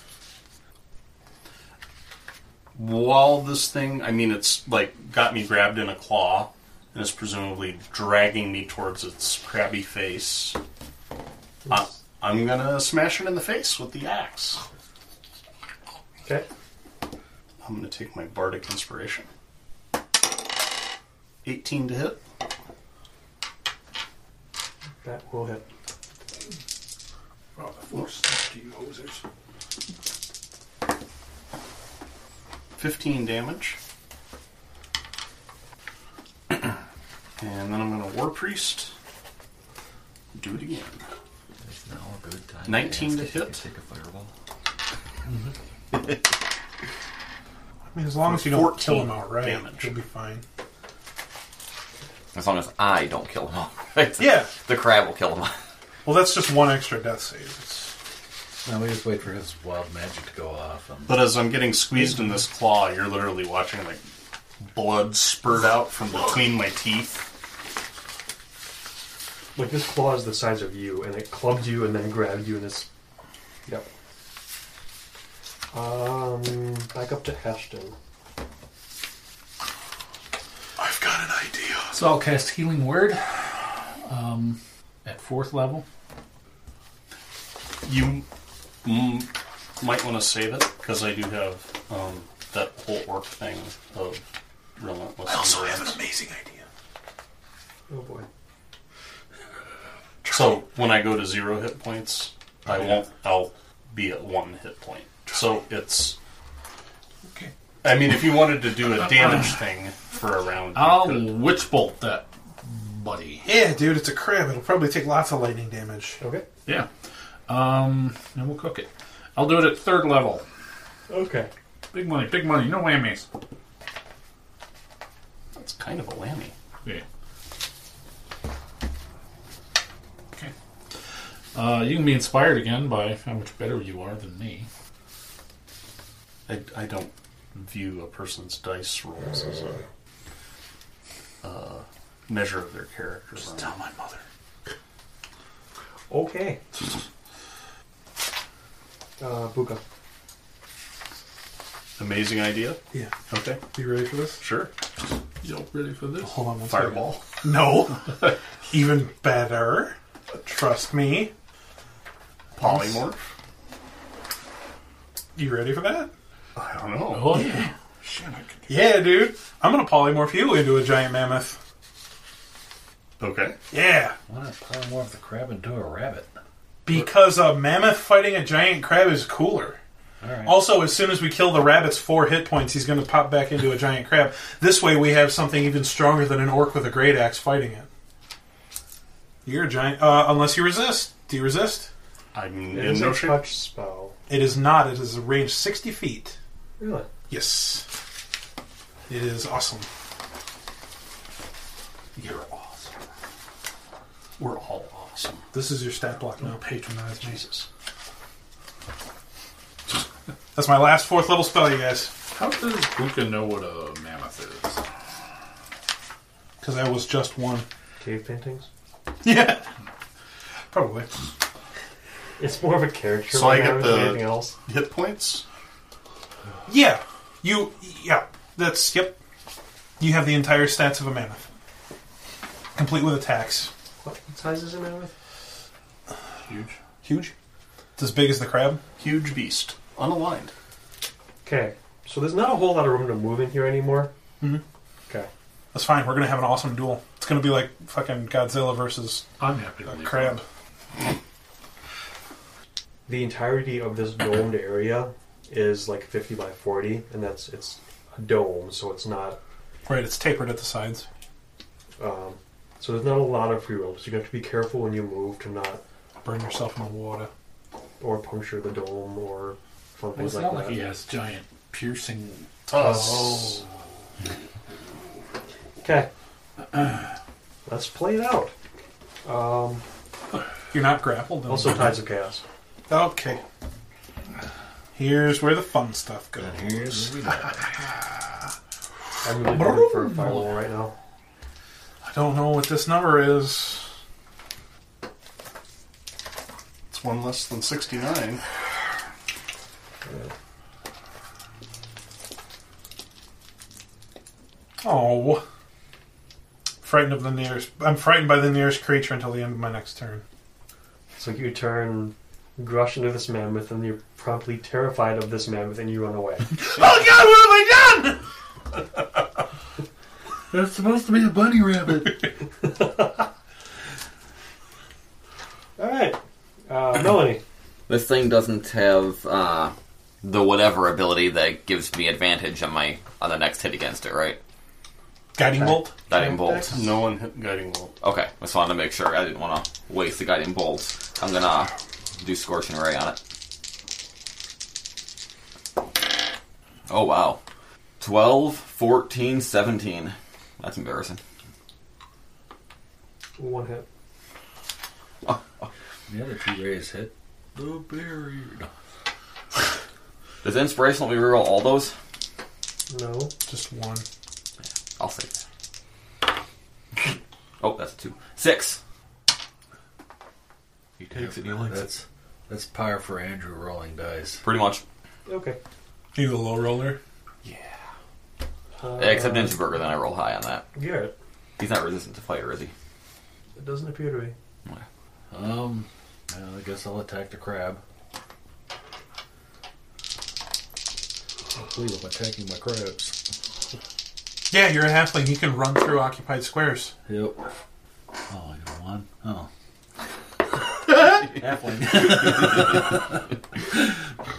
While this thing, I mean, it's like got me grabbed in a claw and is presumably dragging me towards its crabby face. I, I'm gonna smash it in the face with the axe. Okay. I'm gonna take my bardic inspiration. 18 to hit. That will hit. Oh, the force stuff to you hosers. 15 damage. and then I'm going to War Priest. Do it again. It's now a good time. 19 ask to if you hit. can Take a fireball. I mean, as long as you don't kill 14 him outright, damage. you'll be fine. As long as I don't kill him all. Right? Yeah. The crab will kill him all. Well, that's just one extra death save. It's, Now we just wait for his wild magic to go off. And But as I'm getting squeezed in this claw, you're literally watching like blood spurt out from between my teeth. Like this claw is the size of you, and it clubbed you and then grabbed you, and it's. Yep. Um, back up to Ashton. I've got an idea. So I'll cast Healing Word um, at fourth level. You m- might want to save it because I do have um, that whole orc thing of relentless. I also have endurance. an amazing idea. Oh boy. So when I go to zero hit points, I won't. I'll be at one hit point. So it's. Okay. I mean, if you wanted to do a damage thing for a round, you I'll could. Witch Bolt that, buddy. Yeah, dude, it's a crab. It'll probably take lots of lightning damage. Okay. Yeah. Um, and we'll cook it. I'll do it at third level. Okay. Big money, big money, no whammies. That's kind of a whammy. Yeah. Okay. Uh, you can be inspired again by how much better you are than me. I, I don't view a person's dice rolls as a uh, measure of their character. Tell my mother. Okay. Uh, Buka. Amazing idea. Yeah. Okay, You ready for this? sure. Y'all ready for this? Hold on one second. Fireball. No. Even better. Trust me. Polymorph. You ready for that? I don't know. Oh yeah. Yeah, dude. I'm gonna polymorph you into a giant mammoth. Okay. Yeah. Why not polymorph the crab into a rabbit? Because a mammoth fighting a giant crab is cooler. Alright. Also, as soon as we kill the rabbit's four hit points, he's going to pop back into a giant crab. This way, we have something even stronger than an orc with a great axe fighting it. You're a giant, uh, unless you resist. Do you resist? I'm It in is no a shape. touch spell. It is not. It is a range sixty feet. Really? Yes. It is awesome. You're awesome. We're all awesome. This is your stat block now. Patronize Jesus. That's my last fourth level spell, you guys. How does Buka know what a mammoth is? Because I was just one. Cave paintings? Yeah. Probably. It's more of a character So I than get was the- anything else. Hit points. Yeah. You. Yeah. That's. Yep. You have the entire stats of a mammoth, complete with attacks. What, what size is it now with? Huge. Huge. It's as big as the crab. Huge beast. Unaligned. Okay. So there's not a whole lot of room to move in here anymore. Mm-hmm. Okay. That's fine. We're gonna have an awesome duel. It's gonna be like fucking Godzilla versus I'm happy to a leave. crab. The entirety of this domed area is like 50 by 40, and that's it's a dome, so it's not. Right. It's tapered at the sides. Um, so there's not a lot of free room, so you have to be careful when you move to not Burn yourself in the water. or puncture the dome or fun Well, things it's like not that. like he has giant piercing. Oh. Tuss. Okay. Let's play it out. Um, You're not grappled. though. also, Tides of Chaos. Okay. Here's where the fun stuff goes. Here's I'm really going for a fireball right now. I don't know what this number is. It's one less than 69. Oh. Frightened of the nearest. I'm frightened by the nearest creature until the end of my next turn. So you turn Grush into this mammoth, and you're promptly terrified of this mammoth, and you run away. Oh God! What have I done? That's supposed to be a bunny rabbit. All right, uh, Melanie. This thing doesn't have uh, the whatever ability that gives me advantage on my on the next hit against it, right? Guiding bolt. Guiding bolt. No one hit guiding bolt. Okay, just wanted to make sure. I didn't want to waste the guiding bolt. I'm gonna do scorching ray on it. Oh wow. 12, 14, 17. That's embarrassing. One hit. The other two rays hit the barrier. No. Does inspiration let me reroll all those? No. Just one. I'll save that. Oh, that's a two. Six. He takes it and he likes it. That's that's par for Andrew rolling dice. Pretty much. Okay. You a low roller? Uh, Except Ninja then I roll high on that. Garrett. He's not resistant to fire, is he? It doesn't appear to be. Um, well, I guess I'll attack the crab. I believe I'm attacking my crabs. Yeah, you're a halfling. You can run through occupied squares. Yep. Oh, I got one. Oh.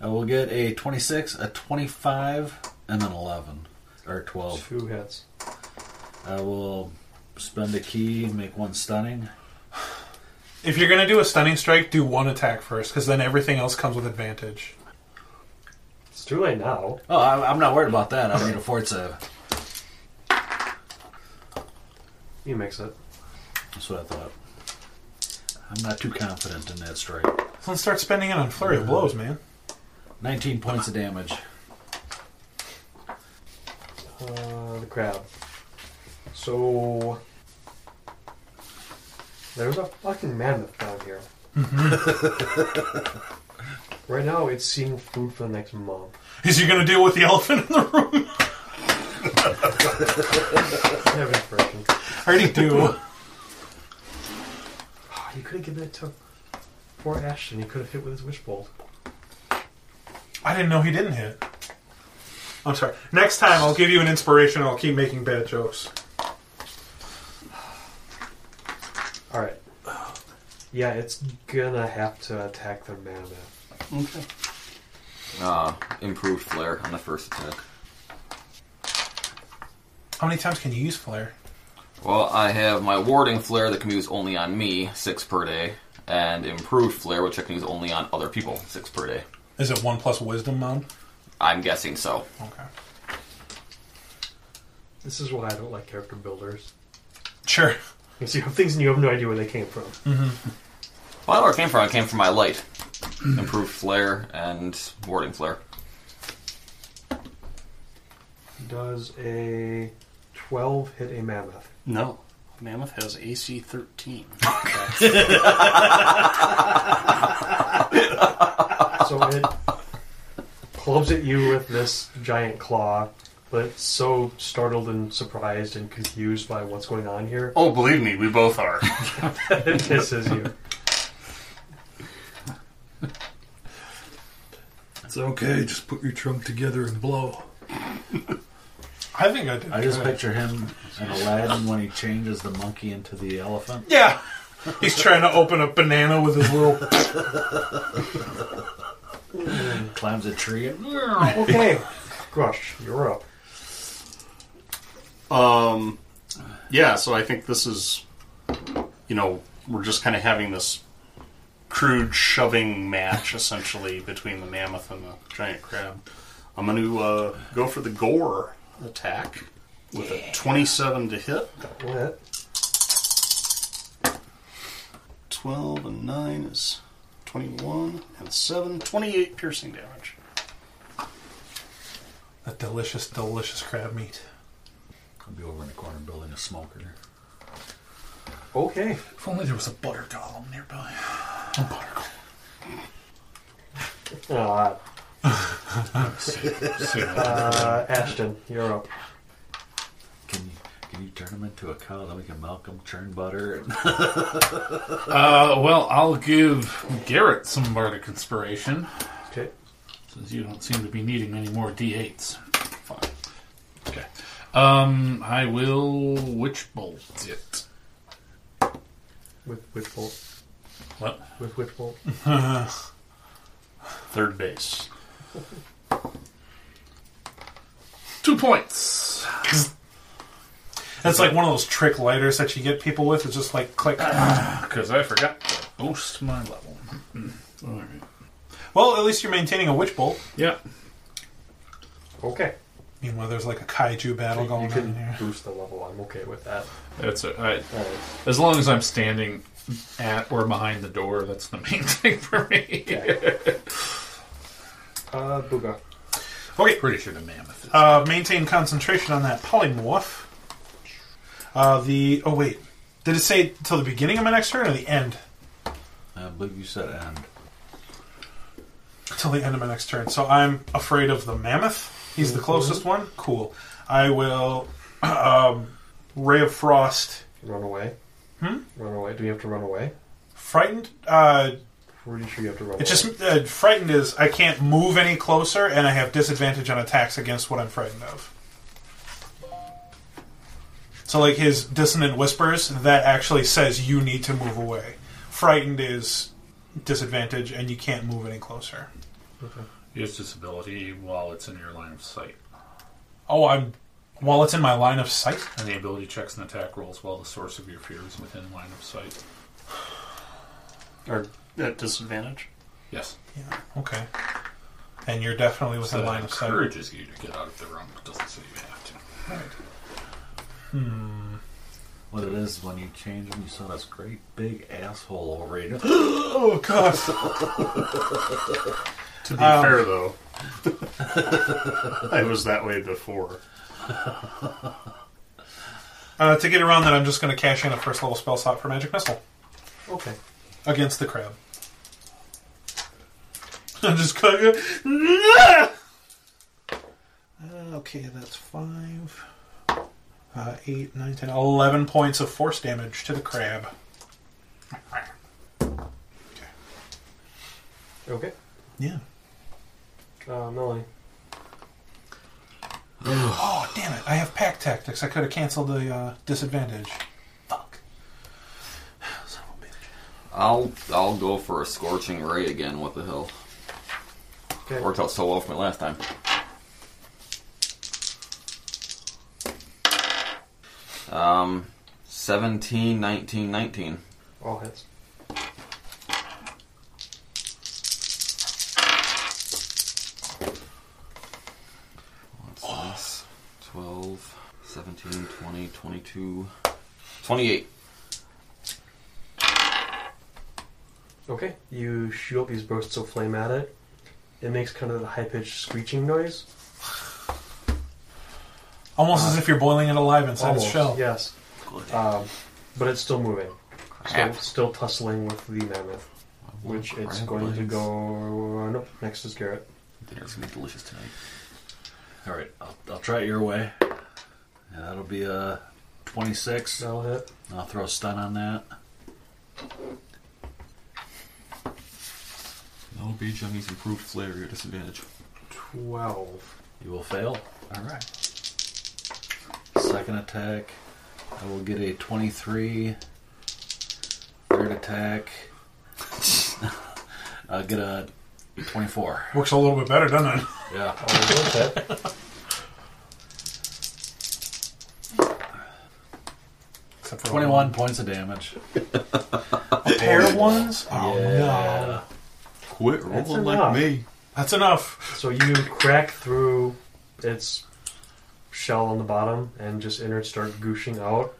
I will get a 26, a 25, and an 11. Or Oh. 12. Two hits. I will spend a key, make one stunning. If you're gonna do a stunning strike, do one attack first, because then everything else comes with advantage. It's too late now. Oh, I- I'm not worried about that. I don't need a fort save. You mix it. That's what I thought. I'm not too confident in that strike. So let's start spending it on flurry of blows, man. 19 points of damage. Uh, the crab. So there's a fucking mammoth down here. Mm-hmm. right now, it's seeking food for the next month. Is you gonna deal with the elephant in the room? I have an impression. I already do. Oh, you could have given it to poor Ashton. He could have hit with his wish bolt. I didn't know he didn't hit. I'm sorry. Next time I'll give you an inspiration. I'll keep making bad jokes. All right. Yeah, it's gonna have to attack the mammoth. Uh, improved flare on the first attack. How many times can you use flare? Well, I have my warding flare that can be used only on me, six per day, and improved flare, which I can use only on other people, six per day. Is it one plus wisdom mod? I'm guessing so. Okay. This is why I don't like character builders. Sure. Because you have things and you have no idea where they came from. Well, I know where it came from. It came from my light. improved flare and warding flare. Does a 12 hit a mammoth? No. Mammoth has AC 13. So it clubs at you with this giant claw, but it's so startled and surprised and confused by what's going on here, Oh, believe me, we both are. it misses you. It's okay. Just put your trunk together and blow. I think I did. I just good. picture him and Aladdin when he changes the monkey into the elephant. Yeah. He's trying to open a banana with his little. climbs a tree. And, Okay, Grush, you're up. Um, yeah, so I think this is, you know, we're just kind of having this crude shoving match essentially between the mammoth and the giant crab. I'm going to uh, go for the gore attack with a 27 to hit. What? 12 and 9 is 21 and 7, 28 piercing damage. That delicious, delicious crab meat. I'll be over in the corner building a smoker. Okay. If only there was a butter golem nearby. A butter golem. Uh, So, uh, Ashton, you're up. Can you can you turn him into a cow? Then we can milk him, churn butter. And uh, well, I'll give Garrett some bardic inspiration Okay. since you don't seem to be needing any more d8s. Fine. Okay. Um, I will witch bolt it. With whip bolt. What? With whip bolt. Third base. Two points. That's like one of those trick lighters that you get people with. It's just like click. Uh-huh. Because I forgot to boost my level. All right. well, at least you're maintaining a witch bolt. Yeah. Okay. Meanwhile, there's like a kaiju battle You going on in can here. boost the level. I'm okay with that. That's it. I, All right. As long as I'm standing at or behind the door, that's the main thing for me. Uh, Booga. Pretty sure the mammoth. Is. Uh, maintain concentration on that polymorph. Uh, the oh wait, did it say till the beginning of my next turn or the end? I believe you said end. Till the end of my next turn. So I'm afraid of the mammoth. He's Mm-hmm. the closest one. Cool. I will um, ray of frost. Run away. Hmm? Run away. Do we have to run away? Frightened. Uh, Pretty sure you have to run It's away. just uh, frightened is I can't move any closer, and I have disadvantage on attacks against what I'm frightened of. So, like his dissonant whispers, that actually says you need to move away. Frightened is disadvantage, and you can't move any closer. Use disability while it's in your line of sight. Oh, I'm while it's in my line of sight. And the ability checks and attack rolls while the source of your fear is within line of sight. Or at disadvantage. Yes. Okay, and you're definitely within So that line of sight. encourages you to get out of the room, but doesn't say you have to. What it is when you change them, you saw this great big asshole over you. Oh God! To be Um, fair, though, I was that way before. Uh, to get around that, I'm just going to cash in a first level spell slot for magic missile. Okay. against the crab. I'm just going. Okay, that's five, uh, eight, nine, ten, eleven points of force damage to the crab. Okay. Yeah. Uh, Melanie. Oh damn it! I have pack tactics. I could have canceled the uh, disadvantage. Fuck. Son of a bitch. I'll I'll go for a scorching ray again. What the hell? Okay. Worked out so well for me last time. Um, 17, 19, 19. All hits. What's this? 12, 17, 20, 22, 28. Okay. You shoot up these bursts of flame at it. It makes kind of the high pitched screeching noise. Almost as if you're boiling it alive inside its shell. Yes. Um, but it's still moving. Still, Crap. still tussling with the mammoth. Which it's going to go. uh, Nope. Next is Garrett. Dinner's gonna be delicious tonight. All right, I'll, I'll try it your way. Yeah, that'll be a 26. That'll hit. I'll throw a stun on that. No beach Johnny's improved flavor your disadvantage. 12. You will fail. All right. Second attack, I will get a 23. Third attack, I'll get a 24. Works a little bit better, doesn't Oh, it? Yeah. Except for 21 points of damage. a pair of ones. Oh Yeah. no, Quit That's enough. that's enough. So you crack through its shell on the bottom and just innards start gooshing out.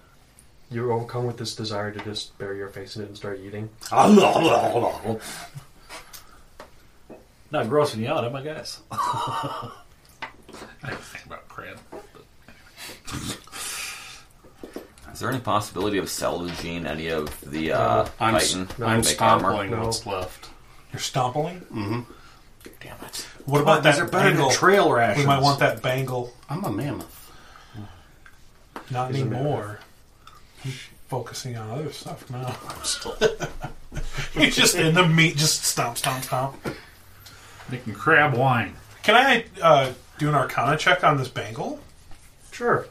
You're overcome with this desire to just bury your face in it and start eating. Not grossing you out, am I, guys? I didn't think about crab. Is there any possibility of salvaging any of the uh, I'm, s- Titan? I'm make armor? stomping No. what's left. You're stompling. Damn it. What about these that are better bangle? than trail rations. we might want that bangle. I'm a mammoth. Not He's a man. anymore. Focusing on other stuff now. I'm still. He's just in the meat, just stomp, stomp, stomp. Making crab wine. Can I uh, do an Arcana check on this bangle? Sure.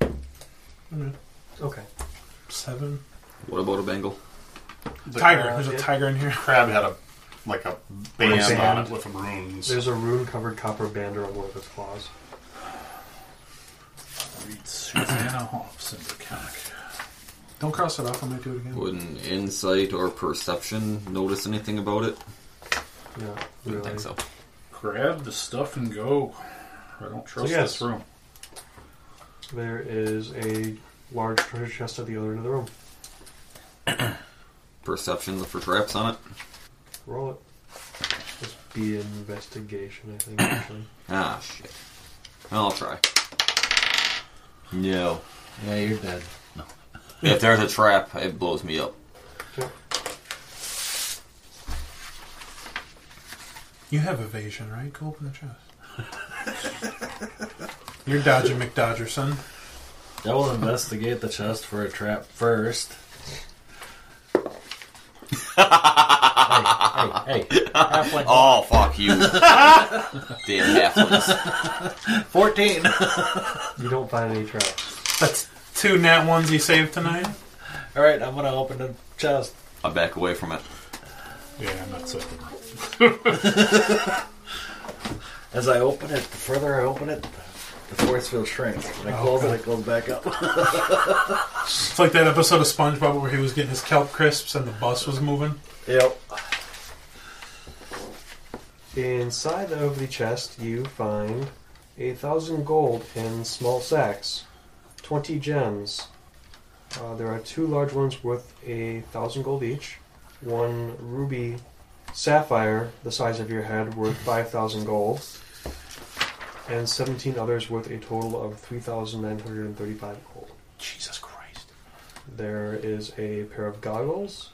Mm-hmm. Okay. Seven. What about a bangle? The tiger. crab- There's a yeah. tiger in here. crab had a like a band, on Band. it with runes. There's a rune covered copper band around one of its claws. Read Susanna Hobson Comic. Don't cross it off. I might do it again. Would an insight or perception notice anything about it? Yeah. I Really. don't think so. Grab the stuff and go. I don't trust yes. this room. There is a large treasure chest at the other end of the room. Perception for traps on it? Roll it. Just be investigation, I think, actually. Ah, shit. I'll try. No. Yeah, you're dead. If there's a trap, it blows me up. You have evasion, right? Go open the chest. You're dodging McDodger, son. I will investigate the chest for a trap first. hey, hey, hey. Halfling. Oh, fuck you. Damn halflings. 14. You don't find any traps. That's two nat ones you saved tonight. Alright, I'm gonna open the chest. I back away from it. Yeah, I'm not saving. As I open it, the further I open it, the force field shrinks. When Oh, I close it, it goes back up. It's like that episode of SpongeBob where he was getting his kelp crisps and the bus was moving. yep. Inside of the chest, you find a thousand gold in small sacks, twenty gems. Uh, there are two large ones worth a thousand gold each, one ruby sapphire the size of your head worth five thousand gold, and seventeen others worth a total of three thousand nine hundred and thirty-five gold. Jesus Christ. There is a pair of goggles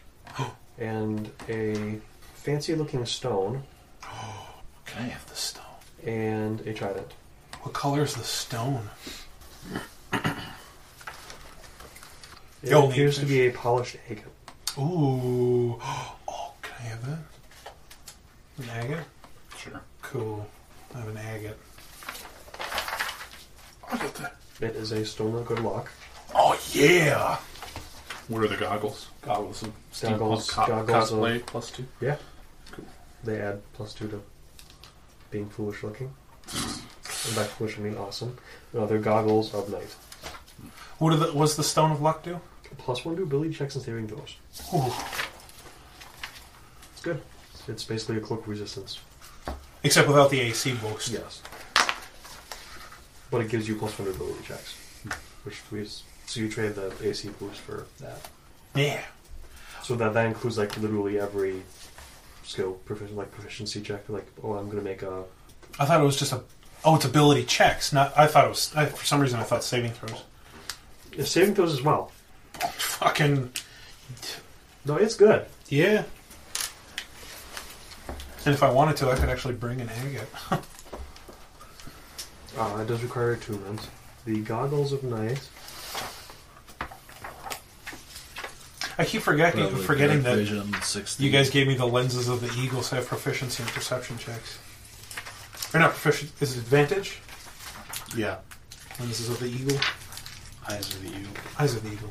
and a fancy looking stone Can I have the stone? and a trident. What color is the stone? It You'll need appears to fish. be a polished agate. Ooh. Oh, can I have that? An agate? Sure. Cool. I have an agate. I got that. It is a stone of good luck. Oh, yeah. What are the goggles? Goggles and steampunk Goggles- co- goggles of- cosplay plus two. Yeah. They add plus two to being foolish looking. and by foolish I mean awesome. No, they're goggles of night. What are the, what's the stone of luck do? Plus one to ability checks and saving throws. Ooh. It's good. It's basically a cloak of resistance. Except without the AC boost. Yes. But it gives you plus one to ability checks. Which we so you trade the AC boost for that. Yeah. So that that includes like literally every skill proficiency like proficiency check. Like oh, I'm gonna make a I thought it was just a. Oh, it's ability checks. Not. I thought it was. I, for some reason, I thought saving throws. yeah, saving throws as well. Fucking. No, it's good. Yeah. And if I wanted to, I could actually bring an agate. Uh, it does require attunement. The goggles of night. I keep forgetting Probably forgetting dark that Vision, 16. you guys gave me the lenses of the eagles have proficiency in perception checks. Or not proficient. Is it advantage? Yeah. Lenses of the eagle. Eyes of the eagle. Eyes of the eagle.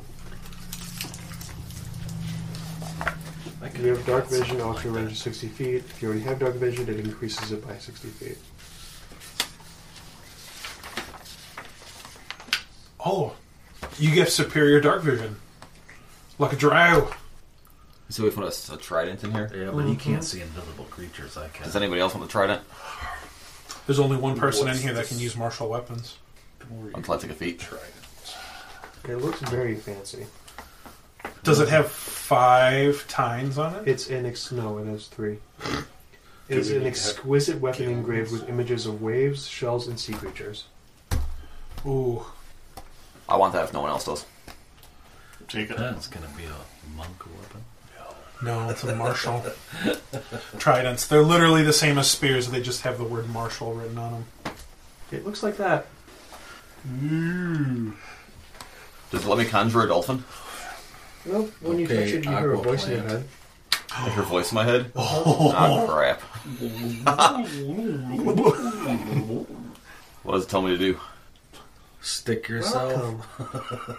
You have dark vision up to a range of 60 feet. If you already have dark vision, it increases it by 60 feet. Oh, you get superior dark vision. Like a drow. So we put a, a trident in here. Yeah, Mm-hmm. but you can't see invisible creatures. I can. Does anybody else want the trident? There's only one person What's in here that this? can use martial weapons. I'm athletic of feet. It looks very fancy. Does it have five tines on it? It's an ex- no, it has three. It Do is we an need to exquisite weapon cannons? engraved with images of waves, shells, and sea creatures. Ooh. I want that if no one else does. Take it. That's gonna be a monk weapon. No, it's a martial. Tridents. They're literally the same as spears, they just have the word martial written on them. It looks like that. Does it let me conjure a dolphin? Well, when you Okay, touch it, you hear a aqua voice in your plant. head. Is your voice in my head? Oh, crap. what does it tell me to do? Stick yourself. Welcome.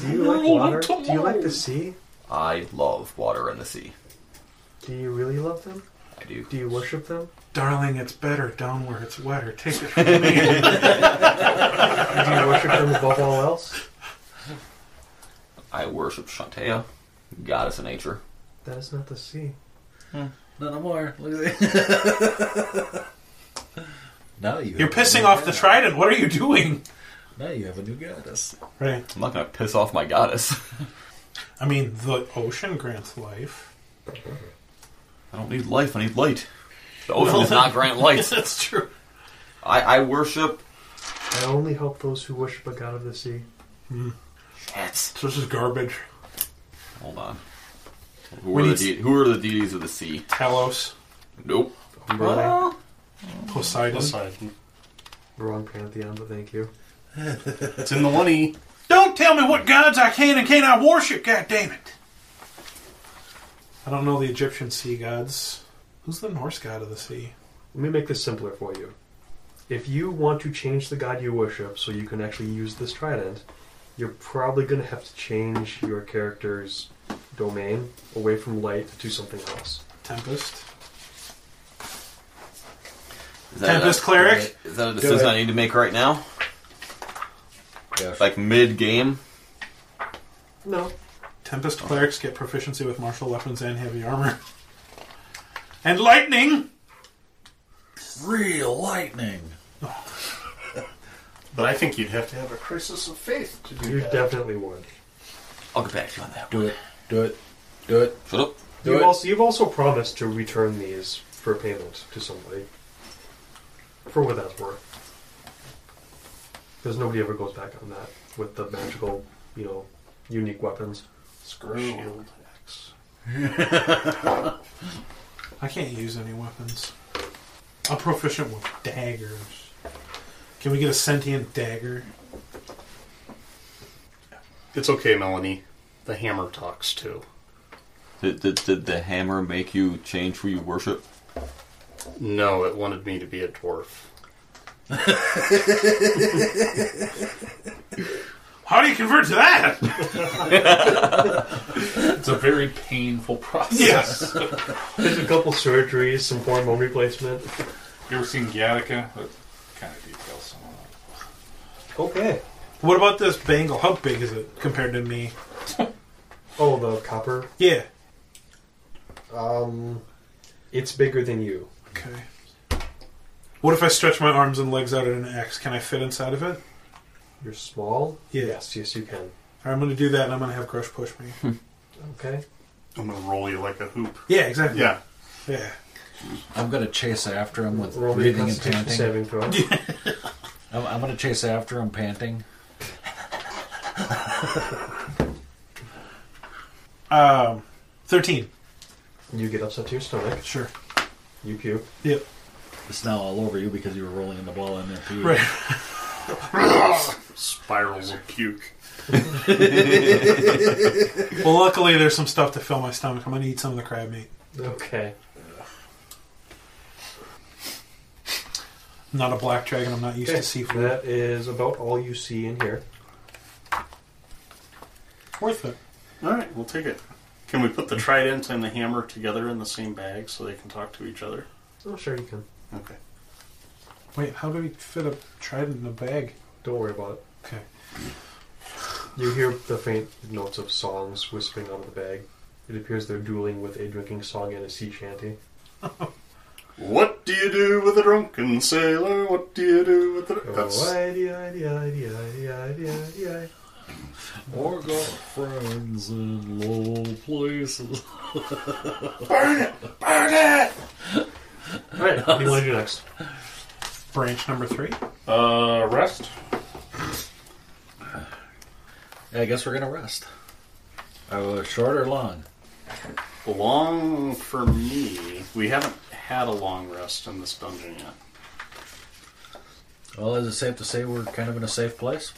Do you like water? Do you like the sea? I love water and the sea. Do you really love them? I do. Do you worship them? Darling, it's better down where it's wetter. Take it from me. Do you worship them above all else? I worship Shantea, goddess of nature. That is not the sea. Not no more. Look at that. now you. You're have a new pissing off the goddess. trident. What are you doing? Now you have a new goddess. Right. I'm not gonna piss off my goddess. I mean, the ocean grants life. I don't need life, I need light. The ocean does not grant light. That's true. I, I worship. I only help those who worship a god of the sea. Shit. So this is garbage. Hold on. Who We are, the need de- who are the deities of the sea? Talos. Nope. Ah. Umbrella. Poseidon. Poseidon. Wrong pantheon, but thank you. It's in the one E. Don't tell me what gods I can and cannot worship, God damn it! I don't know the Egyptian sea gods. Who's the Norse god of the sea? Let me make this simpler for you. If you want to change the god you worship so you can actually use this trident, you're probably going to have to change your character's domain away from light to something else. Tempest. Is Tempest cleric? Is that a decision I need to make right now? Yes. Like mid game? No. Tempest Oh. clerics get proficiency with martial weapons and heavy armor. And lightning! Real lightning. But I think you'd have to have a crisis of faith to do You that. definitely would. I'll get back to you on that. Do it. Do it. Do it. Shut up. Do you've, it. Also, you've also promised to return these for payment to somebody. For what that's worth. Because nobody ever goes back on that with the magical, you know, unique weapons. Screw shield X. I can't use any weapons. I'm proficient with daggers. Can we get a sentient dagger? It's okay, Melanie. The hammer talks too. Did, did, did the hammer make you change who you worship? No, it wanted me to be a dwarf. How do you convert to that? It's a very painful process. Yes. There's a couple surgeries, some hormone replacement. You ever seen Gattaca? That kind of details some of that. Okay. what about this bangle? How big is it compared to me? Oh, the copper. Yeah. Um, it's bigger than you. Okay. What if I stretch my arms and legs out in an X? Can I fit inside of it? You're small. Yeah. Yes, yes, you can. Alright, I'm going to do that and I'm going to have Crush push me. Okay. I'm gonna roll you like a hoop. yeah, exactly. Yeah. Yeah. I'm gonna chase after him with Roll me a breathing and Constitution saving panting. throw. I'm, I'm gonna chase after him panting. Um, 13. You get upset to your stomach. Sure. You puke. Yep. It's now all over you because you were rolling in the ball in there too. Right. Spirals of puke. Well, luckily there's some stuff to fill my stomach. I'm going to eat some of the crab meat. Okay. I'm not a black dragon. I'm not used Okay, to seafood. That is about all you see in here. Worth it. Alright, we'll take it. Can we put the trident and the hammer together in the same bag so they can talk to each other? Oh, sure you can. Okay. Wait, how do we fit a trident in a bag? Don't worry about it. Okay. You hear the faint notes of songs whispering out of the bag. It appears they're dueling with a drinking song and a sea shanty. What do you do with a drunken sailor? What do you do with a Oh, That's I-di-I-di-I-di-I-di-I-di-I. Or got friends in low places. All right, what do you want to do next? Branch number three. Uh, rest? I guess we're gonna rest. Uh, short or long? long for me. We haven't had a long rest in this dungeon yet. Well, is it safe to say we're kind of in a safe place?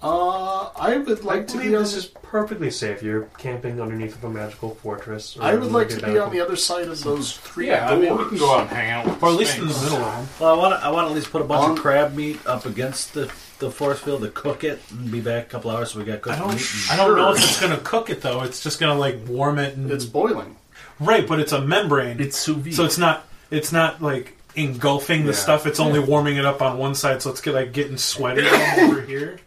Uh, I would I like to believe be on this is perfectly safe. You're camping underneath of a magical fortress. or I would like to underneath a be on the magical- other side of those three Yeah, I doors. mean, we can go out and hang out with Or at least in the Sphinx. middle of them. Well, I want to. I want to at least put a bunch Um, of crab meat up against the the force field to cook it and be back a couple hours. So we got cooked I don't, meat. I don't know if it's going to cook it, though. It's just going to, like, warm it. And, It's boiling. right, but it's a membrane. sous vide. So it's not it's not like engulfing the Yeah. stuff. It's only warming it up on one side, so it's get- like getting sweaty all over here.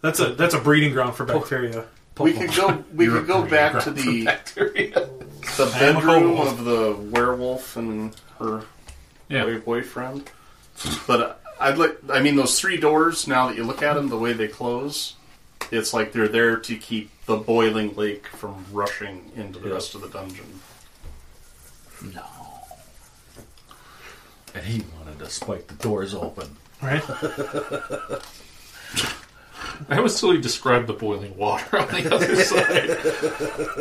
That's a that's a breeding ground for bacteria. We could go. We could go back to the the am a bedroom werewolf. of the werewolf and her Yeah. boy- boyfriend. But uh, I'd like. I mean, those three doors. Now that you look at them, the way they close, it's like they're there to keep the boiling lake from rushing into the rest of the dungeon. And he wanted to spike the doors open. Right? That was till he described the boiling water on the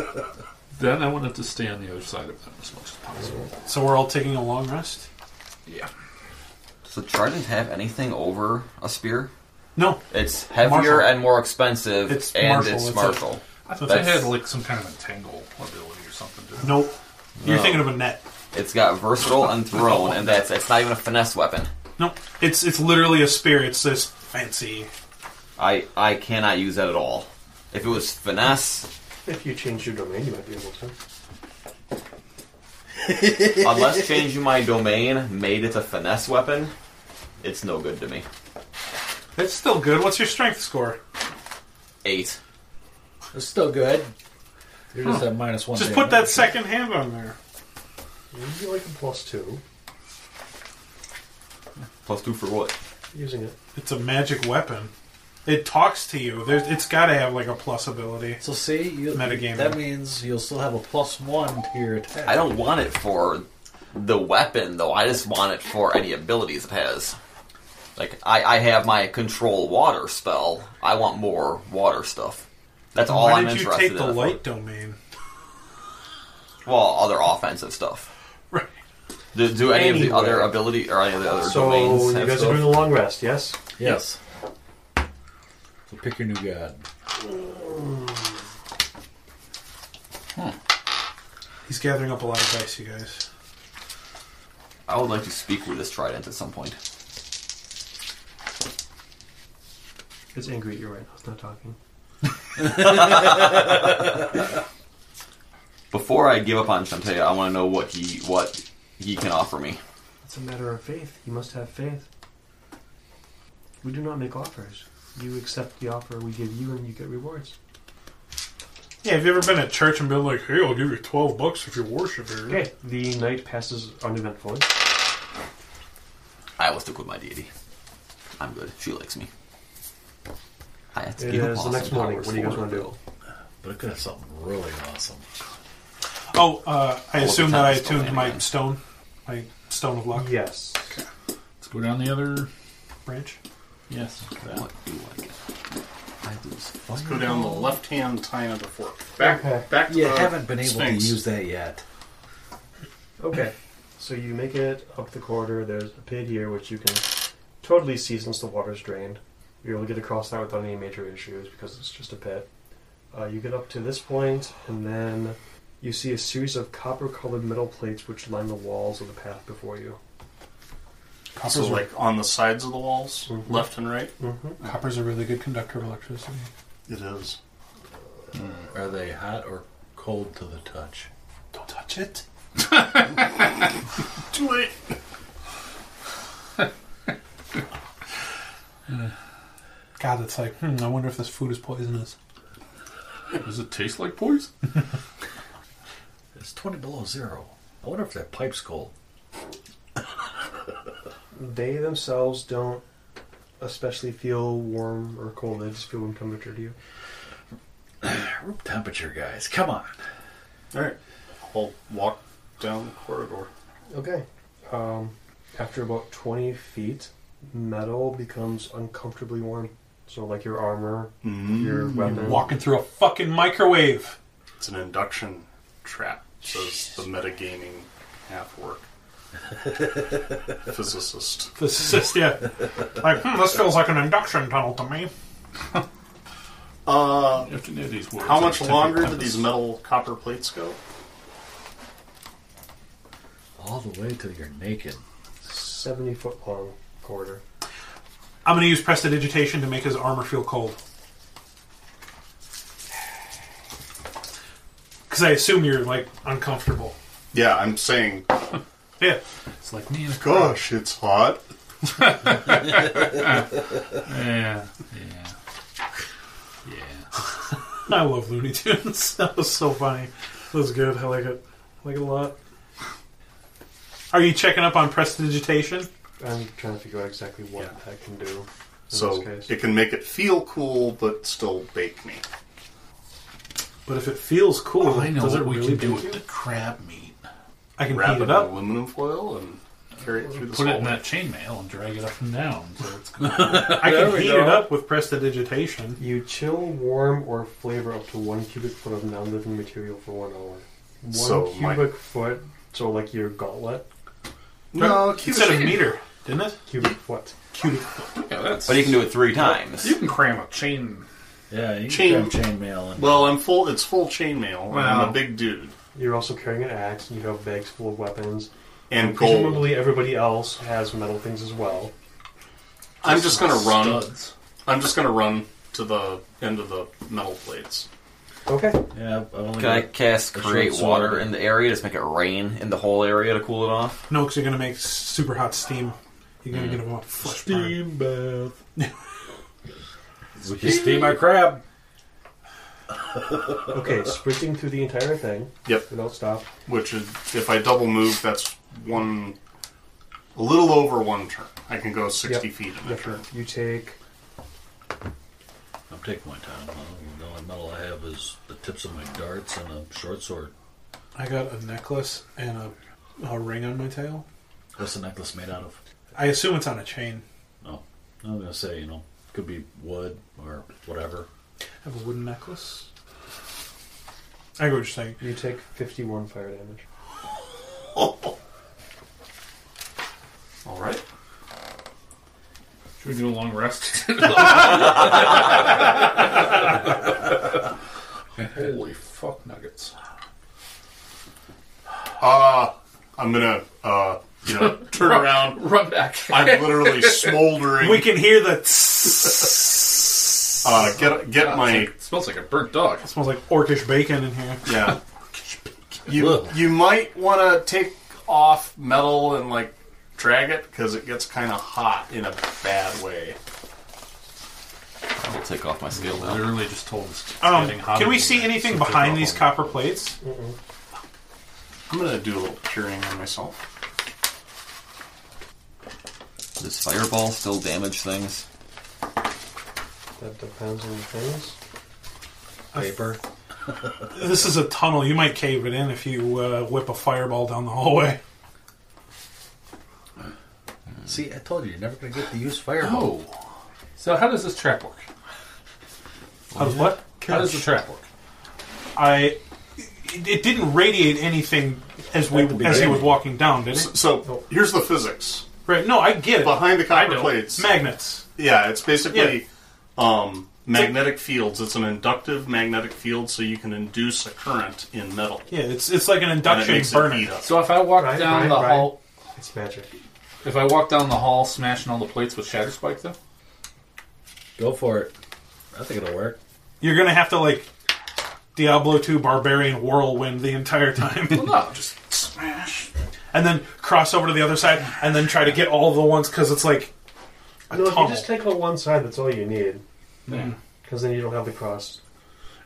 other side. then I wanted to stay on the other side of them as much as possible. So we're all taking a long rest? Yeah. Does the Trident have anything over a spear? No. It's heavier Martial. and more expensive, It's and martial, it's it's martial. I thought That's- they had like some kind of entangle ability or something. didn't they? Nope. You're No. thinking of a net. It's got versatile and thrown, and that's it's not even a finesse weapon. No, it's it's literally a spear. It's this fancy. I I cannot use that at all. If it was finesse, If you change your domain, you might be able to. unless changing my domain made it a finesse weapon, it's no good to me. It's still good. What's your strength score? Eight. It's still good. You're just Huh. at minus one. Just put that second hand on there. You get like a plus two Plus two for what? using it. It's a magic weapon. It talks to you. There's, it's got to have like a plus ability. So see, you, Metagaming. that means you'll still have a plus one to your attack. I don't want it for the weapon though. I just want it for any abilities it has. Like I, I have my control water spell. I want more water stuff. That's all Why I'm did you interested take in. the it for. light domain? Well, other offensive stuff. Right. Do, do any of the Anyway. other ability or any of the other domains So you have guys stuff? are doing a long rest, yes? Yes. So pick your new god. He's gathering up a lot of dice, you guys. I would like to speak with this trident at some point. It's angry at you right now. It's not talking. Before I give up on Shantae, I want to know what he what he can offer me. It's a matter of faith. You must have faith. We do not make offers. You accept the offer we give you, and you get rewards. Yeah, have you ever been at church and been like, "Hey, I'll give you twelve bucks if you worship here"? Okay. The night passes uneventfully. I will stick with my deity. I'm good. She likes me. I have to It give up is the awesome next morning. powers What do you guys for wanna her, do? though. But it could have something really awesome. Oh, uh, I All the assume time that I it's still attuned my hanging. stone, my stone of luck Yes. Let's go down the other. branch. Yes. that. What do I get? I lose. Let's go down the left hand tine of the fork. Back. Okay. Back to You the haven't been able Sphinx. to use that yet. Okay. So you make it up the corridor. There's a pit here which you can totally see since the water's drained. You're able to get across that without any major issues because it's just a pit. Uh, you get up to this point, and then you see a series of copper-colored metal plates which line the walls of the path before you. So like on the sides of the walls, left and right. Mm-hmm. Copper's a really good conductor of electricity. It is. Are they hot or cold to the touch? Don't touch it. Too late. God, it's like, hmm, I wonder if this food is poisonous. Does it taste like poison? It's twenty below zero. I wonder if that pipe's cold. They themselves don't especially feel warm or cold. They just feel room temperature to you. Room temperature, guys. Come on. All right. I'll walk down the corridor. Okay. Um, after about 20 feet, metal becomes uncomfortably warm. So, like your armor, Mm. your weapon. Walking through a fucking microwave. It's an induction trap. Says the metagaming half work. Physicist. This is just, yeah. Like, hmm, this feels like an induction tunnel to me. Uh, You have to know these words. how much Temper- longer do tempers. these metal copper plates go? All the way till you're naked. 70 foot long corridor. I'm going to use prestidigitation to make his armor feel cold. Because I assume you're, like, uncomfortable. Yeah, I'm saying. Yeah. It's like me and a Gosh, it's hot. Yeah. Yeah. Yeah. I love Looney Tunes. that was so funny. That was good. I like it. I like it a lot. Are you checking up on prestidigitation? I'm trying to figure out exactly what that can do. In So this case. it can make it feel cool, but still bake me. But if it feels cool, Oh, I know does it what we really can do bake with you? the crab meat. I can Wrap heat it it in up. aluminum foil and carry it through the Put it in hallway. that chainmail and drag it up and down. So it's I There can we heat go. it up with prestidigitation. You chill, warm, or flavor up to one cubic foot of non-living material for one hour. One So, my- cubic foot, so like your gauntlet, No, Instead of meter, didn't it? cubic foot. yeah, that's. But you can do it three times. You can cram a chain. Yeah, you Chain- can grab chainmail and Well, I'm full. It's full chainmail. and I'm Wow. a big dude. You're also carrying an axe. You have bags full of weapons. And gold. Presumably, everybody else has metal things as well. I'm just gonna run. Studs. I'm just gonna run to the end of the metal plates. Okay. yeah, I've only Can I got- cast That's create right, so- water in the area? Just make it rain in the whole area to cool it off. No, because you're gonna make s- super hot steam. You're Mm. gonna get a lot of flesh burn. bath. we can steam our crab. Okay. sprinting through the entire thing Yep. without stop. Which is, if I double move, that's one, a little over one turn. I can go sixty Yep. feet in a Yep. turn. You take I'm taking my time. The only metal I have is the tips of my darts and a short sword. I got a necklace and a, a ring on my tail. What's the necklace made out of? I assume it's on a chain. No, I'm gonna say you know could be wood or whatever. I have a wooden necklace. I get what you're saying. you take 51 fire damage. All right. Should we do a long rest? Holy fuck nuggets. Uh, I'm gonna, uh, you know, turn around. Run back. I'm literally smoldering. We can hear the. uh, get get my It smells like a burnt dog. It smells like orcish bacon in here. yeah. You you might want to take off metal and like drag it because it gets kind of hot in a bad way. I'll take off my skill now. Literally just told us. it's Um, getting hot can we in see here. anything So take behind off these all- copper plates? I'm gonna do a little curing on myself. Does fireball still damage things? That depends on the things. Paper. This is a tunnel. You might cave it in if you uh, whip a fireball down the hallway. See, I told you you're never gonna get to use fireball. Oh. So how does this trap work? How does what? How does the trap work? I. It it didn't radiate anything as we as he was walking down, did it? So here's the physics Right. No, I get it. behind the copper know. plates. Magnets. yeah, it's basically um, magnetic fields. It's an inductive magnetic field, so you can induce a current in metal. Yeah, it's it's like an And it induction makes it burner. heat up. So if I walk Right, down right, the right. hall, It's magic. if I walk down the hall, smashing all the plates with shatter spike, though, Go for it. I think it'll work. You're gonna have to like Diablo 2 Barbarian Whirlwind the entire time, no, just smash. and then cross over to the other side, and then try to get all the ones because it's like a no, if you tunnel. just take the one side, that's all you need. Yeah. Because then you don't have the cross.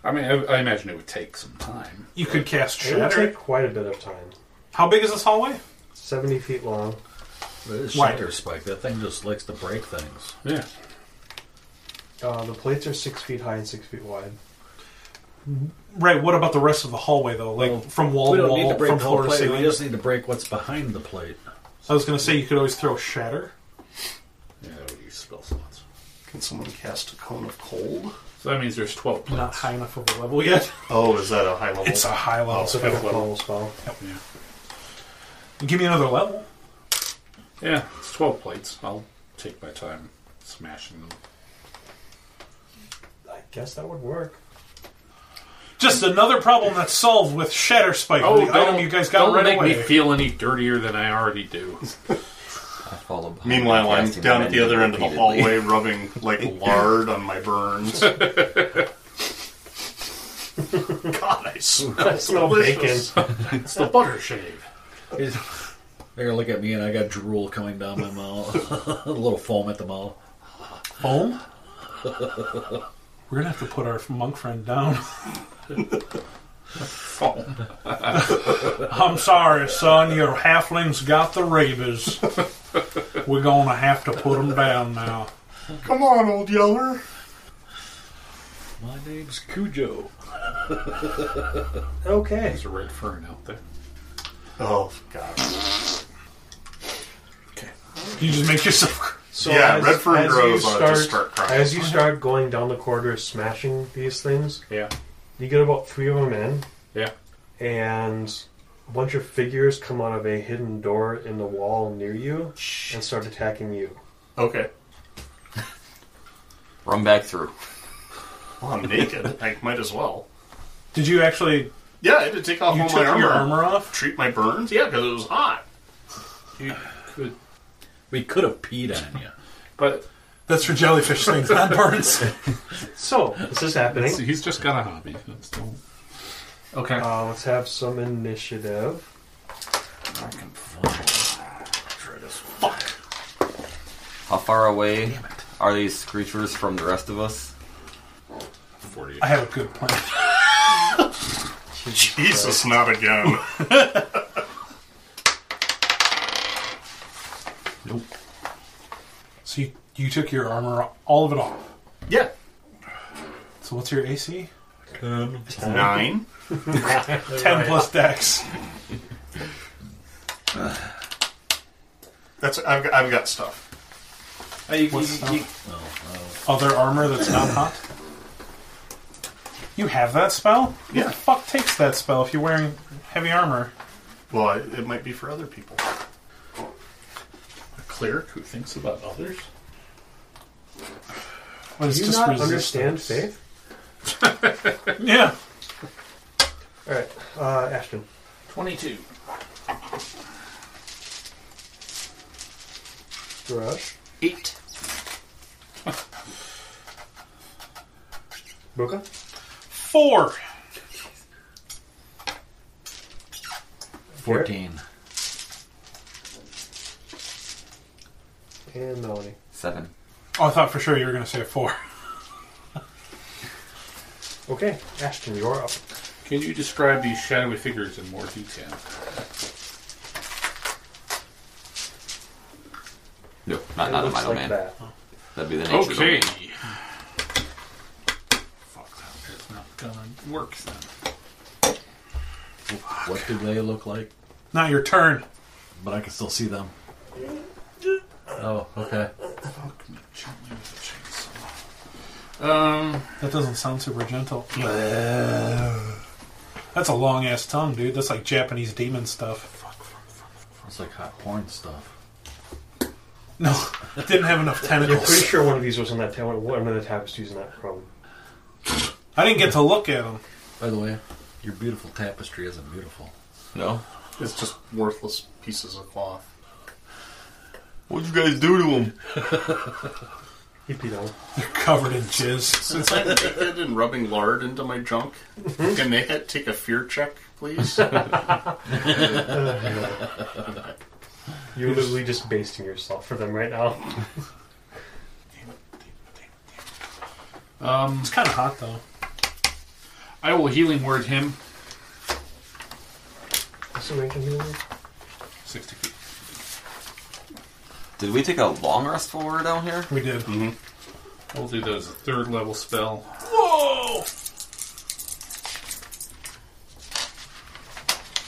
I mean, I, I imagine it would take some time. You could cast It will Shatter. take quite a bit of time. How big is this hallway? 70 feet long. It is Why? shatter spike. That thing just likes to break things. Yeah. Uh, the plates are six feet high and six feet wide. Right. What about the rest of the hallway though? Like Well, from wall we to don't need wall, to break from the whole floor to plate. We ceiling. just need to break what's behind the plate. I was gonna say you could always throw Shatter. Yeah, that would use spell slots. Can someone cast a cone of cold? So that means there's 12 plates. Not high enough of a level yet. Oh, is that a high level? It's a high level. It's a fifth level. level spell. Give me another level. Yeah, it's 12 plates. I'll take my time smashing them. I guess that would work. Just another problem that's solved with Shatter Spike. the item you guys got Oh, don't right make away. me feel any dirtier than I already do. I follow behind Meanwhile, I'm casting down at the menu other end of the repeatedly. hallway, rubbing like lard on my burns. God, I smell, smell delicious. it's the butter shave. He's- They're gonna look at me and I got drool coming down my mouth. a little foam at the mouth. Home? We're gonna have to put our monk friend down. I'm sorry, son. Your halflings got the rabies. We're gonna have to put them down now. Come on, old yeller. My name's Cujo. Okay. There's a red fern out there. Oh God. You just make yourself. cr- as you As you start going down the corridor, smashing these things, yeah, you get about three of them in, Yeah. and a bunch of figures come out of a hidden door in the wall near you and start attacking you. Okay. Run back through. Well, I'm naked. I might as well. Did you actually? Yeah, I had to take off You all took my armor. your armor off? Treat my burns? Yeah, because it was hot. You could. We could have peed on you. But That's for jellyfish things, not burns. So this is happening. See, he's just got a hobby. That's the- Okay. Uh, let's have some initiative. How far away are these creatures from the rest of us? I have a good plan. Jesus, not again. Nope. So you, you took your armor, o- all of it off. Yeah. So what's your AC? Ten. Nine. Ten plus Dex. That's I've got, I've got stuff. What's stuff? Other armor that's not hot. You have that spell? Yeah. Who the fuck takes that spell if you're wearing heavy armor? Well, I, it might be for other people. A cleric who thinks about others? What is Do you just not resistance? understand faith? Yeah. All right, uh, Ashton. 22. Rush. Eight. Boca. Four. Fourteen. And Melanie. Seven. Oh, I thought for sure you were going to say four. Okay, Ashton, you're up. Can you describe these shadowy figures in more detail? No, not, It not in looks my like domain. that. That'd be the nature Okay. domain. Fuck, that is not gonna work then. What do they look like? Not your turn. But I can still see them. Oh, okay. Fuck me gently with a chainsaw. Um, That doesn't sound super gentle. That's a long ass tongue, dude. That's like Japanese demon stuff. It's like hot porn stuff. No, it didn't have enough You're pretty tentacles. sure one of these was in that ta- one of the tapestries in that room. I didn't get to look at them. By the way, your beautiful tapestry isn't beautiful. No? It's just worthless pieces of cloth. What'd you guys do to him? He peed on. it. They're covered in jizz. Since I'm naked and rubbing lard into my junk, can they ha- take a fear check, please? You're literally just basting yourself for them right now. um, It's kind of hot though. I will healing word him. So we can heal. 60 feet. Did we take a long rest while we were down here? We did. I will do that as a third level spell. Whoa!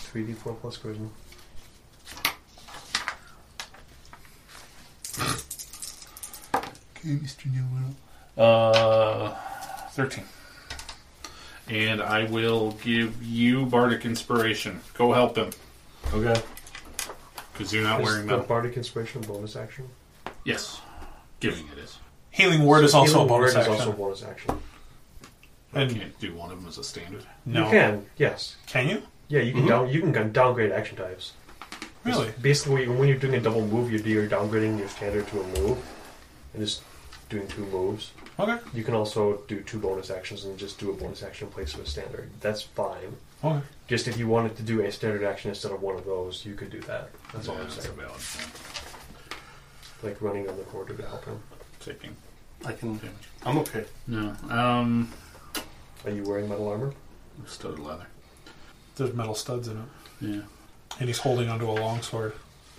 Three D four plus charisma. Uh, 13. And I will give you Bardic Inspiration. Go help him, Okay. because you're not Is wearing the metal. bardic inspiration a bonus action? Yes. Giving it is. Healing word is also Healing a bonus word action. Is also a bonus action. and Can't do one of them as a standard. no, Mm-hmm. You can. Yes. Can you? Yeah, you can down. You can gun- downgrade action types. Really? Basically, when you're doing a double move, you're, you're downgrading your standard to a move, and just doing two moves. Okay. You can also do two bonus actions and just do a bonus action in place of a standard. That's fine. Okay. Just if you wanted to do a standard action instead of one of those, you could do that. That's all I'm That's a saying. valid point. Like running on the corridor to help him. Taking I can. damage. I'm okay. No. Um, Are you wearing metal armor? studded leather. There's metal studs in it, Yeah. and he's holding onto a long sword.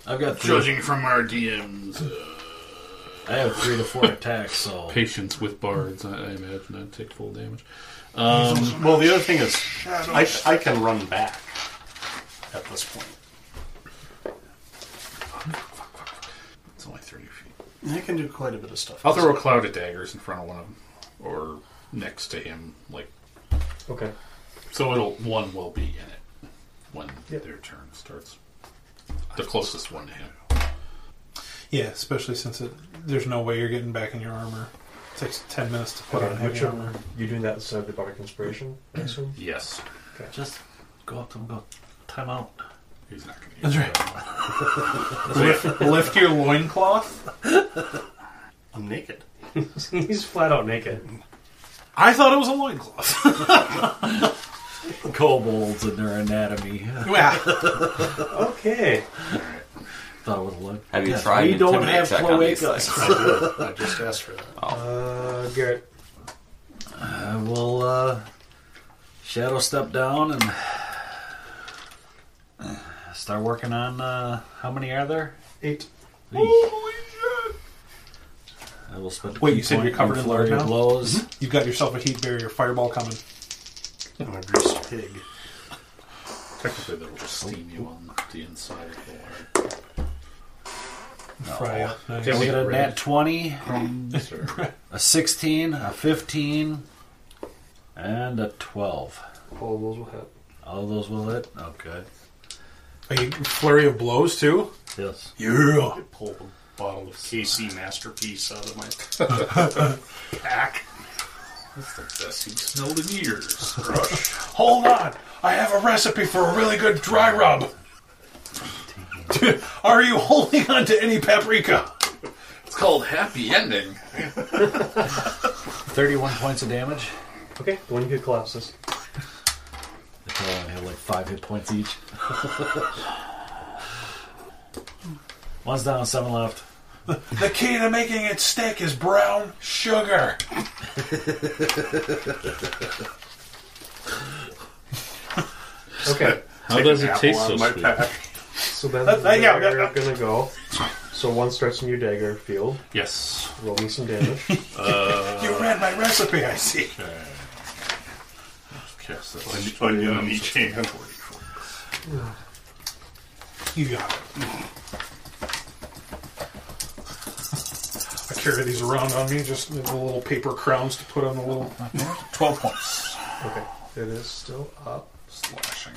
I've got three. Judging from our DM's uh, I have three to four attacks, so patience with bards, I, I imagine I'd take full damage. Well, the other thing is, I, I can run back at this point. It's only three. I can do quite a bit of stuff. I'll throw a cloud of daggers in front of one of them, or next to him, like. Okay. So it'll one will be in it when their turn starts. The closest one to him. Yeah, especially since it, there's no way you're getting back in your armor. It takes ten minutes to put on Okay, heavy which armor. are you doing that instead of the bardic inspiration? I assume. Yes. Okay. Just go up to him and go, time out. He's not going That's right. lift, lift your loincloth. I'm naked. He's flat out naked. I thought it was a loincloth. Kobolds and their anatomy. Okay. Thought it would look. Have you Yes, tried We don't intimidate have check on these cloacas. I just asked for that. Uh, Garrett. I will uh, shadow step down and start working on uh, how many are there? Eight. Holy shit! I will spend. Wait, you said you're covered in flurry lard now? of blows. Mhm. You've got yourself a heat barrier fireball coming. I'm a greased pig. Technically, that'll just steam you on the inside of the water. Fry up. Nice. Can we get a Red. nat 20, Sir. a 16, a 15, and a 12. All of those will hit. All of those will hit? Okay. Are you flurry of blows too? Yes. Yeah. I pull a bottle of KC Masterpiece out of my pack. That's the best you've smelled in years. Hold on, I have a recipe for a really good dry rub. Are you holding on to any paprika? It's called Happy Ending. 31 points of damage. Okay, the one you could collapses. They probably only have like 5 hit points each. One's down, 7 left. The key to making it stick is brown sugar. Okay. How does it taste so my sweet? pack. So then That- that- yeah, they're that- that- gonna go. So one starts in your dagger field. Yes. Roll me some damage. Uh, you read my recipe, I see. Yes, that's Onion on each hand. You got it. I carry these around on me, just the little paper crowns to put on the little. Twelve points. Okay. It is still up. slashing.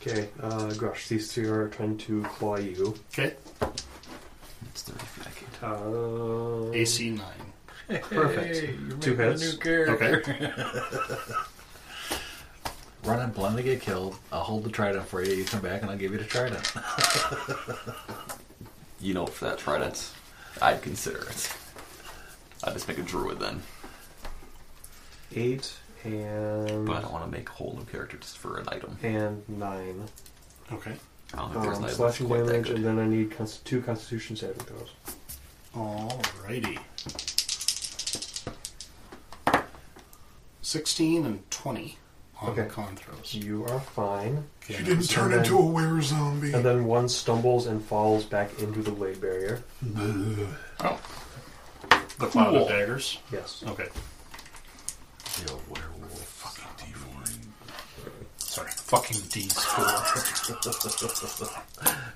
Okay, uh, Grush, these three are trying to claw you. Okay. It's 30 feet. I can't- Um, AC 9. Perfect. Two hits. Okay. Run and blend to get killed. I'll hold the trident for you. You come back and I'll give you the trident. You know, for that trident, I'd consider it. I'd just make a druid then. Eight and But I don't want to make a whole new character just for an item. and nine. Okay. I don't think Um, there's an item that's slashing quite that damage, good. and then I need cons- two Constitution saving throws. Alrighty. 16 and 20 on Okay. con throws. You are fine. You didn't So turn then- into a were zombie. And then one stumbles and falls back into the blade barrier. The cloud Cool. of daggers. Yes. Okay. The old werewolf. Fucking Sorry. Fucking D4.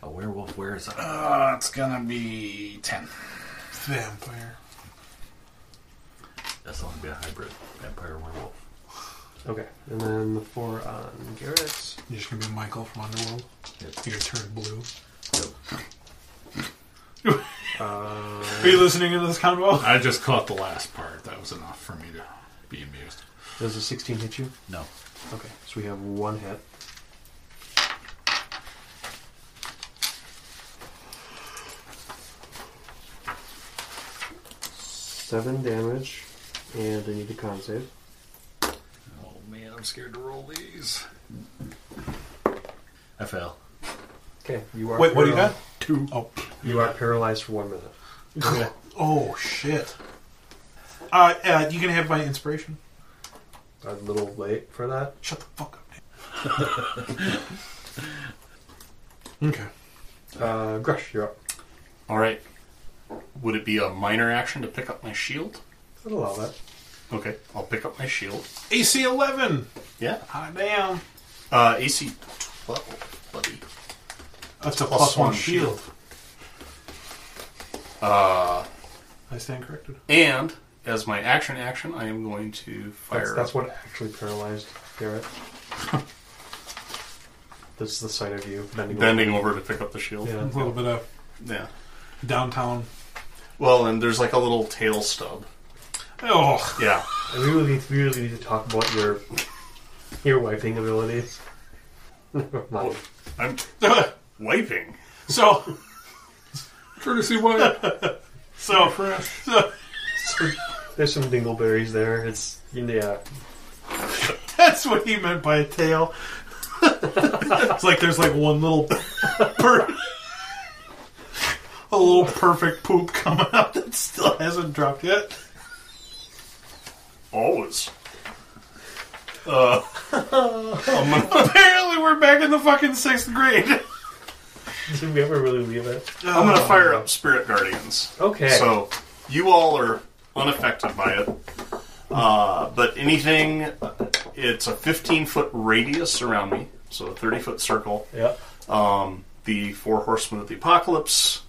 A werewolf wears a Uh, it's gonna be 10. Vampire. That's going to be a hybrid vampire werewolf. Okay. And then the four on Garrett. You're just gonna be Michael from Underworld. You're gonna turn blue. Are you listening to this combo? I just caught the last part. That was enough for me to be amused. Does a 16 hit you? No. Okay. So we have one hit. Seven damage, and I need a con save. Oh man, I'm scared to roll these. I fail. Okay, you are. Wait, what do you got? paralyzed- Two. Oh. You are paralyzed for one minute. Oh shit. Uh, uh, you can have my inspiration. A little late for that. Shut the fuck up. man. okay. Uh, Grush, you're up. Alright. Would it be a minor action to pick up my shield? I'd allow that. Okay. I'll pick up my shield. AC eleven. Yeah. Hot damn. Uh, AC 12, buddy. That's a plus plus one one shield. Uh, I stand corrected. And as my action action, I am going to fire. That's, that's what actually paralyzed Garrett. That's the sight of you bending, bending over to pick up the shield. Yeah. A little bit of yeah. downtown. Well, and there's like a little tail stub. Oh, Yeah. And we really, need, we really need to talk about your your wiping abilities. Never mind. I'm wiping. So, courtesy wipe. So So, There's some dingleberries there. It's yeah. that's what he meant by a tail. it's like there's like one little, per- a little perfect poop coming out that still hasn't dropped yet. Always. Uh, Apparently, we're back in the fucking sixth grade. Did we ever really leave it? I'm Oh. going to fire up Spirit Guardians. Okay. So you all are unaffected by it. Uh, but anything, it's a 15 foot radius around me, so a 30 foot circle. Yep. Um, the Four Horsemen of the Apocalypse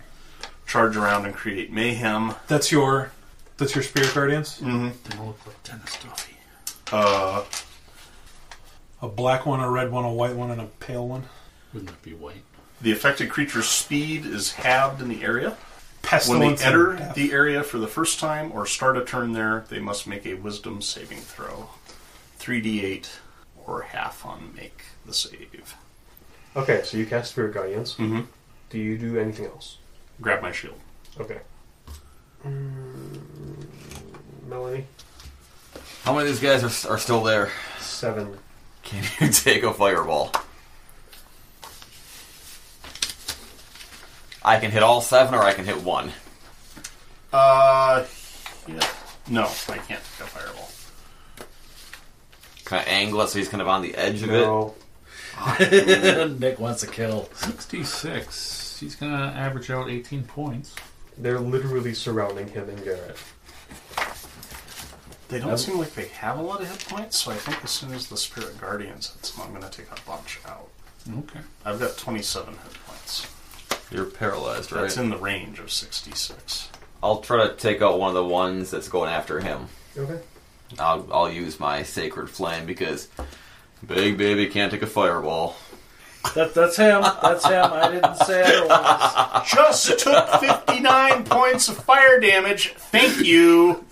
charge around and create mayhem. That's your, that's your spirit guardians. They look like tennis Duffy. Uh, A black one, a red one, a white one, and a pale one. Wouldn't that be white? the affected creature's speed is halved in the area. When they Pestilence. and enter death. the area for the first time or start a turn there, they must make a wisdom saving throw. 3d8 or half on make the save. Okay, so you cast Spirit Guardians. Mhm. Do you do anything else? Grab my shield. Okay. Mm, Melanie, How many of these guys are, are still there? seven. Can you take a fireball? I can hit all seven, or I can hit one. Uh, yeah. No, I can't pick a fireball. Kind of angle it so he's kind of on the edge of it. No. Nick wants a kill. 66. He's going to average out 18 points. They're literally surrounding him and Garrett. They don't seem like they have a lot of hit points, so I think as soon as the Spirit Guardians hits them, I'm going to take a bunch out. Okay. I've got 27 hit points. You're paralyzed, right? That's in the range of 66. I'll try to take out one of the ones that's going after him. Okay. I'll, I'll use my sacred flame because Big Baby can't take a fireball. That, that's him. That's him. I didn't say otherwise. Just took 59 points of fire damage. Thank you.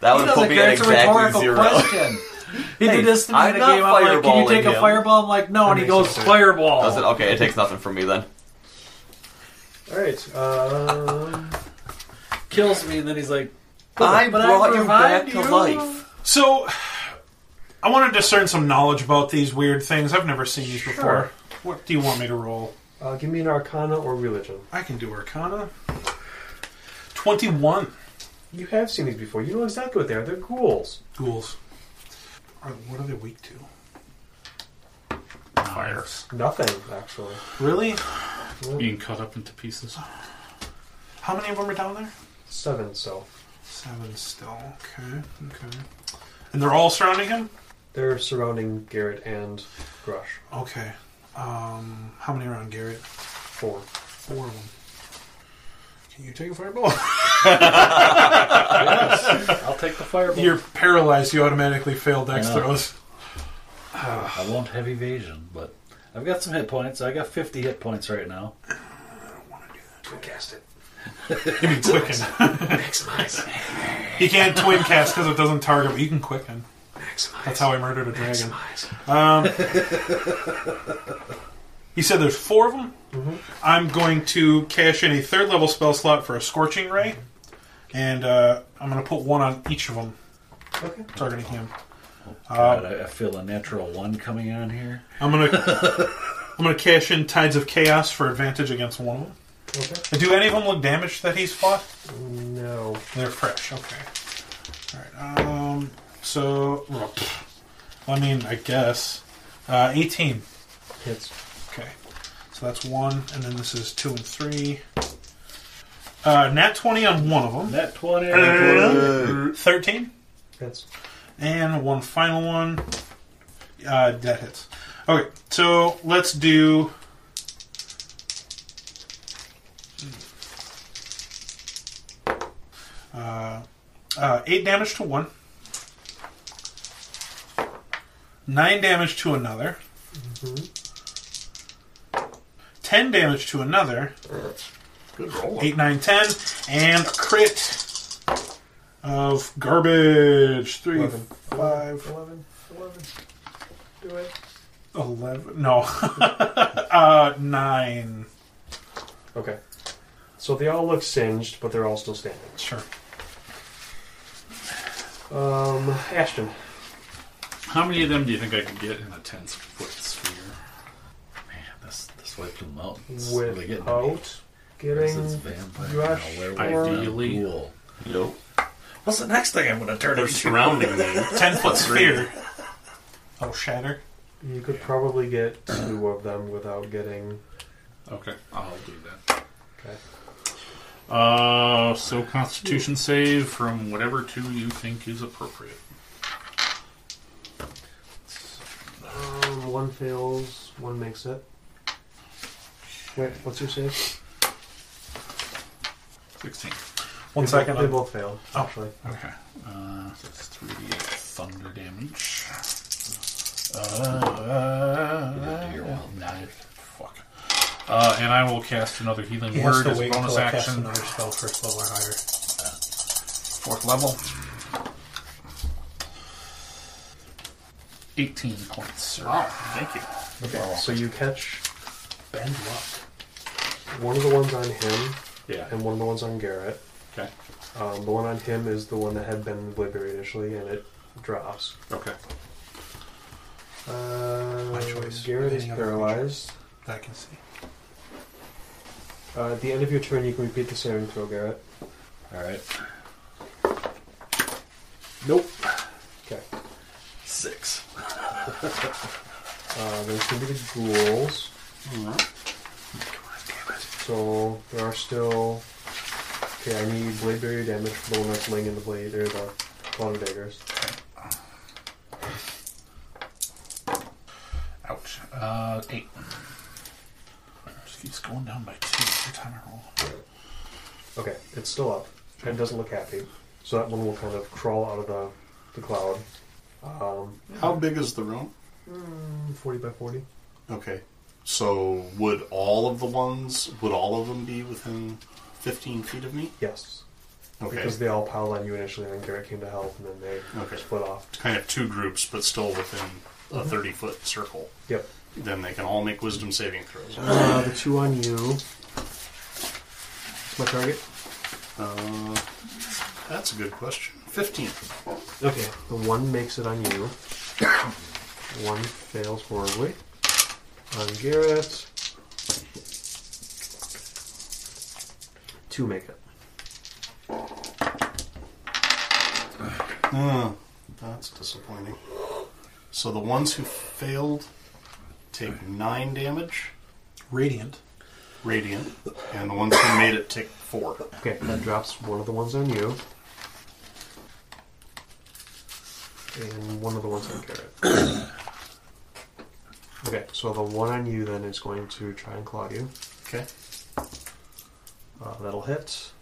That He would doesn't put me care. at It's a exactly retitorical zero. question. He did this to me I'm in the not game. I'm like, can you fireballing take a him." fireball? I'm like, no, and he That makes goes sense. fireball. Does it? Okay, it takes nothing from me then. All right. Um, Kills me, and then he's like, I but brought you revived back to life. So, I want to discern some knowledge about these weird things. I've never seen these before. What do you want me to roll? uh, give me an Arcana or Religion. I can do Arcana. 21. You have seen these before. You know exactly what they are. They're ghouls. Ghouls. Are- What are they weak to? Fire. Nothing actually. Really? Being cut up into pieces. How many of them are down there? Seven. So Seven still. Okay, okay. And they're all surrounding him? they're surrounding Garrett and Grush. Okay. Um, how many are on Garrett? Four. Four of them. Can you take a fireball? I'll take the fireball. You're paralyzed. You automatically fail dex I know. throws. I won't have evasion, but I've got some hit points. I got 50 hit points right now. Twin cast it. You can quicken. Maximize. He can't twin cast because it doesn't target, but you can quicken. Maximize. That's how I murdered a dragon. Maximize. Um, you said there's four of them. I'm going to cash in a third level spell slot for a scorching ray, and uh, I'm going to put one on each of them, Okay. targeting him. Um, God, I, I feel a natural one coming on here. I'm going to I'm going to cash in tides of chaos for advantage against one of them. Okay. And do any of them look damaged that he's fought? No. They're fresh. Okay. All right. Um. So, well, I mean, I guess uh, 18. Hits. Okay. So that's one, and then this is two and three. Uh, nat 20 on one of them. Net 20. Uh, 13. Hits. And one final one. Uh, that hits. Okay, so let's do. Uh, eight damage to one. Nine damage to another. Ten damage to another. Good roll. Eight, nine, ten, and a crit of garbage. Three, eleven. Five. Eleven. Eleven. Do it. No, uh, nine. Okay. So they all look singed, but they're all still standing. Sure. Um, Ashton. How many of them do you think I could get in a 10 foot sphere? Man, that's, that's why Blue Mountain's really getting to me. Without getting Versus vampire, Josh now, werewolf, or- Ideally. ghoul. Nope. What's the next thing I'm going to turn They're into? surrounding me. Ten foot sphere. Oh, shatter. You could probably get two of them without getting. Okay, I'll do that. Okay. Uh, so Constitution save from whatever two you think is appropriate. Um, one fails, one makes it. Wait, what's your save? 16. One They both- second. Oh. They both failed, actually. Okay. Uh, so that's 3d8 thunder damage. Uh, You're wild. nine. Fuck. Uh, and I will cast another healing He has word to as a wait bonus until I cast action. another spell first level or higher. Fourth level. 18 points. Wow, thank you. Oh. Okay, so you catch Bend luck. one of the ones on him Yeah. and one of the ones on Garrett. Okay. Um, the one on him is the one that had been in the Blaberry initially, and it drops. Okay. Uh, My choice. Garrett is Any other paralyzed. That I can see. Uh, at the end of your turn, you can repeat the saving throw, Garrett. All right. Nope. Okay. Six. Uh, there's going to be the ghouls. So there are still. Okay, I need blade barrier damage for the one that's laying in the blade or the long daggers. Ouch. Uh, eight. Just keeps going down by two every time I roll. Okay, it's still up. It doesn't look happy. So that one will kind of crawl out of the, the cloud. Um, How big is the room? mm, 40 by 40. Okay. So would all of the ones would all of them be within fifteen feet of me? Yes. Okay. Because they all piled on you initially, and then Garrett came to help, and then they Okay. split off. It's kind of two groups, but still within a thirty foot circle. Yep. Then they can all make wisdom saving throws. Uh, the two on you. What's my target? Uh, that's a good question. Fifteen. Okay, the one makes it on you. one fails horribly. On Garrett. Two make it. Hmm. That's disappointing. So the ones who failed take nine damage, Radiant. radiant, and the ones who made it take four. Okay, that drops one of the ones on you. And one of the ones on Garrett. okay, so the one on you then is going to try and claw you. Okay. Uh, that'll hit.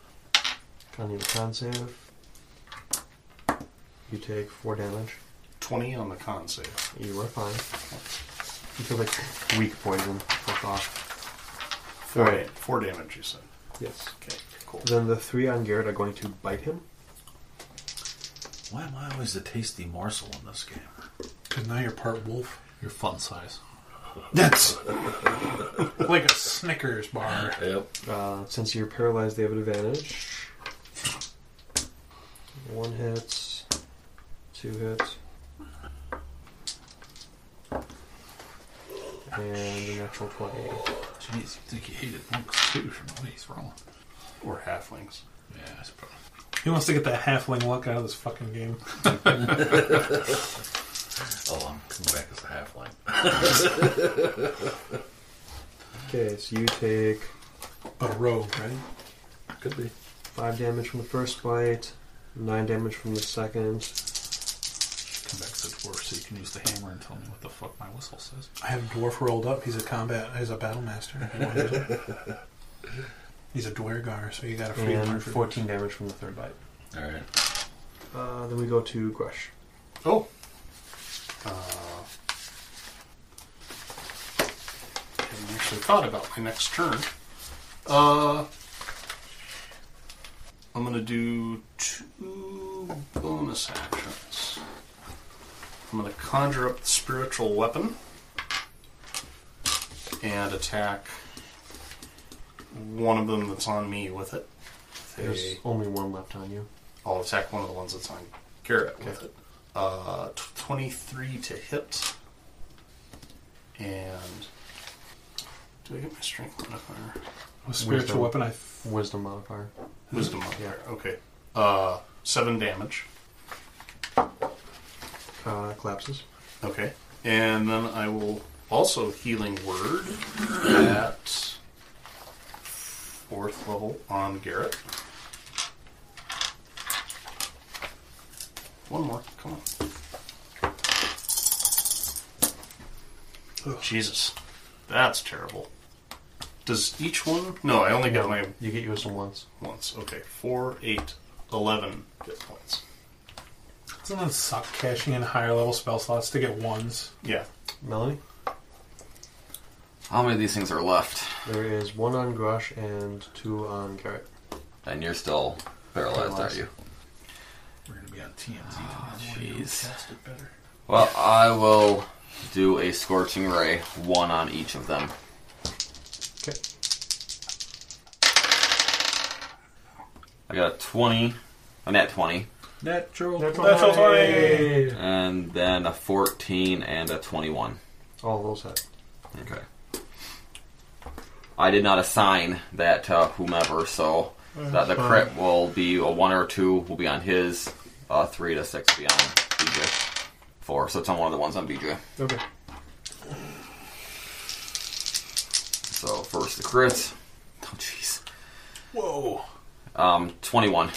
I need a con save. You take four damage. Twenty on the con save. You are fine. You feel like weak poison. Fuck off. Four, Alright. four damage. You said. Yes. Okay. Cool. Then the three on Garrett are going to bite him. Why am I always the tasty morsel in this game? Because now you're part wolf. Your fun size. That's like a Snickers bar. Yep. Uh, since you're paralyzed, they have an advantage. One hit, two hits, and a natural 20. Jeez, you think you hated monks too from the way he's rolling. Or halflings. Yeah, I suppose. He wants to get that halfling luck out of this fucking game. Oh, I'm coming back as a halfling. Okay, so you take A rogue, right? Could be. 5 damage from the first bite, 9 damage from the second. Come back to the dwarf so you can use the hammer and tell me what the fuck my whistle says. I have a dwarf rolled up. He's a combat. He's a battle master. he's a dwergar, so you got a free And card for 14 damage from the third bite. All right. Uh, then we go to Grush. Oh. Uh, haven't actually thought about my next turn. Uh, I'm going to do two bonus actions. I'm going to conjure up the spiritual weapon and attack one of them that's on me with it. There's only one left on you. I'll attack one of the ones that's on Garrett with it. Uh, t- 23 to hit. And do I get my strength modifier? With spiritual weapon, I f- wisdom modifier. Wisdom modifier. Okay. Uh, seven damage. Uh, collapses. Okay. And then I will also healing word at fourth level on Garrett. One more. Come on. Jesus. That's terrible. Does each one? No, I only got my. You get yours from once. Once. Okay. Four, eight, eleven hit points. Doesn't it suck cashing in higher level spell slots to get ones? Yeah. Melanie? How many of these things are left? There is one on Grush and two on Garrett. And you're still paralyzed, aren't you? We're going to be on TMZ tomorrow morning. Who jeez. Cast it better. Well, I will do a scorching ray, one on each of them. Okay. I got a twenty, a net twenty, Natural, Natural twenty. and then a fourteen and a twenty-one. All those hit. Okay. I did not assign that to whomever, so that the That's crit will be a one or two will be on his, uh, three to six be on BJ, four. So it's on one of the ones on BJ. Okay. So first the crits. Oh jeez. Whoa. Um, twenty-one.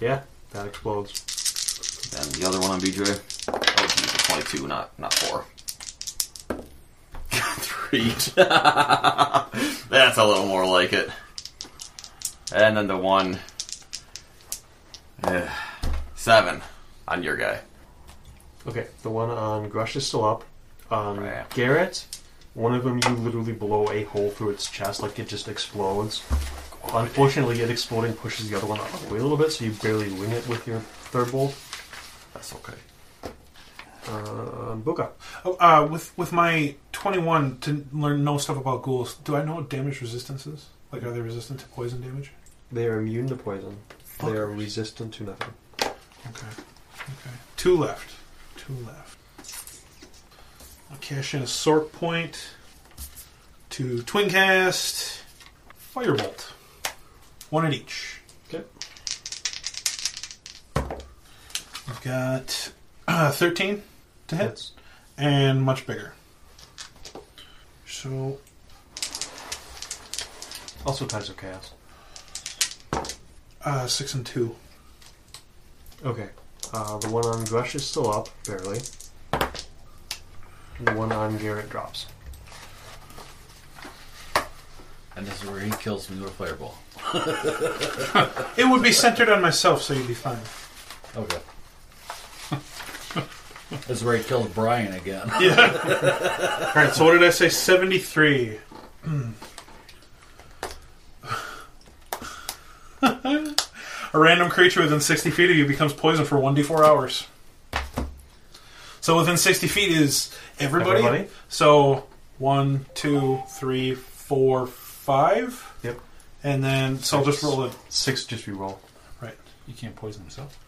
Yeah, that explodes. And the other one on BJ. Oh, geez, a 22, not not four. Three. That's a little more like it. And then the one. eh, seven on your guy. Okay, the one on Grush is still up. Um, Garrett, one of them you literally blow a hole through its chest, like it just explodes. Unfortunately, it exploding pushes the other one out of the way a little bit, so you barely wing it with your third bolt. That's okay. Um, Booga. Oh, uh, with with my twenty one to learn no stuff about ghouls, do I know what damage resistance is? Like, are they resistant to poison damage? They are immune to poison. They are resistant to nothing. Okay. Okay. Two left. Two left. I'll cash in a sort point to twin cast firebolt. One at each. Okay. I've got uh, thirteen to hit Hits. and much bigger. So Also types of chaos. uh, six and two. Okay. Uh, the one on Grush is still up, barely. The one on Garrett drops. And this is where he kills me with a fireball. It would be centered on myself, so you'd be fine. Okay. this is where he kills Brian again. Yeah. All right. So what did I say? Seventy-three. a random creature within sixty feet of you becomes poisoned for one d four hours. So within sixty feet is everybody. Everybody? So one, two, three, four, five. Yep. And then so I'll just roll it. Six, just re-roll. Right. He can't poison himself.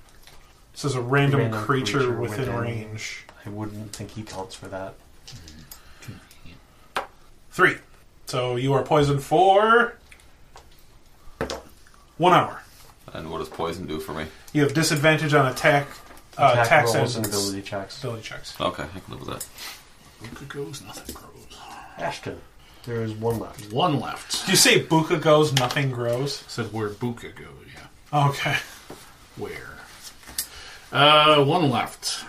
This is a random, creature, within, range. I wouldn't think he counts for that. Three. So you are poisoned for one hour. And what does poison do for me? You have disadvantage on attack, uh, Attack attacks rolls and ability. ability checks. ability checks. Okay, I can live with that. Luca goes, nothing grows. Ashton, there is one left. One left. Do you say Buka goes, nothing grows? Said where Buka goes, yeah. Okay. Where? Uh, one left.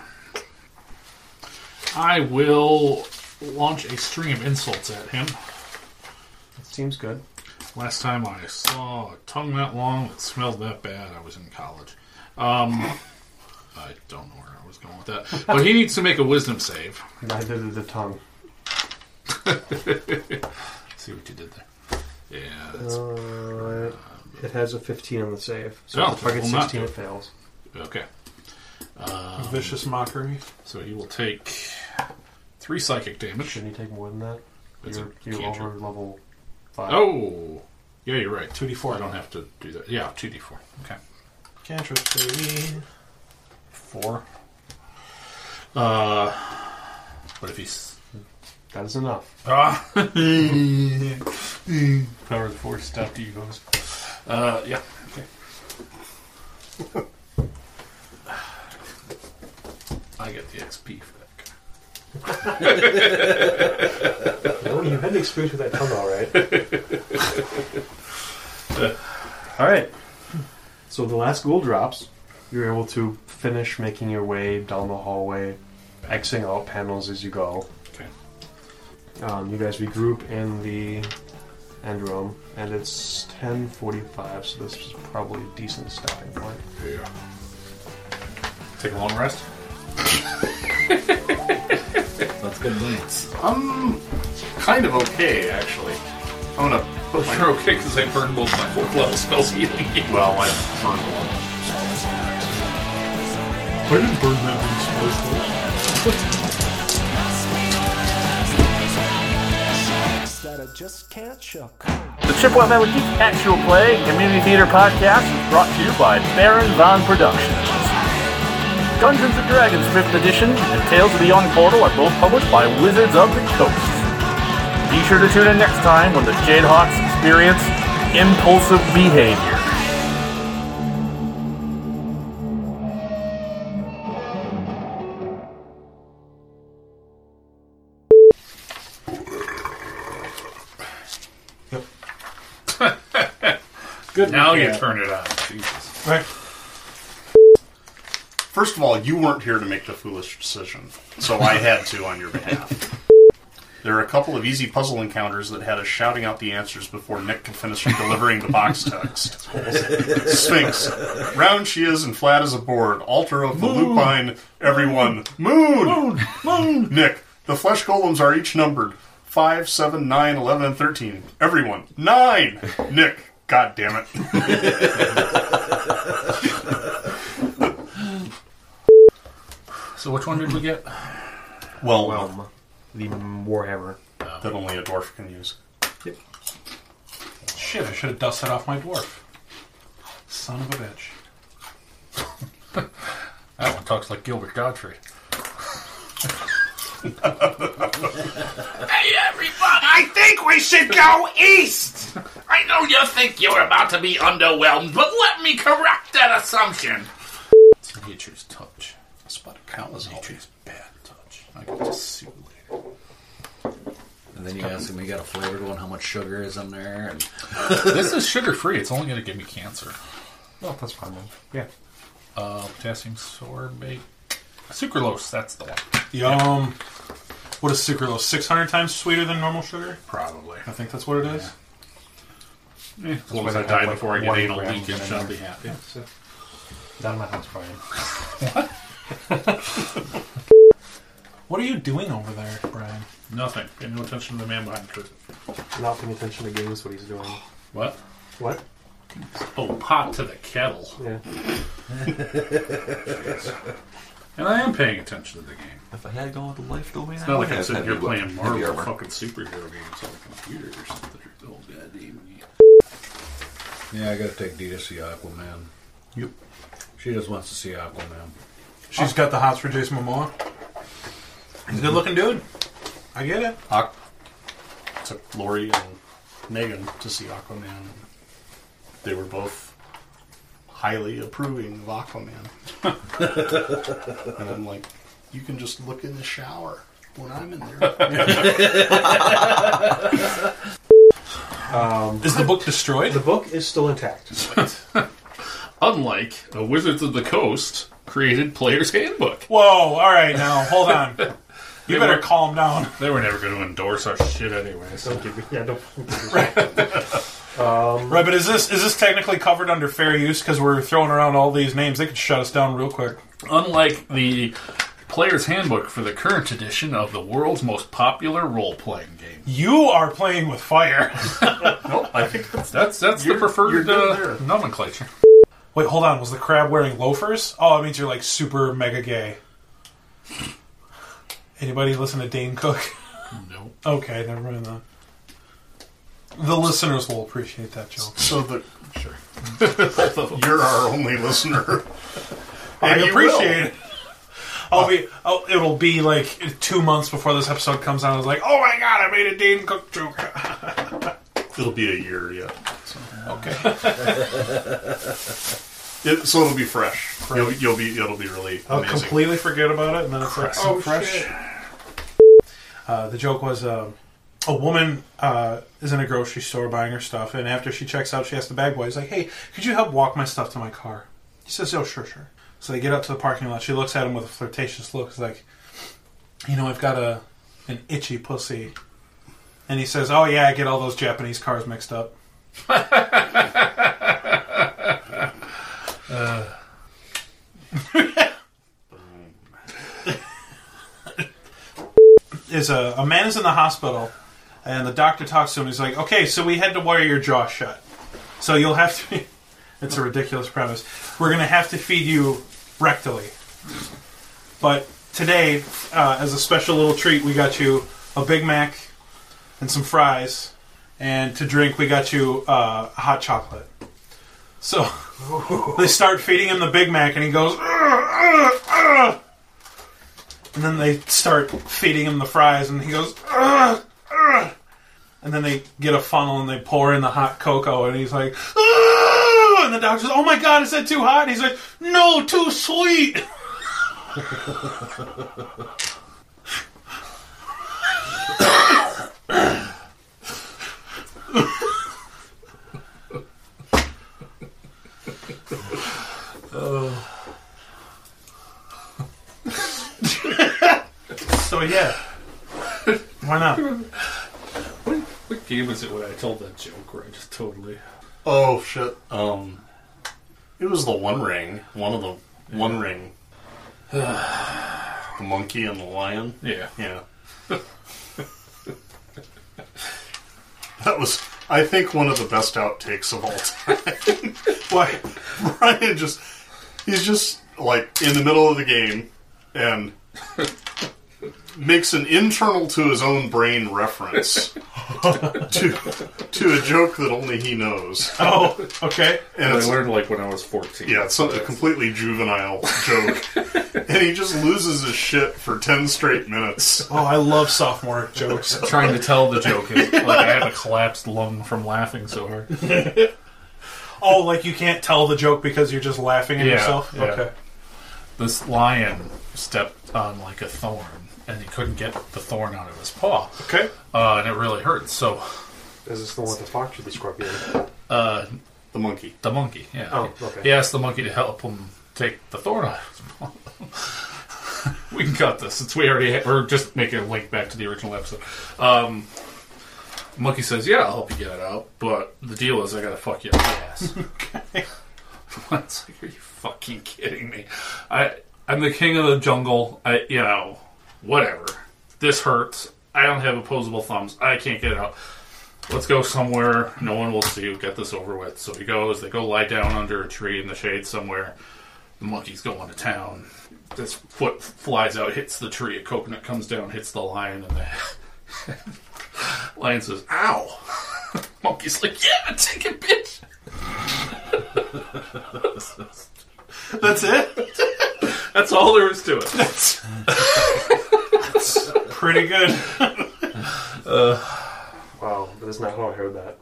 I will launch a string of insults at him. That seems good. Last time I saw a tongue that long that smelled that bad, I was in college. Um, I don't know where I was going with that. But he needs to make a wisdom save. Neither did the tongue. See what you did there. Yeah. That's, Uh, it has a 15 on the save. So Oh, if I get will not 16, do it it. fails. okay. Um, Vicious mockery. So he will take three psychic damage. Shouldn't he take more than that? That's you're a you're cantrip. over level 5. Oh, yeah, you're right. Two d four. I don't have to do that. Yeah, two d four. Okay. Cantrip, baby. Four. Uh, what if he's That is enough. ah? Power of the force. Stop to you guys. Uh, yeah. Okay. I get the XP for that. No, Oh, you had the experience with that tongue, all right. all right. So the last ghoul drops. You're able to finish making your way down the hallway, exiting out panels as you go. Okay. Um, you guys regroup in the end room, and it's 10:45, so this is probably a decent stopping point. Yeah. Take a long rest. That's good blades. I'm kind of okay, actually. I'm gonna. Well, you're okay because I burned both my fourth level spells healing. well, I burned I didn't burn that That I just can't shut. The Chippewa Valley Geek Actual Play Community Theater Podcast is brought to you by Baron Von Productions. Dungeons & Dragons 5th Edition and Tales of the Young Portal are both published by Wizards of the Coast. Be sure to tune in next time when the Jadehawks experience impulsive behavior. Good. Now you recap. turn it on. Jesus. Right. First of all, you weren't here to make the foolish decision, so I had to on your behalf. There are a couple of easy puzzle encounters that had us shouting out the answers before Nick could finish delivering the box text. Sphinx, round she is and flat as a board. Altar of the lupine. Everyone, moon. Moon. Moon. Nick, the flesh golems are each numbered five, seven, nine, eleven, and thirteen. Everyone, nine. Nick, god damn it. So which one did we get? Well, Whelm, the Warhammer. that only a dwarf can use. Shit, I should have dusted off my dwarf. Son of a bitch. That one talks like Gilbert Godfrey. Hey everyone, I think we should go east! I know you think you're about to be underwhelmed, but let me correct that assumption. Nature's touch. Spot a cow is Nature's bad touch. I got to see you later. And then you ask him, you got a flavored one, how much sugar is in there? And this is sugar free. It's only going to give me cancer. Well, that's fine then. Yeah. Uh, potassium sorbate. Sucralose, that's the one. Yum. What is sucralose? 600 times sweeter than normal sugar? Probably. I think that's what it is. As long as I die before I get anal leakage, I'll be happy. Down my house, Brian. What are you doing over there, Brian? Nothing. Pay no attention to the man behind the curtain. Not paying attention to games, what he's doing. What? What? Oh, pot to the kettle. Yeah. And I am paying attention to the game. If I had gone with the life domain, It's I not would like I'm have sitting had here heavy playing weapon- heavy Marvel armor. fucking superhero games on the computer or something. Oh, goddamn. yeah, I gotta take Dee to see Aquaman. Yep. She just wants to see Aquaman. She's got the hots for Jason Momoa. He's a good looking dude. I get it. Aqu- took Lori and Megan to see Aquaman. They were both highly approving of Aquaman. and I'm like, you can just look in the shower when I'm in there. Is the book destroyed? The book is still intact. Unlike the Wizards of the Coast created Player's Handbook. Whoa, all right now, hold on. You They better were- calm down. They were never going to endorse our shit anyway. So. Don't give me. Yeah, don't. Um, Right, but is this is this technically covered under fair use? Because we're throwing around all these names, they could shut us down real quick. Unlike the player's handbook for the current edition of the world's most popular role-playing game. You are playing with fire. nope, I think that's that's, that's the preferred uh, nomenclature. Wait, hold on. Was the crab wearing loafers? Oh, it means you're like super mega gay. Anybody listen to Dane Cook? No. Okay, never mind that. The listeners will appreciate that joke. So the sure. You're our only listener. I And you appreciate will. it. I'll be. I'll, it'll be like two months before this episode comes out. I was like, oh my god, I made a Dane Cook joke. It'll be a year yet. So. Okay. It, so it'll be fresh. You'll, you'll be. It'll be really I'll amazing. completely forget about it, and then it's like, Crescent oh, fresh. Uh, the joke was uh, a woman uh, is in a grocery store buying her stuff, and after she checks out, she asks the bag boy, he's like, hey, could you help walk my stuff to my car? He says, oh, sure, sure. So they get up to the parking lot. She looks at him with a flirtatious look. She's like, you know, I've got a an itchy pussy. And he says, oh, yeah, I get all those Japanese cars mixed up. Uh, is a, a man is in the hospital, and the doctor talks to him. He's like, "Okay, so we had to wire your jaw shut, so you'll have to." it's a ridiculous premise. We're gonna have to feed you rectally, but today, uh, as a special little treat, we got you a Big Mac and some fries, and to drink, we got you uh, hot chocolate. So they start feeding him the Big Mac, and he goes. "Ugh, ugh, ugh." And then they start feeding him the fries, and he goes, "Ugh, ugh." and then they get a funnel and they pour in the hot cocoa, and he's like, "Ugh," and the doctor's, oh my god, is that too hot? And he's like, no, too sweet. so yeah, why not? what game is it when I told that joke where I just totally Oh shit. Um, it was the One Ring. One of the One Ring. the monkey and the lion. Yeah. Yeah. that was, I think, one of the best outtakes of all time. Why? Brian just, he's just like in the middle of the game and makes an internal to his own brain reference to to a joke that only he knows. Oh, okay. And I learned, like, when I was 14. Yeah, it's a completely juvenile joke. and he just loses his shit for 10 straight minutes. Oh, I love sophomore jokes. trying to tell the joke is like I have a collapsed lung from laughing so hard. Oh, like you can't tell the joke because you're just laughing at yourself? Okay. This lion stepped on like a thorn, and he couldn't get the thorn out of his paw. Okay. Uh, and it really hurt. So, is this the one with the fox or the scorpion? uh, the monkey. The monkey. Yeah. Oh, He- okay. He asked the monkey to help him take the thorn out of his paw. we can cut this since we already ha- or just make a link back to the original episode. Um, monkey says, "Yeah, I'll help you get it out, but the deal is I gotta fuck you up the ass." It's like, are you fucking kidding me? I I'm the king of the jungle. I you know, whatever. This hurts. I don't have opposable thumbs. I can't get out. Let's go somewhere. No one will see. We'll get this over with. So he goes. They go lie down under a tree in the shade somewhere. The monkey's going to town. This foot flies out, hits the tree. A coconut comes down, hits the lion, and the lion says, "Ow!" Monkey's like, "Yeah, take it, bitch." That's it. That's all there is to it. That's pretty good. wow, that is not how I heard that.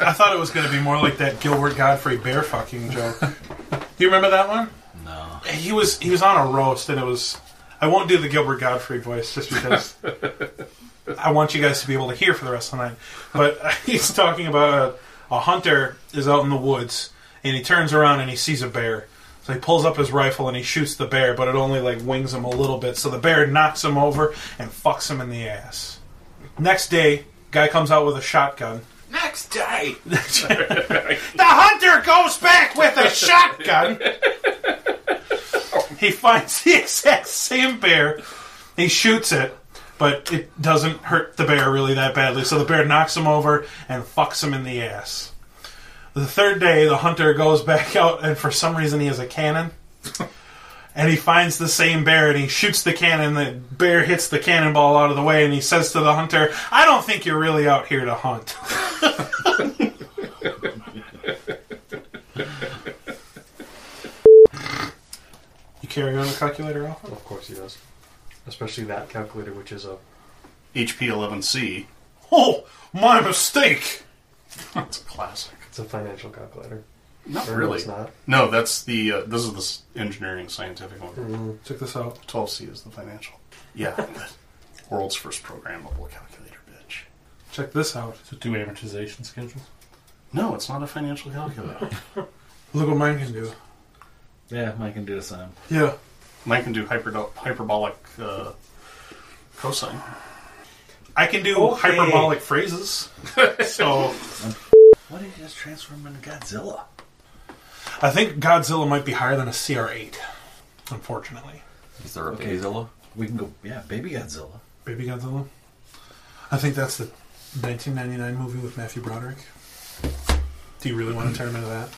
I thought it was going to be more like that Gilbert Godfrey bear fucking joke. Do you remember that one? No. He was he was on a roast, and it was. I won't do the Gilbert Godfrey voice just because I want you guys to be able to hear for the rest of the night. But he's talking about a, a hunter is out in the woods, and he turns around and he sees a bear. So he pulls up his rifle and he shoots the bear, but it only like wings him a little bit. So the bear knocks him over and fucks him in the ass. Next day, Guy comes out with a shotgun. Next day. The hunter goes back with a shotgun. he finds the exact same bear. He shoots it, but it doesn't hurt the bear really that badly. So the bear knocks him over and fucks him in the ass. The third day, the hunter goes back out, and for some reason, he has a cannon. And he finds the same bear and he shoots the cannon. The bear hits the cannonball out of the way and he says to the hunter, I don't think you're really out here to hunt. You carry on a calculator off? Of course he does. Especially that calculator, which is a HP 11C. Oh, my mistake! That's a classic. It's a financial calculator. Not Or no, really. It's not. No, that's the uh, this is the s- engineering scientific one. Mm-hmm. Check this out. 12C is the financial. Yeah, the world's first programmable calculator, bitch. Check this out. So two amortization schedules. No, it's not a financial calculator. Look what mine can do. Yeah, mine can do the same. Yeah. Mine can do hyperdo- hyperbolic uh, cosine. I can do Okay. hyperbolic phrases. so Why did you just transform into Godzilla? I think Godzilla might be higher than a CR8, unfortunately. Is there a Godzilla? We can go, yeah, Baby Godzilla. Baby Godzilla. I think that's the 1999 movie with Matthew Broderick. Do you really want to turn him into that?